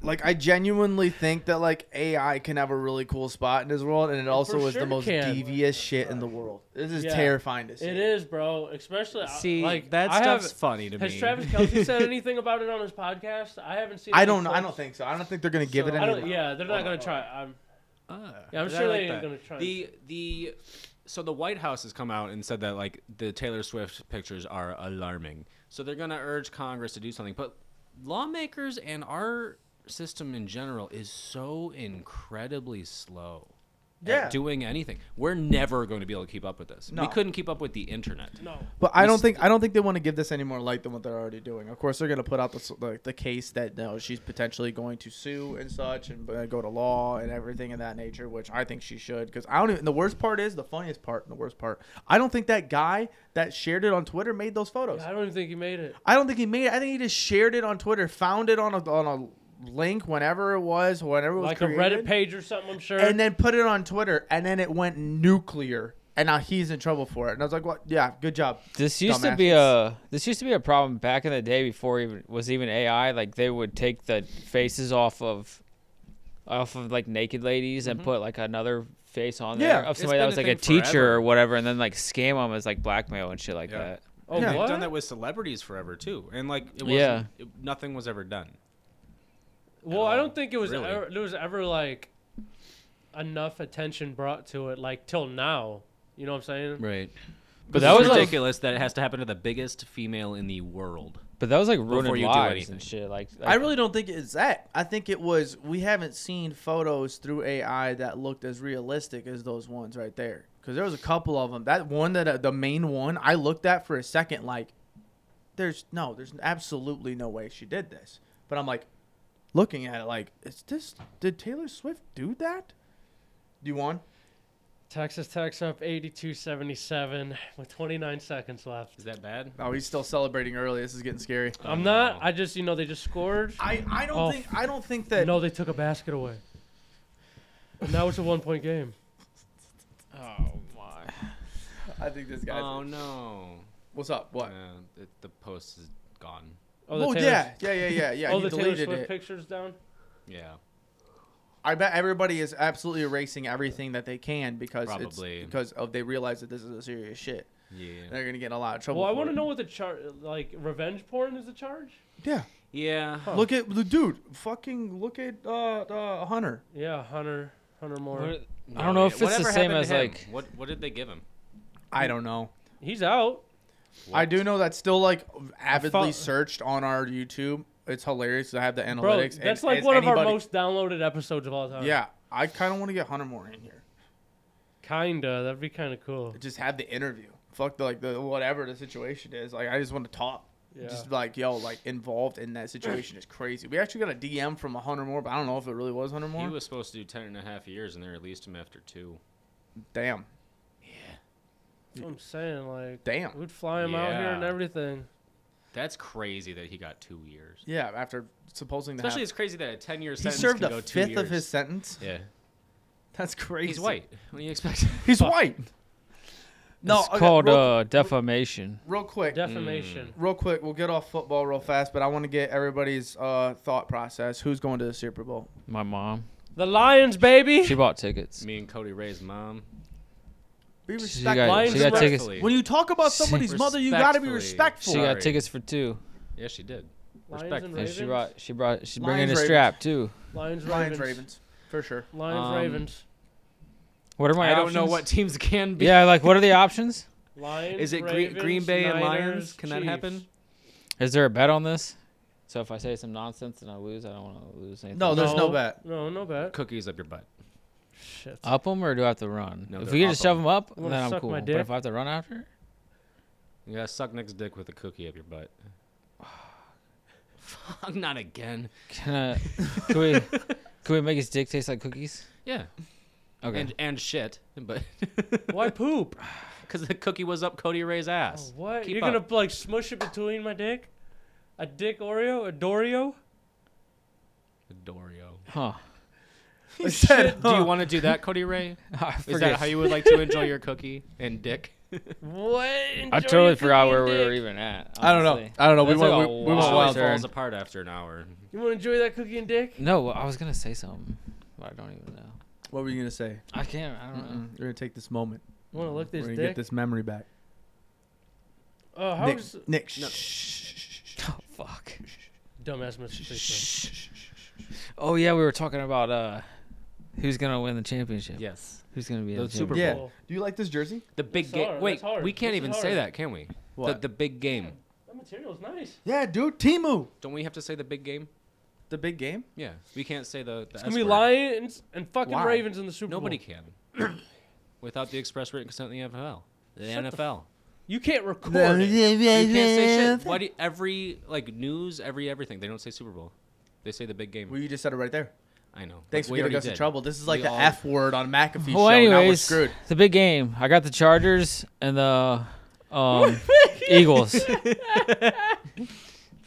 [SPEAKER 6] Like I genuinely think that like AI can have a really cool spot in this world, and it also
[SPEAKER 1] For
[SPEAKER 6] is the
[SPEAKER 1] sure
[SPEAKER 6] most
[SPEAKER 1] can.
[SPEAKER 6] devious shit in the world. This is
[SPEAKER 1] Yeah.
[SPEAKER 6] terrifying to see.
[SPEAKER 1] It is, bro. Especially I-
[SPEAKER 3] See,
[SPEAKER 1] like
[SPEAKER 3] that
[SPEAKER 1] I
[SPEAKER 3] stuff's
[SPEAKER 1] haven't-
[SPEAKER 3] funny to
[SPEAKER 1] Has
[SPEAKER 3] me.
[SPEAKER 1] Travis Kelsey said anything about it on his podcast? I haven't seen.
[SPEAKER 6] I
[SPEAKER 1] any
[SPEAKER 6] don't know. I
[SPEAKER 1] clips.
[SPEAKER 6] don't think so. I don't think they're gonna give it
[SPEAKER 1] I don't-
[SPEAKER 6] any.
[SPEAKER 1] yeah, they're not gonna try. I'm, Yeah, I'm
[SPEAKER 3] But
[SPEAKER 1] sure
[SPEAKER 3] I
[SPEAKER 1] they
[SPEAKER 3] like
[SPEAKER 1] ain't
[SPEAKER 3] that.
[SPEAKER 1] gonna try.
[SPEAKER 3] The the so the White House has come out and said that like the Taylor Swift pictures are alarming. So they're gonna urge Congress to do something. But lawmakers and our system in general is so incredibly slow. at
[SPEAKER 6] Yeah.
[SPEAKER 3] doing anything. We're never going to be able to keep up with this.
[SPEAKER 6] No.
[SPEAKER 3] We couldn't keep up with the internet.
[SPEAKER 1] No,
[SPEAKER 6] But I don't think I don't think they want to give this any more light than what they're already doing. Of course, they're gonna put out the s- the, the case that no, she's potentially going to sue and such, and uh, go to law and everything of that nature, which I think she should. Because I don't even. The worst part is the funniest part, and the worst part. I don't think that guy that shared it on Twitter made those photos.
[SPEAKER 1] I don't even think he made it.
[SPEAKER 6] I don't think he made it. I think he just shared it on Twitter, found it on a on a link whenever it was, whenever it was
[SPEAKER 1] Like a
[SPEAKER 6] created,
[SPEAKER 1] Reddit page or something, I'm sure.
[SPEAKER 6] and then put it on Twitter, and then it went nuclear. And now he's in trouble for it. And I was like, "What? yeah, good job."
[SPEAKER 4] This used to be
[SPEAKER 6] dumbasses.
[SPEAKER 4] a this used to be a problem back in the day before even was even AI. Like they would take the faces off of off of like naked ladies and put like another face on there
[SPEAKER 6] Yeah,
[SPEAKER 4] of
[SPEAKER 3] Mm-hmm. it's
[SPEAKER 4] somebody that
[SPEAKER 3] been
[SPEAKER 4] was
[SPEAKER 3] a
[SPEAKER 4] like a
[SPEAKER 3] thing
[SPEAKER 4] teacher
[SPEAKER 3] forever.
[SPEAKER 4] or whatever, and then like scam them as like blackmail and shit like
[SPEAKER 3] Yeah.
[SPEAKER 4] that.
[SPEAKER 1] oh,
[SPEAKER 6] Yeah.
[SPEAKER 3] They've
[SPEAKER 1] what?
[SPEAKER 3] done that with celebrities forever too, and like it wasn't,
[SPEAKER 4] Yeah.
[SPEAKER 3] it, nothing was ever done.
[SPEAKER 1] well, I don't think it was
[SPEAKER 3] really.
[SPEAKER 1] ever, there was ever like enough attention brought to it like till now. You know what I'm saying?
[SPEAKER 3] Right,
[SPEAKER 4] But
[SPEAKER 3] but
[SPEAKER 4] that
[SPEAKER 3] that
[SPEAKER 4] was,
[SPEAKER 3] was
[SPEAKER 4] like-
[SPEAKER 3] ridiculous that it has to happen to the biggest female in the world.
[SPEAKER 4] But that was like ruining
[SPEAKER 3] you do
[SPEAKER 4] lives and
[SPEAKER 3] anything.
[SPEAKER 4] shit. Like,
[SPEAKER 6] I really don't think it's that. I think it was we haven't seen photos through AI that looked as realistic as those ones right there. Because there was a couple of them. That one that uh, the main one I looked at for a second, like, there's no, there's absolutely no way she did this. But I'm like, looking at it, like, is this? Did Taylor Swift do that? Do you want?
[SPEAKER 1] Texas Tech's up 82-77 with 29 seconds left.
[SPEAKER 3] Is that bad?
[SPEAKER 6] Oh, he's still celebrating early. This is getting scary.
[SPEAKER 3] Oh,
[SPEAKER 1] I'm not. I just you know they just scored.
[SPEAKER 6] I, I don't
[SPEAKER 1] Oh.
[SPEAKER 6] think I don't think that
[SPEAKER 1] No, they took a basket away. And now it's a one point game.
[SPEAKER 4] Oh my.
[SPEAKER 6] I think this guy's
[SPEAKER 1] Um,
[SPEAKER 3] Oh no!
[SPEAKER 6] what's up what
[SPEAKER 3] Uh, the, the post is gone.
[SPEAKER 1] Oh,
[SPEAKER 6] oh,
[SPEAKER 1] Taylor-
[SPEAKER 6] yeah yeah yeah yeah yeah
[SPEAKER 1] Oh,
[SPEAKER 6] he
[SPEAKER 1] the Taylor
[SPEAKER 6] deleted
[SPEAKER 1] Swift
[SPEAKER 6] it
[SPEAKER 1] pictures down.
[SPEAKER 3] Yeah.
[SPEAKER 6] I bet everybody is absolutely erasing everything that they can because
[SPEAKER 3] Probably.
[SPEAKER 6] it's because of they realize that this is a serious shit. And
[SPEAKER 3] Yeah.
[SPEAKER 6] they're gonna get in a lot of trouble.
[SPEAKER 1] Well, I
[SPEAKER 6] want to
[SPEAKER 1] know what the charge, like revenge porn is the charge.
[SPEAKER 6] Yeah,
[SPEAKER 3] Yeah.
[SPEAKER 6] look at the dude. Fucking look at uh, uh Hunter.
[SPEAKER 1] Yeah, Hunter, Hunter Moore.
[SPEAKER 4] I don't know if it's the
[SPEAKER 3] Whatever
[SPEAKER 4] same
[SPEAKER 3] happened
[SPEAKER 4] as
[SPEAKER 3] to him?
[SPEAKER 4] like.
[SPEAKER 3] What What did they give him?
[SPEAKER 6] I don't know.
[SPEAKER 1] He's out.
[SPEAKER 6] I do know that's still like avidly
[SPEAKER 1] fol-
[SPEAKER 6] searched on our YouTube. It's hilarious. I have the analytics.
[SPEAKER 1] Bro,
[SPEAKER 6] and
[SPEAKER 1] that's like
[SPEAKER 6] as
[SPEAKER 1] one of our
[SPEAKER 6] anybody-
[SPEAKER 1] most downloaded episodes of all time.
[SPEAKER 6] Yeah, I kind of want to get Hunter Moore in here.
[SPEAKER 1] Kinda. That'd be kinda cool.
[SPEAKER 6] Just have the interview. Fuck the like the whatever the situation is. Like I just want to talk.
[SPEAKER 1] Yeah.
[SPEAKER 6] Just like yo, like involved in that situation is crazy. We actually got a DM from a Hunter Moore, but I don't know if it really was Hunter Moore.
[SPEAKER 3] He was supposed to do ten and a half years, and they released him after two.
[SPEAKER 6] damn,
[SPEAKER 1] That's what I'm saying. Like,
[SPEAKER 6] damn.
[SPEAKER 1] we'd fly him out here and
[SPEAKER 3] Yeah.
[SPEAKER 1] everything.
[SPEAKER 3] That's crazy that he got two years.
[SPEAKER 6] Yeah, after supposing to
[SPEAKER 3] Especially,
[SPEAKER 6] have,
[SPEAKER 3] it's crazy that a ten-year
[SPEAKER 6] he
[SPEAKER 3] sentence
[SPEAKER 6] served
[SPEAKER 3] could
[SPEAKER 6] a
[SPEAKER 3] go two
[SPEAKER 6] fifth of
[SPEAKER 3] years.
[SPEAKER 6] his sentence.
[SPEAKER 3] Yeah.
[SPEAKER 6] That's crazy.
[SPEAKER 3] He's white. What do you expect?
[SPEAKER 6] He's white. No,
[SPEAKER 4] it's
[SPEAKER 6] okay,
[SPEAKER 4] called
[SPEAKER 6] real,
[SPEAKER 4] uh, defamation.
[SPEAKER 6] real quick.
[SPEAKER 1] Defamation.
[SPEAKER 6] real quick, we'll get off football real fast, but I want to get everybody's uh, thought process. Who's going to the Super Bowl?
[SPEAKER 4] My mom.
[SPEAKER 1] The Lions, baby.
[SPEAKER 4] She bought tickets.
[SPEAKER 3] Me and Cody Ray's mom.
[SPEAKER 6] Be
[SPEAKER 4] She
[SPEAKER 6] respectful.
[SPEAKER 4] got,
[SPEAKER 1] Lions
[SPEAKER 4] she got
[SPEAKER 1] and
[SPEAKER 4] tickets.
[SPEAKER 3] Respectfully.
[SPEAKER 6] When you talk about somebody's mother, you got to be respectful.
[SPEAKER 4] She got
[SPEAKER 3] Sorry.
[SPEAKER 4] tickets for two,
[SPEAKER 3] Yeah, she did.
[SPEAKER 1] Lions and
[SPEAKER 3] Respectful.
[SPEAKER 4] and
[SPEAKER 1] Ravens.
[SPEAKER 4] she brought she brought she's bringing
[SPEAKER 6] Lions,
[SPEAKER 4] a
[SPEAKER 6] Ravens.
[SPEAKER 4] strap too.
[SPEAKER 1] Lions,
[SPEAKER 6] Lions,
[SPEAKER 1] Ravens.
[SPEAKER 6] Ravens, for sure.
[SPEAKER 1] Lions,
[SPEAKER 4] Um,
[SPEAKER 1] Ravens.
[SPEAKER 4] What are my?
[SPEAKER 3] I don't know
[SPEAKER 4] options?
[SPEAKER 3] what teams can be.
[SPEAKER 4] Yeah, like what are the options?
[SPEAKER 1] Lions.
[SPEAKER 3] Is it Green,
[SPEAKER 1] Ravens,
[SPEAKER 3] Green Bay and Lions?
[SPEAKER 1] Niners,
[SPEAKER 3] Can that happen?
[SPEAKER 1] Chiefs.
[SPEAKER 4] Is there a bet on this? So if I say some nonsense and I lose, I don't want to lose anything.
[SPEAKER 6] No, Oh, there's no bet.
[SPEAKER 1] No, no bet.
[SPEAKER 3] Cookies up your butt.
[SPEAKER 1] Shit.
[SPEAKER 4] Up them or do I have to run?
[SPEAKER 3] No,
[SPEAKER 4] if
[SPEAKER 3] they're
[SPEAKER 4] we can just
[SPEAKER 3] up
[SPEAKER 4] shove them up,
[SPEAKER 1] wanna
[SPEAKER 4] then I'm
[SPEAKER 1] suck
[SPEAKER 4] cool.
[SPEAKER 1] my
[SPEAKER 4] But
[SPEAKER 1] dick?
[SPEAKER 4] if I have to run after,
[SPEAKER 3] You gotta suck Nick's dick with a cookie up your butt. Fuck, not again.
[SPEAKER 4] can I? can we? Can we make his dick taste like cookies?
[SPEAKER 3] Yeah.
[SPEAKER 4] Okay.
[SPEAKER 3] And and shit. But
[SPEAKER 1] Why poop?
[SPEAKER 3] because the cookie was up Cody Ray's ass.
[SPEAKER 1] What?
[SPEAKER 3] Keep
[SPEAKER 1] You're
[SPEAKER 3] up.
[SPEAKER 1] gonna like smush it between my dick? A dick Oreo? A Doreo?
[SPEAKER 3] Dorio.
[SPEAKER 4] Huh.
[SPEAKER 6] He said,
[SPEAKER 3] Do you
[SPEAKER 6] huh.
[SPEAKER 3] want to do that, Cody Ray?
[SPEAKER 4] I
[SPEAKER 3] Is
[SPEAKER 4] forget.
[SPEAKER 3] that how you would like to enjoy your cookie and dick?
[SPEAKER 1] What?
[SPEAKER 4] I totally forgot where we were even at.
[SPEAKER 6] I don't know.
[SPEAKER 4] honestly.
[SPEAKER 6] I don't know. We
[SPEAKER 4] That's
[SPEAKER 6] went,
[SPEAKER 4] like a
[SPEAKER 6] we, we went
[SPEAKER 4] wild
[SPEAKER 6] wild.
[SPEAKER 4] turn.
[SPEAKER 3] falls apart after an hour.
[SPEAKER 1] You want to enjoy that cookie and dick?
[SPEAKER 4] No, I was gonna say something, but I don't even know.
[SPEAKER 6] What were you gonna say?
[SPEAKER 4] I can't. I don't know.
[SPEAKER 6] Mm, We're gonna take this moment.
[SPEAKER 1] You want to lick
[SPEAKER 6] We're
[SPEAKER 1] this
[SPEAKER 6] gonna
[SPEAKER 1] dick?
[SPEAKER 6] get this memory back.
[SPEAKER 1] Uh, how
[SPEAKER 6] Nick,
[SPEAKER 1] was
[SPEAKER 6] Nick, shh.
[SPEAKER 4] Oh fuck.
[SPEAKER 1] dumbass Mr. Fishman?
[SPEAKER 4] Oh yeah, we were talking about uh, who's gonna win the championship.
[SPEAKER 3] Yes.
[SPEAKER 4] Who's gonna be
[SPEAKER 3] The
[SPEAKER 4] the
[SPEAKER 3] Super
[SPEAKER 6] Yeah.
[SPEAKER 3] Bowl.
[SPEAKER 6] Do you like this jersey?
[SPEAKER 3] The big
[SPEAKER 1] That's
[SPEAKER 3] game.
[SPEAKER 1] hard,
[SPEAKER 3] Wait,
[SPEAKER 1] that's hard,
[SPEAKER 3] we can't
[SPEAKER 1] this
[SPEAKER 3] even
[SPEAKER 1] is
[SPEAKER 3] say
[SPEAKER 1] hard.
[SPEAKER 3] that, can we?
[SPEAKER 6] What?
[SPEAKER 3] The, the big game.
[SPEAKER 1] That material's nice.
[SPEAKER 6] Yeah, dude. Timu.
[SPEAKER 3] Don't we have to say the big game?
[SPEAKER 6] The big game.
[SPEAKER 3] Yeah. We can't say the. the
[SPEAKER 1] It's
[SPEAKER 3] S
[SPEAKER 1] gonna be
[SPEAKER 3] word.
[SPEAKER 1] Lions and fucking
[SPEAKER 6] Why?
[SPEAKER 1] Ravens in the Super
[SPEAKER 3] Nobody
[SPEAKER 1] Bowl.
[SPEAKER 3] can. Without the express written consent of the NFL. The
[SPEAKER 1] Shut the
[SPEAKER 3] NFL.
[SPEAKER 1] You can't record it.
[SPEAKER 3] you can't say shit. Why do you- every like news, every everything, they don't say Super Bowl. They say the big game.
[SPEAKER 6] Well, you just said it right there.
[SPEAKER 3] I know. but
[SPEAKER 6] Thanks
[SPEAKER 3] we
[SPEAKER 6] for getting
[SPEAKER 3] already
[SPEAKER 6] us in
[SPEAKER 3] did.
[SPEAKER 6] trouble. This is like
[SPEAKER 3] We
[SPEAKER 6] the
[SPEAKER 3] all-
[SPEAKER 6] F word on McAfee
[SPEAKER 4] Well,
[SPEAKER 6] show. now we're
[SPEAKER 4] anyways,
[SPEAKER 6] screwed.
[SPEAKER 4] the big game. I got the Chargers and the um, Eagles.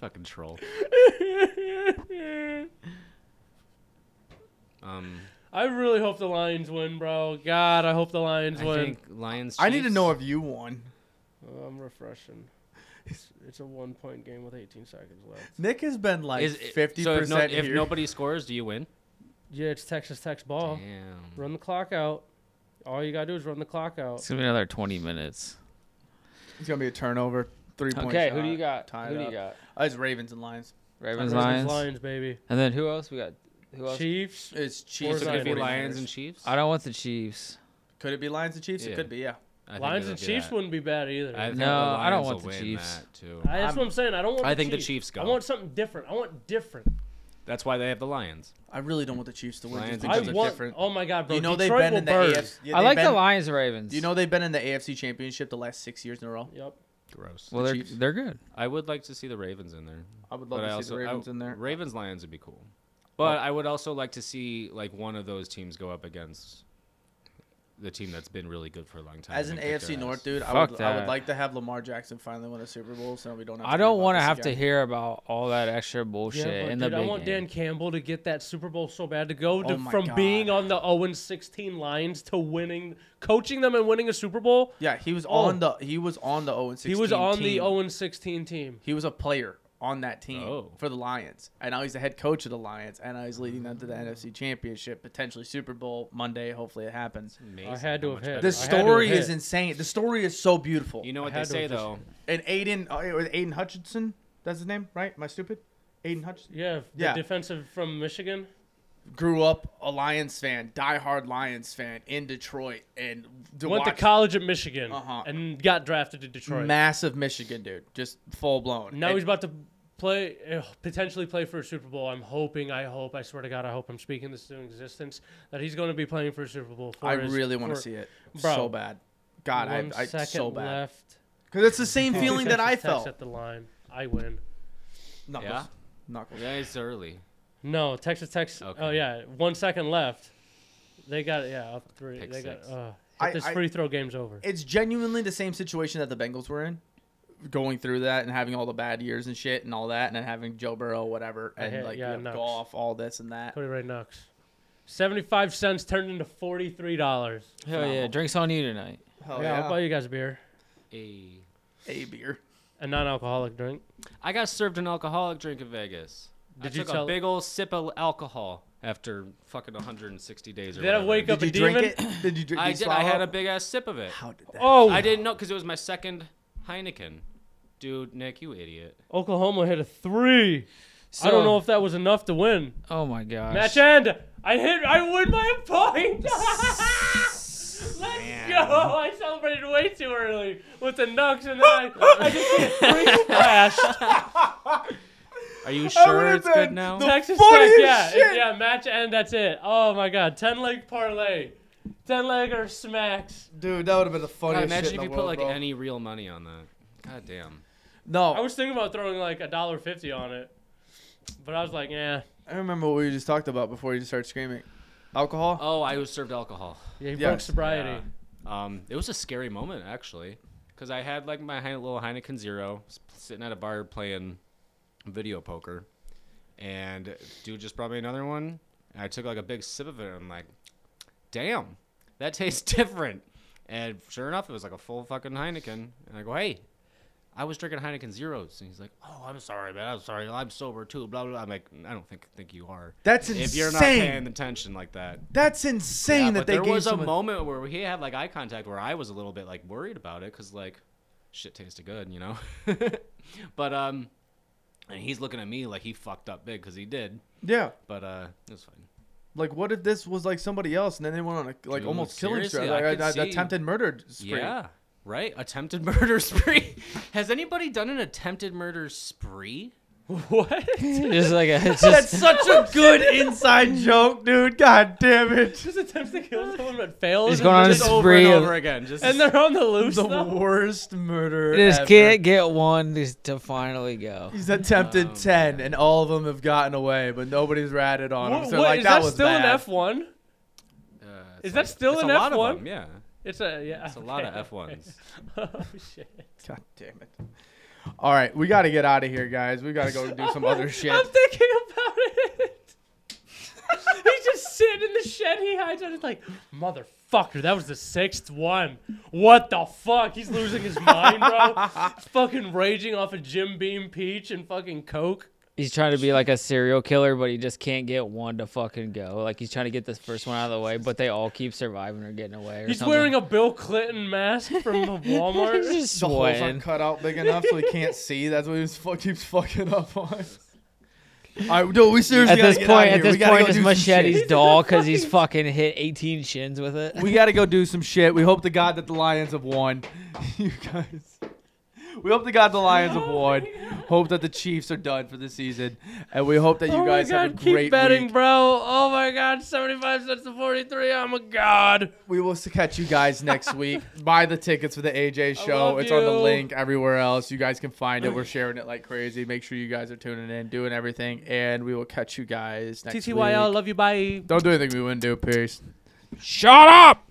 [SPEAKER 3] Fucking troll. Um,
[SPEAKER 1] I really hope the Lions win, bro. God, I hope the Lions
[SPEAKER 3] I
[SPEAKER 1] win.
[SPEAKER 3] think Lions.
[SPEAKER 6] I need to
[SPEAKER 3] Chiefs-
[SPEAKER 6] know if you won.
[SPEAKER 1] Oh, I'm refreshing. It's, it's a one-point game with 18 seconds left.
[SPEAKER 6] Nick has been like
[SPEAKER 3] is it-
[SPEAKER 6] fifty
[SPEAKER 3] so if, no,
[SPEAKER 6] percent
[SPEAKER 3] if
[SPEAKER 6] here.
[SPEAKER 3] nobody scores, do you win?
[SPEAKER 1] Yeah, it's Texas Tech's ball.
[SPEAKER 3] Damn.
[SPEAKER 1] Run the clock out. All you gotta do is run the clock out.
[SPEAKER 4] it's gonna be another 20 minutes.
[SPEAKER 6] it's gonna be a turnover. Three point.
[SPEAKER 4] Okay,
[SPEAKER 6] shot,
[SPEAKER 4] who do you got?
[SPEAKER 6] tied
[SPEAKER 4] who do
[SPEAKER 6] up.
[SPEAKER 4] you got?
[SPEAKER 6] Uh, it's Ravens and Lions.
[SPEAKER 4] Ravens,
[SPEAKER 1] Ravens,
[SPEAKER 4] Lions,
[SPEAKER 1] Lions, baby.
[SPEAKER 4] and then who else? We got who else?
[SPEAKER 1] Chiefs.
[SPEAKER 6] It's
[SPEAKER 1] Or
[SPEAKER 6] Chiefs.
[SPEAKER 3] So it could
[SPEAKER 1] Lions.
[SPEAKER 3] be
[SPEAKER 6] and
[SPEAKER 3] Lions and
[SPEAKER 6] Chiefs.
[SPEAKER 3] Chiefs.
[SPEAKER 4] I don't want the Chiefs.
[SPEAKER 6] Could it be Lions and Chiefs?
[SPEAKER 3] Yeah.
[SPEAKER 6] It could be. Yeah.
[SPEAKER 3] I think
[SPEAKER 1] Lions
[SPEAKER 3] it'll
[SPEAKER 1] and
[SPEAKER 3] be
[SPEAKER 1] Chiefs
[SPEAKER 3] that.
[SPEAKER 1] wouldn't be bad either.
[SPEAKER 3] I
[SPEAKER 1] I,
[SPEAKER 3] think
[SPEAKER 4] No,
[SPEAKER 3] the
[SPEAKER 4] I don't want
[SPEAKER 3] Lions will
[SPEAKER 4] the
[SPEAKER 3] win
[SPEAKER 4] Chiefs.
[SPEAKER 3] that, too.
[SPEAKER 1] that's what I'm saying. I don't want.
[SPEAKER 3] I
[SPEAKER 1] the
[SPEAKER 3] think the
[SPEAKER 1] Chiefs.
[SPEAKER 3] Chiefs go.
[SPEAKER 1] I want something different. I want different.
[SPEAKER 3] That's why they have the Lions.
[SPEAKER 6] I really don't want the Chiefs to win.
[SPEAKER 3] Lions
[SPEAKER 6] just
[SPEAKER 3] and
[SPEAKER 1] I
[SPEAKER 3] Chiefs.
[SPEAKER 6] because they're
[SPEAKER 1] want.
[SPEAKER 6] different.
[SPEAKER 1] Oh my God, bro.
[SPEAKER 6] you know they've
[SPEAKER 1] Detroit
[SPEAKER 6] been
[SPEAKER 1] will
[SPEAKER 6] in the
[SPEAKER 1] burn.
[SPEAKER 6] AFC. yeah,
[SPEAKER 4] I
[SPEAKER 6] they've
[SPEAKER 4] like the
[SPEAKER 6] been-
[SPEAKER 4] Lions, and Ravens.
[SPEAKER 6] You know they've been in the AFC Championship the last six years in a row.
[SPEAKER 1] Yep.
[SPEAKER 3] Gross.
[SPEAKER 4] well, they're
[SPEAKER 6] Chiefs.
[SPEAKER 4] they're good.
[SPEAKER 3] I would like to see the Ravens in there.
[SPEAKER 6] I would love
[SPEAKER 3] But
[SPEAKER 6] to
[SPEAKER 3] I
[SPEAKER 6] see
[SPEAKER 3] also
[SPEAKER 6] the Ravens
[SPEAKER 3] I,
[SPEAKER 6] in there.
[SPEAKER 3] Ravens Lions would be cool. But I would also like to see like one of those teams go up against the team that's been really good for a long time.
[SPEAKER 6] As an
[SPEAKER 3] and kick their
[SPEAKER 6] AFC
[SPEAKER 3] ass.
[SPEAKER 6] North dude, I
[SPEAKER 4] Fuck
[SPEAKER 6] would, I would
[SPEAKER 4] that.
[SPEAKER 6] like to have Lamar Jackson finally win a Super Bowl, so we don't. Have to
[SPEAKER 4] I don't
[SPEAKER 6] want to
[SPEAKER 4] have to hear about all that extra
[SPEAKER 1] Yeah,
[SPEAKER 4] bullshit
[SPEAKER 1] but
[SPEAKER 4] Oh, in
[SPEAKER 1] dude,
[SPEAKER 4] the
[SPEAKER 1] I
[SPEAKER 4] big
[SPEAKER 1] want
[SPEAKER 4] game.
[SPEAKER 1] Dan Campbell to get that Super Bowl so bad to go to,
[SPEAKER 6] Oh my
[SPEAKER 1] from
[SPEAKER 6] God.
[SPEAKER 1] being on the 0 16 Lions to winning, coaching them and winning a Super Bowl.
[SPEAKER 6] Yeah, he was
[SPEAKER 1] Oh.
[SPEAKER 6] on the he was on the 0
[SPEAKER 1] He was on the oh- 0 16 team.
[SPEAKER 6] He was a player on that team
[SPEAKER 3] Oh.
[SPEAKER 6] for the Lions, and now he's the head coach of the Lions, and now he's leading them to the NFC Championship, potentially Super Bowl Monday. Hopefully, it happens.
[SPEAKER 3] Amazing
[SPEAKER 1] I had to
[SPEAKER 3] how
[SPEAKER 1] have
[SPEAKER 3] much
[SPEAKER 1] hit.
[SPEAKER 3] better
[SPEAKER 6] The
[SPEAKER 1] I
[SPEAKER 3] they
[SPEAKER 1] had to
[SPEAKER 3] are.
[SPEAKER 6] story
[SPEAKER 1] have
[SPEAKER 6] is
[SPEAKER 1] hit.
[SPEAKER 6] insane. The story is so beautiful.
[SPEAKER 3] You know
[SPEAKER 1] I
[SPEAKER 3] what they
[SPEAKER 1] had to
[SPEAKER 3] say
[SPEAKER 1] have hit.
[SPEAKER 3] though.
[SPEAKER 6] and Aiden, oh, it was Aiden Hutchinson, that's his name, right? Am I stupid? Aiden Hutchinson
[SPEAKER 1] Yeah, the
[SPEAKER 6] Yeah.
[SPEAKER 1] defensive from Michigan.
[SPEAKER 6] grew up a Lions fan, diehard Lions fan in Detroit, and to
[SPEAKER 1] Went to
[SPEAKER 6] watch-
[SPEAKER 1] college at Michigan
[SPEAKER 6] Uh-huh.
[SPEAKER 1] and got drafted to Detroit.
[SPEAKER 6] massive Michigan dude, just full blown.
[SPEAKER 1] now
[SPEAKER 6] And
[SPEAKER 1] he's about to play, eh, potentially play for a Super Bowl. I'm hoping, I hope, I swear to God, I hope I'm speaking this into existence that he's going to be playing for a Super Bowl. For
[SPEAKER 6] I
[SPEAKER 1] his-
[SPEAKER 6] really want to
[SPEAKER 1] for
[SPEAKER 6] see it
[SPEAKER 1] Bro.
[SPEAKER 6] so bad. God, I,
[SPEAKER 1] one
[SPEAKER 6] I
[SPEAKER 1] second
[SPEAKER 6] so bad
[SPEAKER 1] left.
[SPEAKER 6] because it's the same feeling that I
[SPEAKER 1] Texas Tech's
[SPEAKER 6] felt.
[SPEAKER 1] at the line. I win.
[SPEAKER 6] Knuckles,
[SPEAKER 3] Yeah?
[SPEAKER 6] knuckles.
[SPEAKER 3] Yeah, it's early.
[SPEAKER 1] No, Texas Tech's.
[SPEAKER 3] Okay.
[SPEAKER 1] Oh yeah, one second left. They got it. Yeah, up three.
[SPEAKER 3] Pick
[SPEAKER 1] they
[SPEAKER 3] six.
[SPEAKER 1] got. Uh, hit
[SPEAKER 6] I-
[SPEAKER 1] this
[SPEAKER 6] I-
[SPEAKER 1] free throw game's over.
[SPEAKER 6] It's genuinely the same situation that the Bengals were in, going through that and having all the bad years and shit and all that, and then having Joe Burrow, whatever,
[SPEAKER 1] I
[SPEAKER 6] and
[SPEAKER 1] hate-
[SPEAKER 6] like
[SPEAKER 1] yeah,
[SPEAKER 6] you know,
[SPEAKER 1] nuts.
[SPEAKER 6] golf, all this and that.
[SPEAKER 1] Cody Ray Knox. Seventy-five cents turned into forty-three dollars.
[SPEAKER 4] Hell yeah, drinks on you tonight.
[SPEAKER 6] Hell
[SPEAKER 1] yeah, I'll buy
[SPEAKER 6] Oh, yeah,
[SPEAKER 1] you guys a beer,
[SPEAKER 3] Hey.
[SPEAKER 6] a beer.
[SPEAKER 1] a non-alcoholic drink.
[SPEAKER 3] I got served an alcoholic drink in Vegas.
[SPEAKER 1] Did
[SPEAKER 3] I
[SPEAKER 1] you
[SPEAKER 3] took
[SPEAKER 1] tell-
[SPEAKER 3] a big old sip of alcohol after fucking 160 days or
[SPEAKER 1] Did I
[SPEAKER 3] whatever.
[SPEAKER 1] wake up
[SPEAKER 6] Did you
[SPEAKER 1] a
[SPEAKER 6] drink
[SPEAKER 1] demon?
[SPEAKER 6] it? Did you drink?
[SPEAKER 3] I
[SPEAKER 6] you
[SPEAKER 3] did. I had
[SPEAKER 6] swallow?
[SPEAKER 3] a big ass sip of it.
[SPEAKER 6] How did that?
[SPEAKER 1] Oh,
[SPEAKER 3] I didn't know because it was my second Heineken. Dude, Nick, you idiot.
[SPEAKER 1] Oklahoma hit a three. I don't know if that was enough to win.
[SPEAKER 4] Oh my gosh.
[SPEAKER 1] Match end. I hit. I win by a point. Let's go! I celebrated way too early with the Nucks, and then I, I just get free crashed.
[SPEAKER 3] Are you
[SPEAKER 6] I
[SPEAKER 3] sure
[SPEAKER 6] would've
[SPEAKER 3] it's good
[SPEAKER 6] been
[SPEAKER 3] now?
[SPEAKER 6] the
[SPEAKER 1] Texas Tech,
[SPEAKER 6] funniest
[SPEAKER 1] yeah,
[SPEAKER 6] shit.
[SPEAKER 1] yeah, match end. That's it. Oh my God, ten leg parlay, ten legger smacks.
[SPEAKER 6] Dude, that would have been the
[SPEAKER 3] God,
[SPEAKER 6] funniest.
[SPEAKER 3] imagine
[SPEAKER 6] shit
[SPEAKER 3] if
[SPEAKER 6] in
[SPEAKER 3] you
[SPEAKER 6] the
[SPEAKER 3] put
[SPEAKER 6] world,
[SPEAKER 3] like
[SPEAKER 6] bro.
[SPEAKER 3] any real money on that. God damn.
[SPEAKER 6] No,
[SPEAKER 1] I was thinking about throwing like a dollar fifty on it, but I was like, eh. yeah,
[SPEAKER 6] I remember what we just talked about before you just started screaming. Alcohol.
[SPEAKER 3] Oh, I was served alcohol.
[SPEAKER 1] yeah, he
[SPEAKER 6] Yes.
[SPEAKER 1] broke sobriety.
[SPEAKER 3] Yeah. Um, it was a scary moment actually, because I had like my Heine- little Heineken Zero, s- sitting at a bar playing video poker, and dude just brought me another one. And I took like a big sip of it, and I'm like, damn, that tastes different. And sure enough, it was like a full fucking Heineken. And I go, hey, I was drinking Heineken Zeros. And he's like, oh, I'm sorry, man. I'm sorry. I'm sober too. Blah, blah. blah. I'm like, I don't think think you are.
[SPEAKER 6] That's
[SPEAKER 3] If you're not
[SPEAKER 6] insane.
[SPEAKER 3] paying attention like that.
[SPEAKER 6] That's
[SPEAKER 3] Yeah,
[SPEAKER 6] insane
[SPEAKER 3] but
[SPEAKER 6] that they
[SPEAKER 3] there
[SPEAKER 6] gave
[SPEAKER 3] was a
[SPEAKER 6] someone-
[SPEAKER 3] moment where he had like eye contact where I was a little bit like worried about it because like shit tasted good, you know. but um, and he's looking at me like he fucked up big because he did.
[SPEAKER 6] Yeah,
[SPEAKER 3] But uh, it was fine.
[SPEAKER 6] like what if this was like somebody else, and then they went on a like
[SPEAKER 3] Dude,
[SPEAKER 6] almost killing
[SPEAKER 3] seriously,
[SPEAKER 6] spree,
[SPEAKER 3] I
[SPEAKER 6] like
[SPEAKER 3] could
[SPEAKER 6] a- a-
[SPEAKER 3] see.
[SPEAKER 6] attempted murder spree?
[SPEAKER 3] Yeah. Right? Attempted murder spree. Has anybody done an attempted murder spree?
[SPEAKER 1] What?
[SPEAKER 4] just like a, it's just
[SPEAKER 6] Such a good inside joke, dude. God damn it.
[SPEAKER 1] Just attempts to kill someone but fails.
[SPEAKER 4] He's
[SPEAKER 1] and
[SPEAKER 4] going on
[SPEAKER 1] they're
[SPEAKER 4] a
[SPEAKER 1] just-
[SPEAKER 3] Just over
[SPEAKER 4] spree
[SPEAKER 3] and
[SPEAKER 4] of-
[SPEAKER 3] over again. Just
[SPEAKER 1] and they're on the loose.
[SPEAKER 6] The
[SPEAKER 1] though?
[SPEAKER 6] worst murder.
[SPEAKER 4] just
[SPEAKER 6] ever.
[SPEAKER 4] can't get one just to finally go.
[SPEAKER 6] He's attempted
[SPEAKER 3] Oh,
[SPEAKER 6] ten, and all of them have gotten away, but nobody's ratted on
[SPEAKER 1] What-
[SPEAKER 6] him. So
[SPEAKER 1] what-
[SPEAKER 6] like
[SPEAKER 1] is
[SPEAKER 6] that,
[SPEAKER 1] that
[SPEAKER 6] was
[SPEAKER 1] still
[SPEAKER 6] bad.
[SPEAKER 1] an F one?
[SPEAKER 3] uh, it's
[SPEAKER 1] Is that still
[SPEAKER 3] it's
[SPEAKER 1] an
[SPEAKER 3] a lot of
[SPEAKER 1] F1?
[SPEAKER 3] them, yeah.
[SPEAKER 1] It's a yeah.
[SPEAKER 3] It's a lot of
[SPEAKER 1] okay.
[SPEAKER 3] F ones.
[SPEAKER 1] oh shit.
[SPEAKER 6] God damn it. All right, we got to get out of here, guys. We got to go do some other
[SPEAKER 1] I'm
[SPEAKER 6] shit.
[SPEAKER 1] thinking about it. He's just sitting in the shed. He hides out. He's like, motherfucker, that was the sixth one. What the fuck? He's losing his mind, bro. He's fucking raging off a Jim Beam peach and fucking Coke.
[SPEAKER 4] He's trying to be like a serial killer, but he just can't get one to fucking go. Like he's trying to get this first one out of the way, but they all keep surviving or getting away. Or
[SPEAKER 1] He's
[SPEAKER 4] something.
[SPEAKER 1] wearing a Bill Clinton mask from the
[SPEAKER 4] He's
[SPEAKER 1] Walmart.
[SPEAKER 4] just
[SPEAKER 6] The holes
[SPEAKER 4] sweating.
[SPEAKER 6] aren't cut out big enough so he can't see. That's what he was fu- keeps fucking up on. All right, dude, we seriously
[SPEAKER 4] At
[SPEAKER 6] gotta
[SPEAKER 4] this
[SPEAKER 6] get
[SPEAKER 4] point,
[SPEAKER 6] outta
[SPEAKER 4] at
[SPEAKER 6] here. We
[SPEAKER 4] this
[SPEAKER 6] gotta
[SPEAKER 4] point,
[SPEAKER 6] go
[SPEAKER 4] his
[SPEAKER 6] do some shit.
[SPEAKER 4] machete's dull because he's fucking hit 18 shins with it.
[SPEAKER 6] We gotta go do some shit. We hope to God that the Lions have won. you guys. We hope to God the Lions have won. Hope that the Chiefs are done for the season, and we hope that you
[SPEAKER 1] oh
[SPEAKER 6] guys
[SPEAKER 1] my god,
[SPEAKER 6] have a
[SPEAKER 1] keep
[SPEAKER 6] great
[SPEAKER 1] betting,
[SPEAKER 6] week.
[SPEAKER 1] bro. Oh my god, 75 cents to 43. I'm a god.
[SPEAKER 6] We will catch you guys next week. Buy the tickets for the AJ show.
[SPEAKER 1] love
[SPEAKER 6] It's on the
[SPEAKER 1] you.
[SPEAKER 6] link everywhere else. You guys can find it. We're sharing it like crazy. Make sure you guys are tuning in, doing everything, and we will catch you guys next week.
[SPEAKER 1] TTYL, love you. Bye.
[SPEAKER 6] Don't do anything we wouldn't do. Peace.
[SPEAKER 4] Shut up!